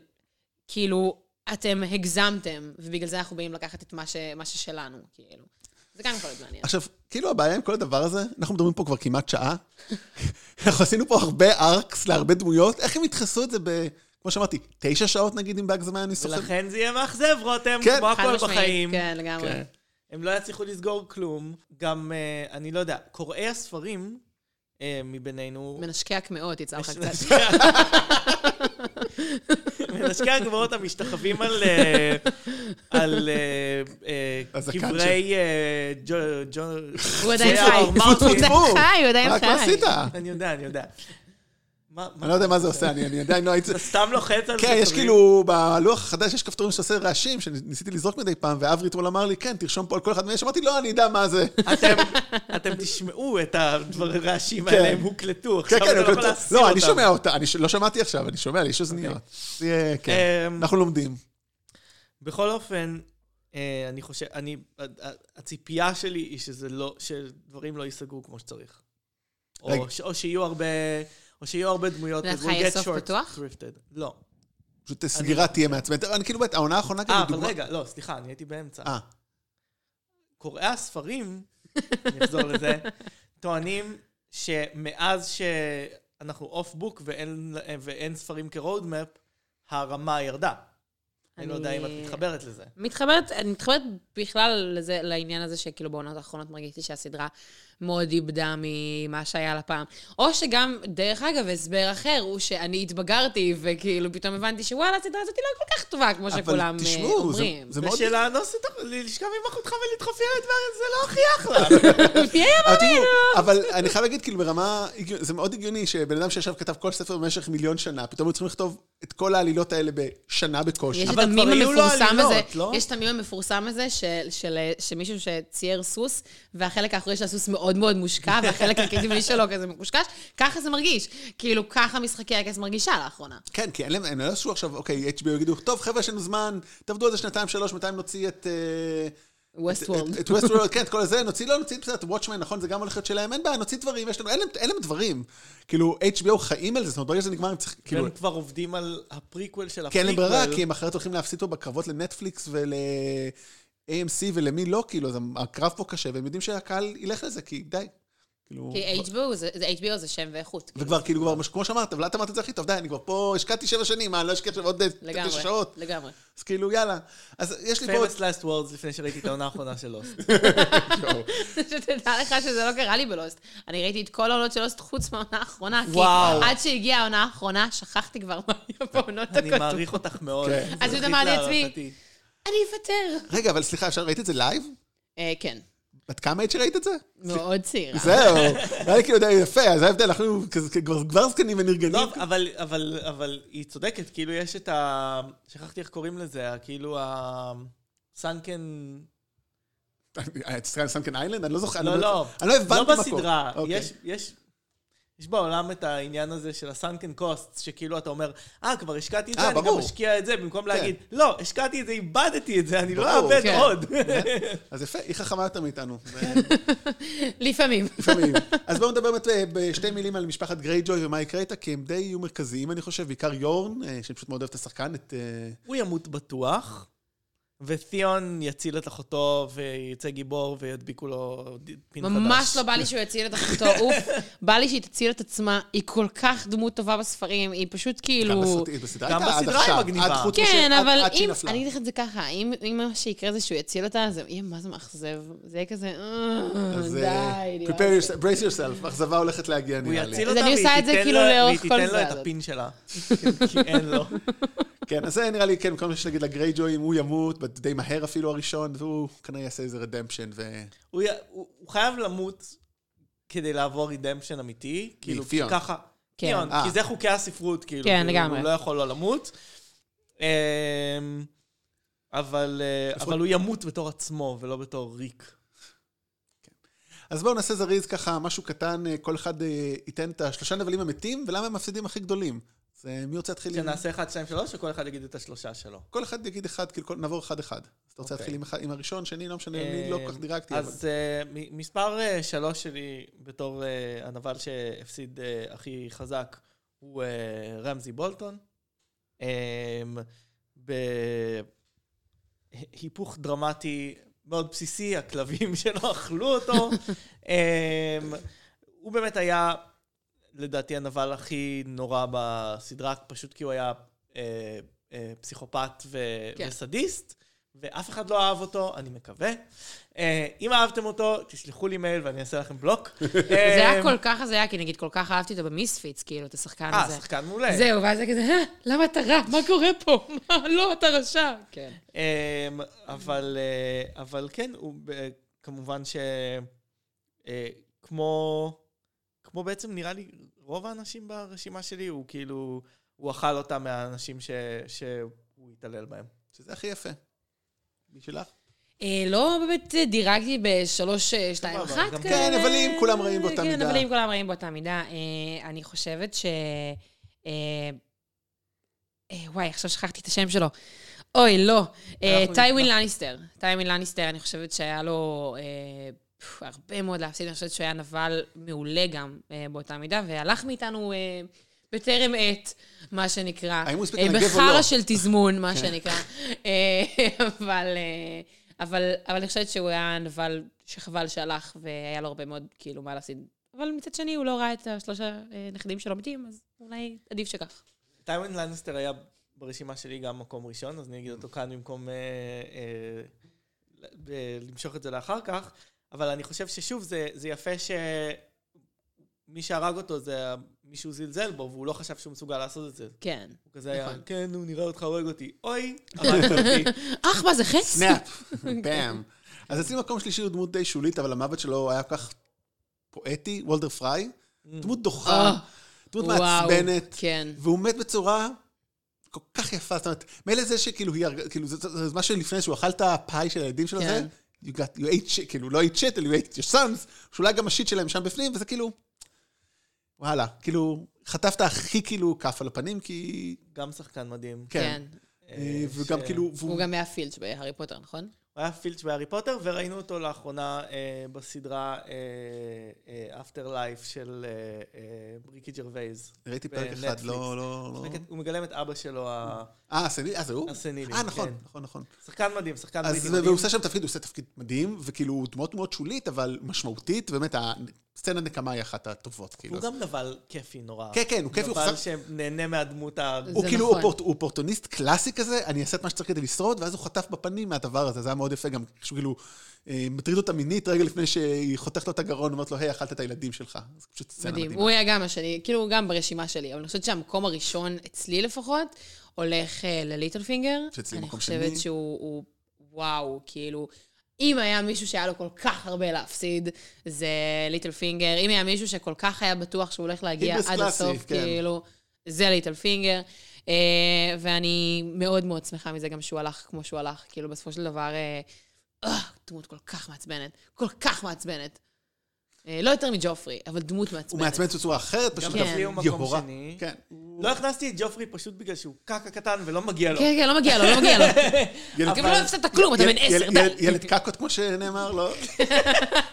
[SPEAKER 3] כאילו, אתם הגזמתם, ובגלל זה אנחנו באים לקחת את מה ש- מה ששלנו, כאילו. זה גם יכול להיות מעניין.
[SPEAKER 1] עכשיו, כאילו הבעיה עם כל הדבר הזה, אנחנו מדברים פה כבר כמעט שעה. אנחנו עשינו פה הרבה ארקס להרבה דמויות, איך הם ידחסו את זה ב... כמו שאמרתי, תשע שעות נגיד עם באג זמן אני סוחב.
[SPEAKER 2] ולכן זה יהיה מאכזב, רותם,
[SPEAKER 1] כן.
[SPEAKER 2] כמו
[SPEAKER 3] חד
[SPEAKER 2] הכל
[SPEAKER 3] משמעית,
[SPEAKER 2] בחיים.
[SPEAKER 3] כן, לגמרי.
[SPEAKER 1] כן.
[SPEAKER 2] הם לא יצליחו לסגור כלום. גם, אה, אני לא יודע, קוראי הספרים אה, מבינינו...
[SPEAKER 3] מנשקי הקמעות, יצא לך קצת.
[SPEAKER 2] מנשקי הגבוהות המשתחווים על, אה, על אה, אה,
[SPEAKER 1] הזקן
[SPEAKER 2] קברי אה, ג'ו- ג'ו-
[SPEAKER 3] הוא עדיין
[SPEAKER 2] ג'ו-
[SPEAKER 3] חי.
[SPEAKER 2] מרטין.
[SPEAKER 3] הוא
[SPEAKER 1] ברור.
[SPEAKER 3] חי, הוא עדיין
[SPEAKER 1] רק
[SPEAKER 3] חי.
[SPEAKER 1] מה עשית?
[SPEAKER 2] אני יודע, אני יודע. מה-
[SPEAKER 1] אני לא יודע מה זה עושה, אני אני עדיין לא הייתי...
[SPEAKER 2] אתה סתם לוחץ על
[SPEAKER 1] כן, יש
[SPEAKER 2] כפתורים?
[SPEAKER 1] כאילו, בלוח החדש יש כפתורים שעושה רעשים, שניסיתי לזרוק מדי פעם, ואברי אתמול אמר לי, כן, תרשום פה על כל אחד מהם, אמרתי, לא, אני אדע מה זה.
[SPEAKER 2] אתם, אתם תשמעו את הדבר- הרעשים
[SPEAKER 1] כן.
[SPEAKER 2] האלה, הם
[SPEAKER 1] כן,
[SPEAKER 2] הוקלטו, עכשיו
[SPEAKER 1] כן,
[SPEAKER 2] אני לא יכול
[SPEAKER 1] אבל-
[SPEAKER 2] להסיר אותם. אוקיי.
[SPEAKER 1] לא, אני שומע אותה, אני ש- לא שמעתי עכשיו, אני שומע, לי יש אוזניות. זה, כן,
[SPEAKER 2] אמ,
[SPEAKER 1] אנחנו לומדים.
[SPEAKER 2] בכל אופן, אה, אני חושב, אני, ה- ה- הציפייה שלי היא שזה לא, שדברים לא ייסגרו כמו שצריך.
[SPEAKER 1] רגע.
[SPEAKER 2] או, ש, או שיהיו הרבה, או שיהיו הרבה דמויות.
[SPEAKER 3] לדעתך
[SPEAKER 2] it will
[SPEAKER 3] יהיה
[SPEAKER 2] get
[SPEAKER 3] סוף
[SPEAKER 2] short
[SPEAKER 3] פתוח?
[SPEAKER 2] thrifted. לא.
[SPEAKER 1] פשוט סגירה תהיה מעצבנת. אני כאילו, באמת, העונה האחרונה
[SPEAKER 2] אה,
[SPEAKER 1] כאילו
[SPEAKER 2] אבל רגע, לא, סליחה, אני הייתי באמצע.
[SPEAKER 1] אה,
[SPEAKER 2] קוראי הספרים, אני אחזור לזה, טוענים שמאז שאנחנו אוף בוק ואין, ואין ספרים כרודמפ, הרמה ירדה. אני... אני לא יודע אם את
[SPEAKER 3] אני-
[SPEAKER 2] מתחברת לזה.
[SPEAKER 3] מתחברת, אני מתחברת בכלל לזה, לעניין הזה שכאילו בעונות האחרונות מרגישתי שהסדרה מאוד איבדה ממה שהיה לה פעם. או שגם, דרך אגב, הסבר אחר הוא שאני התבגרתי, וכאילו פתאום הבנתי שוואלה, הסדרה הזאת היא לא כל כך טובה כמו שכולם
[SPEAKER 1] אבל
[SPEAKER 3] אה,
[SPEAKER 1] תשמעו, זה-
[SPEAKER 3] אומרים.
[SPEAKER 1] זה מאוד...
[SPEAKER 2] ושאלה, לא עשית לשכב עם אחותך ולדחוף ילד, זה לא הכי אחלה.
[SPEAKER 3] מי היה
[SPEAKER 1] אבל תראו, אבל אני חייב להגיד, כאילו, ברמה... הגיוני- זה מאוד הגיוני שבן אדם שישב וכתב כל ספר במשך מיליון שנה, פתאום היו צריכים לכתוב את כל העלילות האלה בשנה בקושי.
[SPEAKER 3] יש את
[SPEAKER 2] אבל
[SPEAKER 3] המים
[SPEAKER 2] כבר היו לו
[SPEAKER 3] המפורסם הזה,
[SPEAKER 2] עלילות, לא?
[SPEAKER 3] יש את המים המפורסם הזה של- של אה, שמישהו שצייר סוס, והחלק האחורי של הסוס מאוד מאוד מושקע, והחלק הקדמי שלו כזה מקושקש, ככה זה מרגיש. כאילו, ככה משחקי הכס מרגישה לאחרונה.
[SPEAKER 1] כן, כי אין להם, הם לא יעשו עכשיו, אוקיי, HBO יגידו, טוב, חבר'ה, יש לנו זמן, תעבדו על זה שנתיים, שלוש, מתי נוציא את... אה,
[SPEAKER 3] ווסט
[SPEAKER 1] את- את ווסט וורלד, כן, את כל הזה, נוציא, לא נוציא, בסדר, את וואטשמן, נכון, זה גם הולך להיות שלהם, אין בעיה, נוציא דברים, יש לנו, אין להם- אין להם דברים. כאילו, HBO חיים על זה, זאת אומרת, ברגע שזה נגמר, הם צריכים, כאילו,
[SPEAKER 2] הם כבר עובדים על הפריקוול של הפריקוול.
[SPEAKER 1] כי אין להם ברירה, כן, כי הם אחרת הולכים להפסיד פה בקרבות לנטפליקס ול-AMC ולמי לא, כאילו, אז הקרב פה קשה, והם יודעים שהקהל ילך לזה, כי די. כאילו...
[SPEAKER 3] כי HBO זה זה- HBO זה שם ואיכות.
[SPEAKER 1] וכבר, כאילו, כבר, כמו שאמרת, אבל את אמרת את זה הכי טוב, די, אני כבר פה השקעתי שבע שנים, מה, אני לא אשקיע עכשיו עוד
[SPEAKER 3] לגמרי.
[SPEAKER 1] תשע שעות?
[SPEAKER 3] לגמרי.
[SPEAKER 1] אז כאילו, יאללה. אז יש לי פה... עוד-
[SPEAKER 2] famous last words לפני שראיתי את העונה האחרונה של לוסט.
[SPEAKER 3] שתדע לך שזה לא קרה לי בלוסט. אני ראיתי את כל העונות של לוסט חוץ מהעונה האחרונה, כי
[SPEAKER 2] וואו.
[SPEAKER 3] עד שהגיעה העונה האחרונה, שכחתי כבר מה היה בעונות
[SPEAKER 2] אני
[SPEAKER 3] הקודמות.
[SPEAKER 2] מעריך אותך מאוד.
[SPEAKER 1] כן.
[SPEAKER 3] אז
[SPEAKER 2] זכית
[SPEAKER 3] אמרתי לעצמי-
[SPEAKER 2] להערכתי.
[SPEAKER 3] אני אוותר.
[SPEAKER 1] רגע, אבל סליחה, אפשר, ראית את זה לייב?
[SPEAKER 3] אה, כן,
[SPEAKER 1] בת כמה היית שראית את זה?
[SPEAKER 2] אה.
[SPEAKER 3] מאוד צעירה.
[SPEAKER 1] זהו, היה לי כאילו די יפה, אז ההבדל, אנחנו כזה- כבר- כבר זקנים ונרגנים.
[SPEAKER 2] לא, אבל- אבל אבל היא צודקת, כאילו יש את ה... שכחתי איך קוראים לזה, ה- כאילו ה... סנקן...
[SPEAKER 1] סטרן סנקן איילנד? אני לא זוכר.
[SPEAKER 2] לא,
[SPEAKER 1] אני
[SPEAKER 2] לא.
[SPEAKER 1] אני לא הבנתי
[SPEAKER 2] לא
[SPEAKER 1] מה קורה.
[SPEAKER 2] בסדרה.
[SPEAKER 1] אוקיי.
[SPEAKER 2] יש- יש... יש בעולם את העניין הזה של הסנקן קוסט, שכאילו אתה אומר, אה, כבר השקעתי את
[SPEAKER 1] אה,
[SPEAKER 2] זה, אני גם
[SPEAKER 1] ברור.
[SPEAKER 2] משקיע את זה, במקום
[SPEAKER 1] כן.
[SPEAKER 2] להגיד, לא, השקעתי את זה, איבדתי את זה, אני לא
[SPEAKER 1] ברור.
[SPEAKER 2] אאבד
[SPEAKER 3] כן.
[SPEAKER 2] עוד.
[SPEAKER 1] אז יפה, היא חכמה יותר מאיתנו. זה-
[SPEAKER 2] כן.
[SPEAKER 3] לפעמים.
[SPEAKER 1] לפעמים. אז בואו נדבר באמת אה, בשתי מילים על משפחת גרייג'וי ומה יקרה איתה, כי הם די יהיו מרכזיים, אני חושב, בעיקר יורן, אה, שאני פשוט מאוד אוהב את השחקן, את... אה,
[SPEAKER 2] הוא ימות בטוח, ותיאון יציל את אחותו ויצא גיבור וידביקו לו ד- פין חדש.
[SPEAKER 3] ממש לא בא לי שהוא יציל את אחותו, אוף. בא לי שהיא תציל את עצמה, היא כל כך דמות טובה בספרים, היא פשוט
[SPEAKER 1] גם
[SPEAKER 3] כאילו...
[SPEAKER 1] בסרט- בסדרה
[SPEAKER 2] גם
[SPEAKER 1] הייתה עד
[SPEAKER 2] בסדרה היא
[SPEAKER 1] עכשיו,
[SPEAKER 2] מגניבה.
[SPEAKER 1] עד חוץ
[SPEAKER 3] כן,
[SPEAKER 1] משעד-
[SPEAKER 3] אבל
[SPEAKER 1] עד שהיא
[SPEAKER 3] אם...
[SPEAKER 1] נפלה.
[SPEAKER 3] אני אגיד לך את זה ככה, אם אם מה שיקרה זה שהוא יציל אותה, זה יהיה מה זה מאכזב. זה יהיה כזה... "אה,
[SPEAKER 1] אז
[SPEAKER 3] די,
[SPEAKER 1] די,
[SPEAKER 3] נראה לי."
[SPEAKER 1] prepare yourself, brace yourself, אכזבה הולכת להגיע
[SPEAKER 2] הוא
[SPEAKER 1] נראה לי.
[SPEAKER 2] יציל
[SPEAKER 3] אז
[SPEAKER 2] אותה
[SPEAKER 3] אני עושה
[SPEAKER 2] והיא
[SPEAKER 3] את זה
[SPEAKER 2] תיתן
[SPEAKER 3] כאילו
[SPEAKER 2] לו-
[SPEAKER 3] לאורך כל
[SPEAKER 2] והיא תיתן לו
[SPEAKER 3] זה.
[SPEAKER 2] את הפין שלה. כי אין לו.
[SPEAKER 1] כן, אז זה נראה לי, כן, כל מה שיש להגיד לגרייג'וי, אם הוא ימות, בת- די מהר אפילו הראשון, והוא כנראה יעשה איזה רדמפשן
[SPEAKER 2] הוא י- הוא הוא חייב למות כדי לעבור רידמפשן אמיתי. כאילו, כי
[SPEAKER 1] תיאון.
[SPEAKER 2] ככה.
[SPEAKER 3] כן.
[SPEAKER 2] תיאון,
[SPEAKER 1] אה.
[SPEAKER 2] כי זה חוקי הספרות, כאילו.
[SPEAKER 3] כן,
[SPEAKER 2] כאילו,
[SPEAKER 3] לגמרי.
[SPEAKER 2] הוא לא יכול לא למות. אמ, אבל אה,
[SPEAKER 1] לפחות-
[SPEAKER 2] אבל הוא ימות בתור עצמו ולא בתור ריק.
[SPEAKER 1] אז בואו נעשה זריז ככה, משהו קטן, אה, כל אחד אה, ייתן את השלושה נבלים המתים, ולמה הם המפסידים הכי גדולים. אז אה, מי רוצה להתחיל עם...
[SPEAKER 2] שנעשה 1, 2, 3, שכל אחד יגיד את השלושה שלו.
[SPEAKER 1] כל אחד יגיד אחד, כאילו כל- נעבור אחד-אחד. אז אתה רוצה
[SPEAKER 2] אוקיי.
[SPEAKER 1] להתחיל עם אחד- עם הראשון, שני, לא משנה, אני לא כל כך דירקטי, אבל...
[SPEAKER 2] אז אה, מ- מספר אה, שלוש שלי בתור אה, הנבל שהפסיד אה, הכי חזק הוא אה, רמזי בולטון. אה, בהיפוך דרמטי מאוד בסיסי, הכלבים שלו אכלו אותו. אה, הוא באמת היה, לדעתי, הנבל הכי נורא בסדרה, פשוט כי הוא היה אה, אה, אה, פסיכופת ו-
[SPEAKER 3] כן.
[SPEAKER 2] וסדיסט, ואף אחד לא אהב אותו, אני מקווה. אה, אם אהבתם אותו, תשלחו לי מייל ואני אעשה לכם בלוק. אמ,
[SPEAKER 3] זה היה כל כך הזיה, כי נגיד כל כך אהבתי אותו במיספיץ, כאילו, את השחקן
[SPEAKER 2] אה,
[SPEAKER 3] הזה.
[SPEAKER 2] שחקן מעולה.
[SPEAKER 3] זהו, ואז זה כזה, "אה, למה אתה רע? מה קורה פה? מה, לא, אתה רשע. כן.
[SPEAKER 2] אמ, אבל, אה, אבל כן, הוא ב- כמובן ש... אה, כמו, כמו בעצם נראה לי רוב האנשים ברשימה שלי, הוא כאילו, הוא אכל אותה מהאנשים ש, שהוא התעלל בהם.
[SPEAKER 1] שזה הכי יפה. משלך?
[SPEAKER 3] אה, לא באמת אה, דירגתי בשלוש, אה, שתיים,
[SPEAKER 2] סבבה,
[SPEAKER 3] אחת
[SPEAKER 2] גם-
[SPEAKER 3] כאלה.
[SPEAKER 1] כן, אבל אם כולם רעים באותה
[SPEAKER 3] כן,
[SPEAKER 1] מידה.
[SPEAKER 3] אבל אם כולם רעים באותה מידה. אה, אני חושבת ש... אה, אה, וואי, עכשיו שכחתי את השם שלו. אוי, לא. אה,
[SPEAKER 2] אנחנו
[SPEAKER 3] טייווין
[SPEAKER 2] נשמע.
[SPEAKER 3] לניסטר. טייווין לניסטר, אני חושבת שהיה לו אה, פו, הרבה מאוד להפסיד. אני חושבת שהוא היה נבל מעולה גם אה, באותה מידה, והלך מאיתנו אה, בטרם עת, מה שנקרא.
[SPEAKER 1] האם הוא הספיק
[SPEAKER 3] אה,
[SPEAKER 1] לנגב או
[SPEAKER 3] בחרא
[SPEAKER 1] לא?
[SPEAKER 3] של תזמון, מה שנקרא. אה, אבל, אה, אבל, אבל אני חושבת שהוא היה נבל שחבל שהלך, והיה לו הרבה מאוד, כאילו, מה להפסיד. אבל מצד שני, הוא לא ראה את השלושה אה, נכדים שלו מתים, אז אולי עדיף שכך.
[SPEAKER 2] טיימן לנסטר היה ברשימה שלי גם מקום ראשון, אז אני אגיד אותו כאן במקום אה, אה, ל- ב- למשוך את זה לאחר כך, אבל אני חושב ששוב, זה, זה יפה שמי שהרג אותו זה מישהו זלזל בו, והוא לא חשב שהוא מסוגל לעשות את זה.
[SPEAKER 3] כן.
[SPEAKER 2] הוא כזה היה,
[SPEAKER 1] נכון.
[SPEAKER 2] כן, נו, נראה אותך הורג אותי. אוי, הרגת אותי.
[SPEAKER 3] אך, מה זה חץ?
[SPEAKER 1] סנאפ, באם. אז אצלי מקום שלישי הוא דמות די שולית, אבל המוות שלו היה כל כך פואטי, וולדר פריי. דמות דוחה,
[SPEAKER 3] אה.
[SPEAKER 1] דמות
[SPEAKER 3] וואו,
[SPEAKER 1] מעצבנת.
[SPEAKER 3] כן.
[SPEAKER 1] והוא מת בצורה כל כך יפה, זאת אומרת, מילא זה שכאילו, היא הרגה- כאילו, זה- זה זה מה שלפני שהוא אכל את הפאי של הילדים שלו, זה,
[SPEAKER 3] כן.
[SPEAKER 1] you got, you ate shit, כאילו, לא ate shit, you ate your sons, שאולי גם השיט שלהם שם בפנים, וזה כאילו, וואלה, כאילו, חטפת הכי כאילו כף על הפנים, כי...
[SPEAKER 2] גם שחקן מדהים.
[SPEAKER 1] כן.
[SPEAKER 3] כן.
[SPEAKER 1] אה,
[SPEAKER 2] אה,
[SPEAKER 1] וגם
[SPEAKER 2] ש-
[SPEAKER 1] כאילו,
[SPEAKER 3] הוא
[SPEAKER 1] והוא-
[SPEAKER 3] גם היה פילץ' בהארי פוטר, נכון?
[SPEAKER 2] הוא היה פילץ' בהארי פוטר, וראינו אותו לאחרונה אה, בסדרה אה, אפטר לייף של אה, אה, ריקי ג'רווייז.
[SPEAKER 1] ראיתי פרק אחד,
[SPEAKER 2] בנטפליקס.
[SPEAKER 1] לא, לא, לא.
[SPEAKER 2] משחקת- הוא מגלם את אבא שלו, ה-
[SPEAKER 1] אה, סני- אה, זה הוא?
[SPEAKER 2] הסנילי,
[SPEAKER 1] אה, נכון,
[SPEAKER 2] כן.
[SPEAKER 1] נכון, נכון.
[SPEAKER 2] שחקן מדהים, שחקן
[SPEAKER 1] אז
[SPEAKER 2] בריטי
[SPEAKER 1] והוא
[SPEAKER 2] מדהים.
[SPEAKER 1] עושה שם תפקיד, הוא עושה תפקיד מדהים, וכאילו, הוא דמות מאוד שולית, אבל משמעותית, באמת, הסצנת נקמה היא אחת הטובות, כאילו.
[SPEAKER 2] הוא גם נבל כיפי נורא.
[SPEAKER 1] כן, כן, הוא כיפי, הוא
[SPEAKER 2] נבל
[SPEAKER 1] חזק-
[SPEAKER 2] שנהנה מהדמות ה...
[SPEAKER 1] הוא
[SPEAKER 3] זה
[SPEAKER 1] כאילו
[SPEAKER 3] נכון.
[SPEAKER 1] אופורט, הוא אופורטוניסט קלאסי כזה, אני אעשה את מה שצריך כדי לשרוד, ואז הוא חטף בפנים מהדבר הזה, זה היה מאוד יפה גם, שהוא כאילו אה, מטריד אותה מינית רגע לפני שהיא חותכת לו את הגרון, אומרת לו, היי, אכלת את הילדים שלך. זה פשוט סצנה
[SPEAKER 3] מדהים.
[SPEAKER 1] מדהימה.
[SPEAKER 3] הוא היה גם השני, כאילו, הוא גם ברשימה שלי, אבל אני חושבת שהמקום הראשון, אצלי לפחות, הולך אה, לליטל פינגר.
[SPEAKER 1] שאצלי מקום
[SPEAKER 3] אני
[SPEAKER 1] שני.
[SPEAKER 3] חושבת שהוא, הוא- וואו, כאילו, אם היה מישהו שהיה לו כל כך הרבה להפסיד, זה ליטל פינגר. אם היה מישהו שכל כך היה בטוח שהוא הולך להגיע
[SPEAKER 1] היבריס
[SPEAKER 3] עד
[SPEAKER 1] קלאסי,
[SPEAKER 3] הסוף,
[SPEAKER 1] כן.
[SPEAKER 3] כאילו, זה ליטל פינגר. אה, ואני מאוד מאוד שמחה מזה גם שהוא הלך כמו שהוא הלך, כאילו, בסופו של דבר, אה, אה, דמות כל כך מעצבנת, כל כך מעצבנת. אה, לא יותר מג'ופרי, אבל דמות מעצבנת.
[SPEAKER 1] הוא מעצבן בצורה אחרת,
[SPEAKER 2] גם
[SPEAKER 1] פשוט
[SPEAKER 3] כן.
[SPEAKER 2] אצלי הוא מקום
[SPEAKER 1] יהורה.
[SPEAKER 2] שני.
[SPEAKER 1] כן.
[SPEAKER 2] לא הכנסתי את ג'ופרי פשוט בגלל שהוא קקה קטן ולא מגיע לו.
[SPEAKER 3] כן, כן, לא מגיע לו, לא מגיע לו.
[SPEAKER 1] ילד-
[SPEAKER 3] גם לא הפסדת כלום, אתה
[SPEAKER 1] ילד-
[SPEAKER 3] בן עשר,
[SPEAKER 1] ילד-
[SPEAKER 3] די.
[SPEAKER 1] ילד- ילד קקות, כמו שנאמר, לא?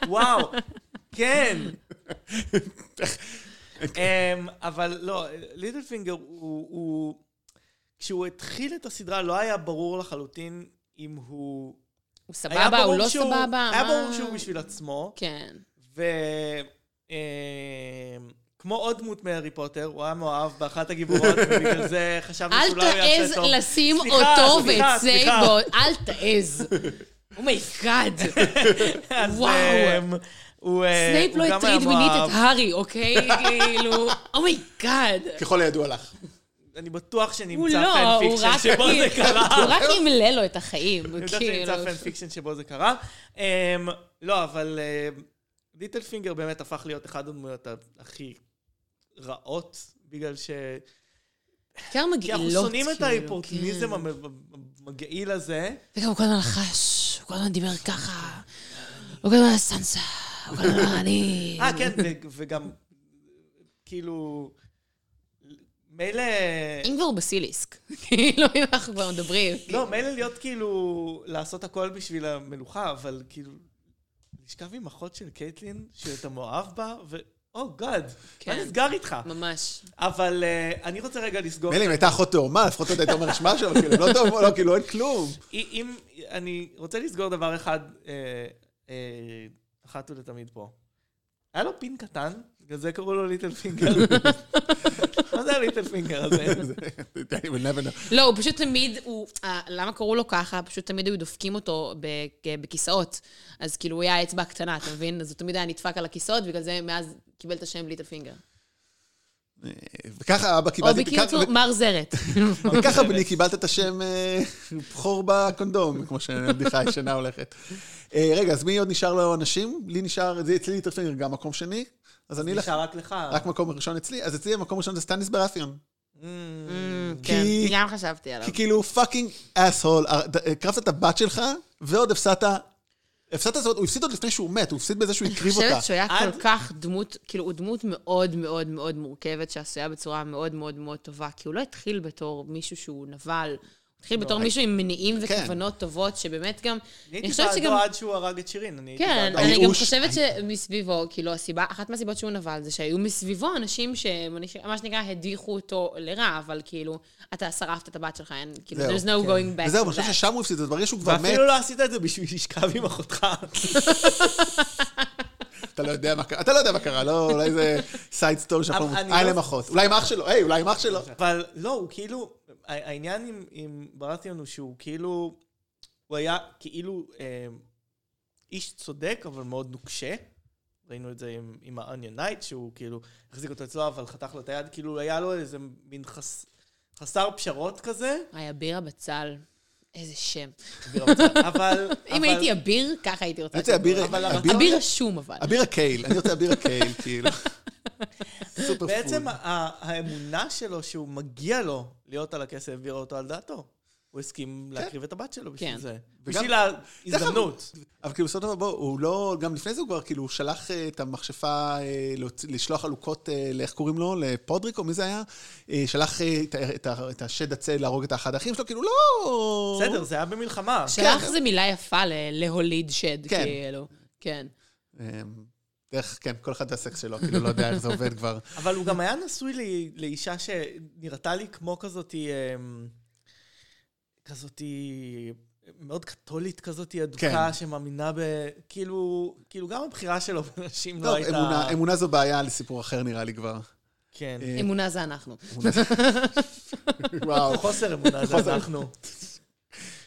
[SPEAKER 2] וואו, כן. אמ, אבל לא, ליטל פינגר הוא, הוא... כשהוא התחיל את הסדרה לא היה ברור לחלוטין אם הוא... היה
[SPEAKER 3] הוא סבבה, הוא
[SPEAKER 2] ברור
[SPEAKER 3] לא
[SPEAKER 2] שהוא-
[SPEAKER 3] סבבה.
[SPEAKER 2] היה
[SPEAKER 3] מה?
[SPEAKER 2] ברור שהוא בשביל עצמו.
[SPEAKER 3] כן.
[SPEAKER 2] וכמו אמ, עוד דמות מהארי פוטר, הוא היה מאוהב באחת הגיבורות, ובגלל זה חשבנו
[SPEAKER 3] אל
[SPEAKER 2] שאולי הוא יעשה
[SPEAKER 3] תעז
[SPEAKER 2] טוב.
[SPEAKER 3] לשים
[SPEAKER 2] סליחה,
[SPEAKER 3] אותו
[SPEAKER 2] סליחה,
[SPEAKER 3] ואת זה
[SPEAKER 2] סליחה. אמ,
[SPEAKER 3] בו... אל תעז. אומייגאד.
[SPEAKER 2] אז,
[SPEAKER 3] וואו.
[SPEAKER 2] אמ, הוא, אה,
[SPEAKER 3] סנייפ
[SPEAKER 2] הוא
[SPEAKER 3] לא
[SPEAKER 2] גם
[SPEAKER 3] הטריד
[SPEAKER 2] היה
[SPEAKER 3] מינית
[SPEAKER 2] מאוהב.
[SPEAKER 3] את הארי, אוקיי? כאילו, אומייגאד.
[SPEAKER 2] כן,
[SPEAKER 1] ככל הידוע לך.
[SPEAKER 2] אני בטוח
[SPEAKER 3] הוא
[SPEAKER 2] שנמצא
[SPEAKER 3] לא, הוא
[SPEAKER 2] פנפיקשן
[SPEAKER 3] רק
[SPEAKER 2] שבו זה
[SPEAKER 3] כאילו- הוא
[SPEAKER 2] קרה.
[SPEAKER 3] רק ימלא לו את החיים,
[SPEAKER 2] אני יודע
[SPEAKER 3] כאילו.
[SPEAKER 2] שנמצא פנפיקשן שבו זה קרה. אמ, לא, אבל אמ, ליטל פינגר באמת הפך להיות אחד הדמויות ה- הכי רעות, בגלל ש...
[SPEAKER 3] בעיקר מגעילות,
[SPEAKER 2] כי אנחנו שונאים את
[SPEAKER 3] כאילו,
[SPEAKER 2] ההיפורטיניזם
[SPEAKER 3] כן.
[SPEAKER 2] המגעיל הזה.
[SPEAKER 3] וגם הוא כל הזמן לחש, הוא כל הזמן דיבר ככה. הוא כל הזמן היה סנסה, הוא כל הזמן אני...
[SPEAKER 2] אה, כן, ו- וגם, כאילו, מילא...
[SPEAKER 3] אם כבר הוא בסיליסק. כאילו, אם אנחנו כבר מדברים.
[SPEAKER 2] לא, מילא להיות כאילו, לעשות הכל בשביל המלוכה, אבל כאילו, לשכב עם אחות של קייטלין, שאתה מאוהב בה, ו... או גאד, מה
[SPEAKER 3] כן.
[SPEAKER 2] נסגר איתך?
[SPEAKER 3] ממש.
[SPEAKER 2] אבל אה, אני רוצה רגע לסגור.
[SPEAKER 1] מילא אם הייתה אחות תאומה, לפחות אתה היית אומר, שמע שם, כאילו, לא טוב, לא, כאילו, אין כלום.
[SPEAKER 2] אם- אם... אני רוצה לסגור דבר אחד, אה, אה, אחת ולתמיד פה. היה לו פין קטן, בגלל זה קראו לו ליטל פינגר. מה זה הליטל פינגר הזה?
[SPEAKER 1] I will never know.
[SPEAKER 3] לא, הוא פשוט תמיד, הוא, אה, למה קראו לו ככה? פשוט תמיד היו דופקים אותו בכ- בכיסאות. אז כאילו, הוא היה האצבע הקטנה, אתה מבין? אז הוא תמיד היה נדפק על הכיסאות, בגלל זה מאז קיבל את השם ליטל פינגר.
[SPEAKER 1] אה, וככה אבא
[SPEAKER 3] או
[SPEAKER 1] קיבלתי,
[SPEAKER 3] בקיצור,
[SPEAKER 1] וככה-
[SPEAKER 3] מר זרת. Mm,
[SPEAKER 1] וככה בני קיבלת את השם אה, בחור בקונדום, כמו שהבדיחה הישנה הולכת. אה, רגע, אז מי עוד נשאר לו אנשים? לי נשאר, זה אצלי ליטרפינגר גם מקום שני, אז אני לך,
[SPEAKER 2] נשאר רק לך.
[SPEAKER 1] רק מקום ראשון אצלי, אז אצלי המקום הראשון זה סטניס ברפיון.
[SPEAKER 3] Mm,
[SPEAKER 1] כי-
[SPEAKER 3] כן, גם חשבתי עליו.
[SPEAKER 1] כי כאילו, אה, פאקינג אסהול, הקרבת את הבת שלך, ועוד הפסדת, הפסדת זאת, הוא הפסיד עוד לפני שהוא מת, הוא הפסיד בזה שהוא
[SPEAKER 3] אני
[SPEAKER 1] הקריב אותה.
[SPEAKER 3] חושבת שהוא היה
[SPEAKER 2] עד-
[SPEAKER 3] כל כך דמות, כאילו, הוא דמות מאוד מאוד מאוד מורכבת, שעשויה בצורה מאוד מאוד מאוד טובה, כי הוא לא התחיל בתור מישהו שהוא נבל, הוא התחיל בתור מישהו עם מניעים
[SPEAKER 1] כן.
[SPEAKER 3] וכוונות טובות, שבאמת גם...
[SPEAKER 2] אני
[SPEAKER 3] אני
[SPEAKER 2] הייתי
[SPEAKER 3] חושבת
[SPEAKER 2] בעדו
[SPEAKER 3] שגם...
[SPEAKER 2] עד שהוא הרג את שירין. אני הייתי
[SPEAKER 3] כן,
[SPEAKER 2] בעדו.
[SPEAKER 3] אני גם
[SPEAKER 1] הייאוש-
[SPEAKER 3] חושבת שמסביבו, כאילו, הסיבה, אחת מהסיבות שהוא נבל זה שהיו מסביבו אנשים שמה שנקרא הדיחו אותו לרע, אבל כאילו, אתה שרפת את הבת שלך, אין, כאילו,
[SPEAKER 1] זהו, כן.
[SPEAKER 3] there's no going back.
[SPEAKER 1] וזהו,
[SPEAKER 3] to
[SPEAKER 1] אני חושב
[SPEAKER 3] that.
[SPEAKER 1] ששם הוא הפסיד, זה ברגע שהוא כבר מת,
[SPEAKER 2] ואפילו לא עשית את זה בשביל לשכב עם אחותך.
[SPEAKER 1] אתה לא יודע מה קרה, אתה לא יודע מה קרה, לא, אולי זה סייד סטורי שאנחנו
[SPEAKER 2] אבל אני
[SPEAKER 1] אומרים,
[SPEAKER 2] לא-
[SPEAKER 1] אה, להם אחות, אולי עם אח שלו, היי, אולי עם אח שלו.
[SPEAKER 2] אבל לא, הוא כאילו, ה- העניין עם- עם ברטיון הוא שהוא כאילו, הוא היה כאילו אה, איש צודק, אבל מאוד נוקשה. ראינו את זה עם- עם ה-Onion Knight, שהוא כאילו החזיק אותו אצלו, אבל חתך לו את היד, כאילו היה לו איזה מין חס- חסר פשרות כזה.
[SPEAKER 3] וואי, אביר הבצל, איזה שם.
[SPEAKER 2] אבל...
[SPEAKER 3] אם
[SPEAKER 2] אבל-
[SPEAKER 3] הייתי אביר, ככה הייתי רוצה.
[SPEAKER 1] אני רוצה אביר,
[SPEAKER 2] אבל
[SPEAKER 1] אביר-
[SPEAKER 3] אביר רשום, אבל.
[SPEAKER 1] אביר הקייל, אני רוצה אביר הקייל, כאילו. סופר
[SPEAKER 2] בעצם
[SPEAKER 1] פוד.
[SPEAKER 2] ה- האמונה שלו שהוא מגיע לו להיות על הכסף העבירה אותו על דעתו. הוא הסכים להקריב את הבת שלו בשביל
[SPEAKER 3] כן.
[SPEAKER 2] זה.
[SPEAKER 1] כן. וגם-
[SPEAKER 2] בשביל ההזדמנות.
[SPEAKER 1] אבל כאילו, בסופו של דבר, בוא, הוא לא, גם לפני זה הוא כבר, כאילו, הוא שלח אה, את המכשפה אה, להוציא- לשלוח עלוקות, אה, לאיך קוראים לו? לפודריק, או מי זה היה? אה, שלח אה, את ה- את ה- את השד הצל להרוג את אחד האחים שלו, כאילו, לא...
[SPEAKER 2] בסדר, זה היה במלחמה.
[SPEAKER 3] שלח
[SPEAKER 1] כן.
[SPEAKER 3] זה מילה יפה ל- להוליד שד,
[SPEAKER 1] כן.
[SPEAKER 3] כאילו. כן.
[SPEAKER 1] אה, דרך, כן, כל אחד והסקס שלו, כאילו, לא יודע איך זה עובד כבר.
[SPEAKER 2] אבל הוא גם היה נשוי לי- לאישה שנראתה לי כמו כזאתי... אמ, כזאתי... מאוד קתולית כזאתי אדוקה,
[SPEAKER 1] כן.
[SPEAKER 2] שמאמינה ב... כאילו, כאילו גם הבחירה שלו בנשים לא
[SPEAKER 1] טוב,
[SPEAKER 2] הייתה...
[SPEAKER 1] אמונה- אמונה זו בעיה לסיפור אחר, נראה לי כבר.
[SPEAKER 2] כן.
[SPEAKER 1] אה,
[SPEAKER 3] אמונה זה אנחנו.
[SPEAKER 1] וואו,
[SPEAKER 2] חוסר אמונה זה
[SPEAKER 1] אה, חוסר-
[SPEAKER 2] אנחנו.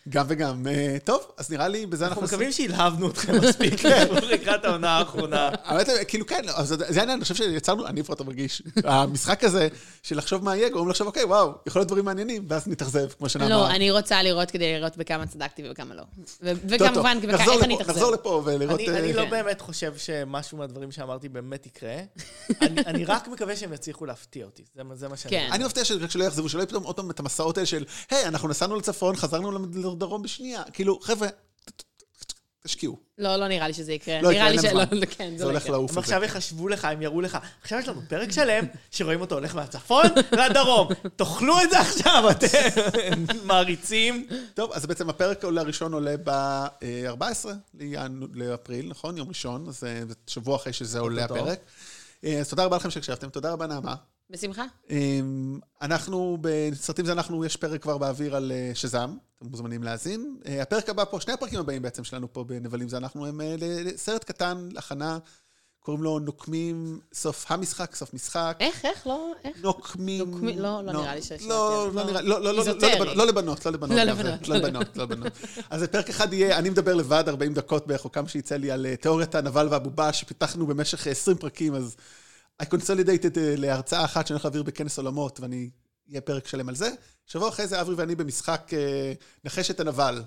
[SPEAKER 1] גם וגם. אה, טוב, אז נראה לי, בזה אנחנו...
[SPEAKER 2] אנחנו מקווים שהלהבנו אתכם מספיק
[SPEAKER 1] כן.
[SPEAKER 2] לקראת העונה האחרונה.
[SPEAKER 1] האמת, כאילו כן, אז זה זה העניין, אני חושב שיצרנו, אני לפחות מרגיש, המשחק הזה של לחשוב מה יהיה, גורם לחשוב, אוקיי, וואו, יכול להיות דברים מעניינים, ואז נתאכזב, כמו שנאמר.
[SPEAKER 3] לא, אני רוצה לראות כדי לראות בכמה צדקתי ובכמה לא. ו- וכמובן, בכ- איך אני אתאכזב.
[SPEAKER 1] נחזור לפה ולראות...
[SPEAKER 2] אני, אני
[SPEAKER 1] אה,
[SPEAKER 2] לא
[SPEAKER 3] כן.
[SPEAKER 2] באמת חושב שמשהו מהדברים שאמרתי באמת יקרה. אני, אני רק מקווה שהם יצליחו להפתיע אותי, זה, מה- זה מה שאני...
[SPEAKER 3] כן.
[SPEAKER 2] אומר.
[SPEAKER 1] אני מפתיע שרק שלא יאכזבו, שלא יהיו פתאום עוד פעם את המסעות האלה של, היי, אנחנו נסענו לצפון, חזרנו לדרום בשנייה. כאילו, חבר'ה, ת- ת- ת- תשקיעו.
[SPEAKER 3] לא, לא נראה לי שזה יקרה.
[SPEAKER 1] לא יקרה,
[SPEAKER 3] נראה לי
[SPEAKER 1] אין
[SPEAKER 3] שלא,
[SPEAKER 1] להם זמן.
[SPEAKER 3] כן,
[SPEAKER 1] זה
[SPEAKER 3] זה לא
[SPEAKER 1] הולך
[SPEAKER 3] יקרה.
[SPEAKER 1] לעוף
[SPEAKER 2] הם
[SPEAKER 1] את זה.
[SPEAKER 2] עכשיו יחשבו לך, הם יראו לך, עכשיו יש לנו פרק שלם שרואים אותו הולך מהצפון לדרום. תאכלו את זה עכשיו, אתם מעריצים.
[SPEAKER 1] טוב, אז בעצם הפרק עולה- הראשון עולה ב-14 לאפריל, נכון? יום ראשון, אז אה, שבוע אחרי שזה עולה
[SPEAKER 2] אוטוטו.
[SPEAKER 1] הפרק. אה, אז תודה רבה לכם שהקשבתם, תודה רבה נעמה.
[SPEAKER 3] בשמחה?
[SPEAKER 1] אמ, אנחנו, בסרטים זה אנחנו, יש פרק כבר באוויר על אה, שזם, אתם מוזמנים להאזין. אה, הפרק הבא פה, שני הפרקים הבאים בעצם שלנו פה בנבלים זה אנחנו, הם אה, ל- סרט קטן, הכנה, קוראים לו נוקמים, סוף המשחק, סוף משחק.
[SPEAKER 3] איך, איך, לא, איך?
[SPEAKER 1] נוקמים...
[SPEAKER 3] נוקמים- לא, לא
[SPEAKER 1] נו-
[SPEAKER 3] נראה לי שיש-
[SPEAKER 1] לא, לא
[SPEAKER 3] לא.
[SPEAKER 1] נראה, לא, לא, לא, לא
[SPEAKER 3] איזוטרי.
[SPEAKER 1] לבנות, לא לבנות, לא לבנות.
[SPEAKER 3] לא
[SPEAKER 1] גם,
[SPEAKER 3] לבנות.
[SPEAKER 1] לא לבנות, לא לבנות. אז פרק אחד יהיה, אני מדבר לבד 40 דקות בערך, או כמה שיצא לי, על אה, תיאוריית הנבל והבובה שפיתחנו במשך אה, 20 פרקים, אז I consolidated אה, להרצאה אחת שאני הולך להעביר בכנס עולמות, ואני אהיה פרק שלם על זה. שבוע אחרי זה אברי ואני במשחק אה, נחש את הנבל.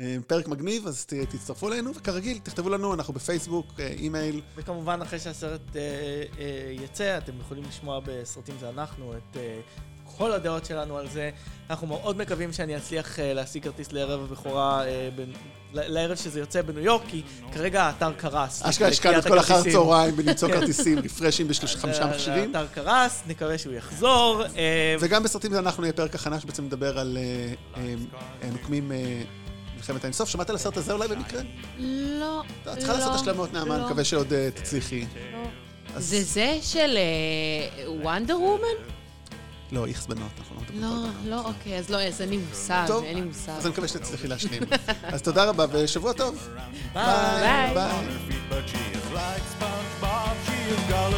[SPEAKER 1] אה, פרק מגניב, אז ת- תצטרפו אלינו, וכרגיל, תכתבו לנו, אנחנו בפייסבוק, אה, אימייל,
[SPEAKER 2] וכמובן, אחרי שהסרט אה, אה, יצא, אתם יכולים לשמוע בסרטים זה אנחנו את אה, כל הדעות שלנו על זה. אנחנו מאוד מקווים שאני אצליח אה, להשיג כרטיס לערב הבכורה, אה, בנ- ל- לערב שזה יוצא בניו יורק, כי כרגע האתר קרס.
[SPEAKER 1] אשכרה השקענו את
[SPEAKER 2] לקניית
[SPEAKER 1] כל אחר
[SPEAKER 2] הכרטיסים.
[SPEAKER 1] צהריים בלמצוא
[SPEAKER 3] כן.
[SPEAKER 1] כרטיסים, רפרשים בשלושה חמישה
[SPEAKER 2] אה,
[SPEAKER 1] מכשירים.
[SPEAKER 2] האתר קרס, נקווה שהוא יחזור. אה,
[SPEAKER 1] וגם בסרטים זה אנחנו נהיה פרק הכנה שבעצם מדבר על אה, אה, אה, נוקמים אה, מלחמת האינסוף. שמעת על הסרט הזה אולי במקרה?
[SPEAKER 3] לא, לא.
[SPEAKER 1] את צריכה לעשות השלמות, נעמה, אני מקווה שעוד אה, תצליחי. אז-
[SPEAKER 3] זה זה של אה, וונדר וומן?
[SPEAKER 1] לא, איכס בנות, אנחנו לא מדברים
[SPEAKER 3] לא,
[SPEAKER 1] כל דבר.
[SPEAKER 3] לא, אוקיי, אז לא, אז אין לי מושג,
[SPEAKER 1] טוב,
[SPEAKER 3] אין לי מושג.
[SPEAKER 1] אז אני מקווה שתצליחי להשלים. אז תודה רבה ושבוע טוב.
[SPEAKER 2] ביי.
[SPEAKER 1] ביי.
[SPEAKER 4] on her feet, but she is Like SpongeBob, she is gone.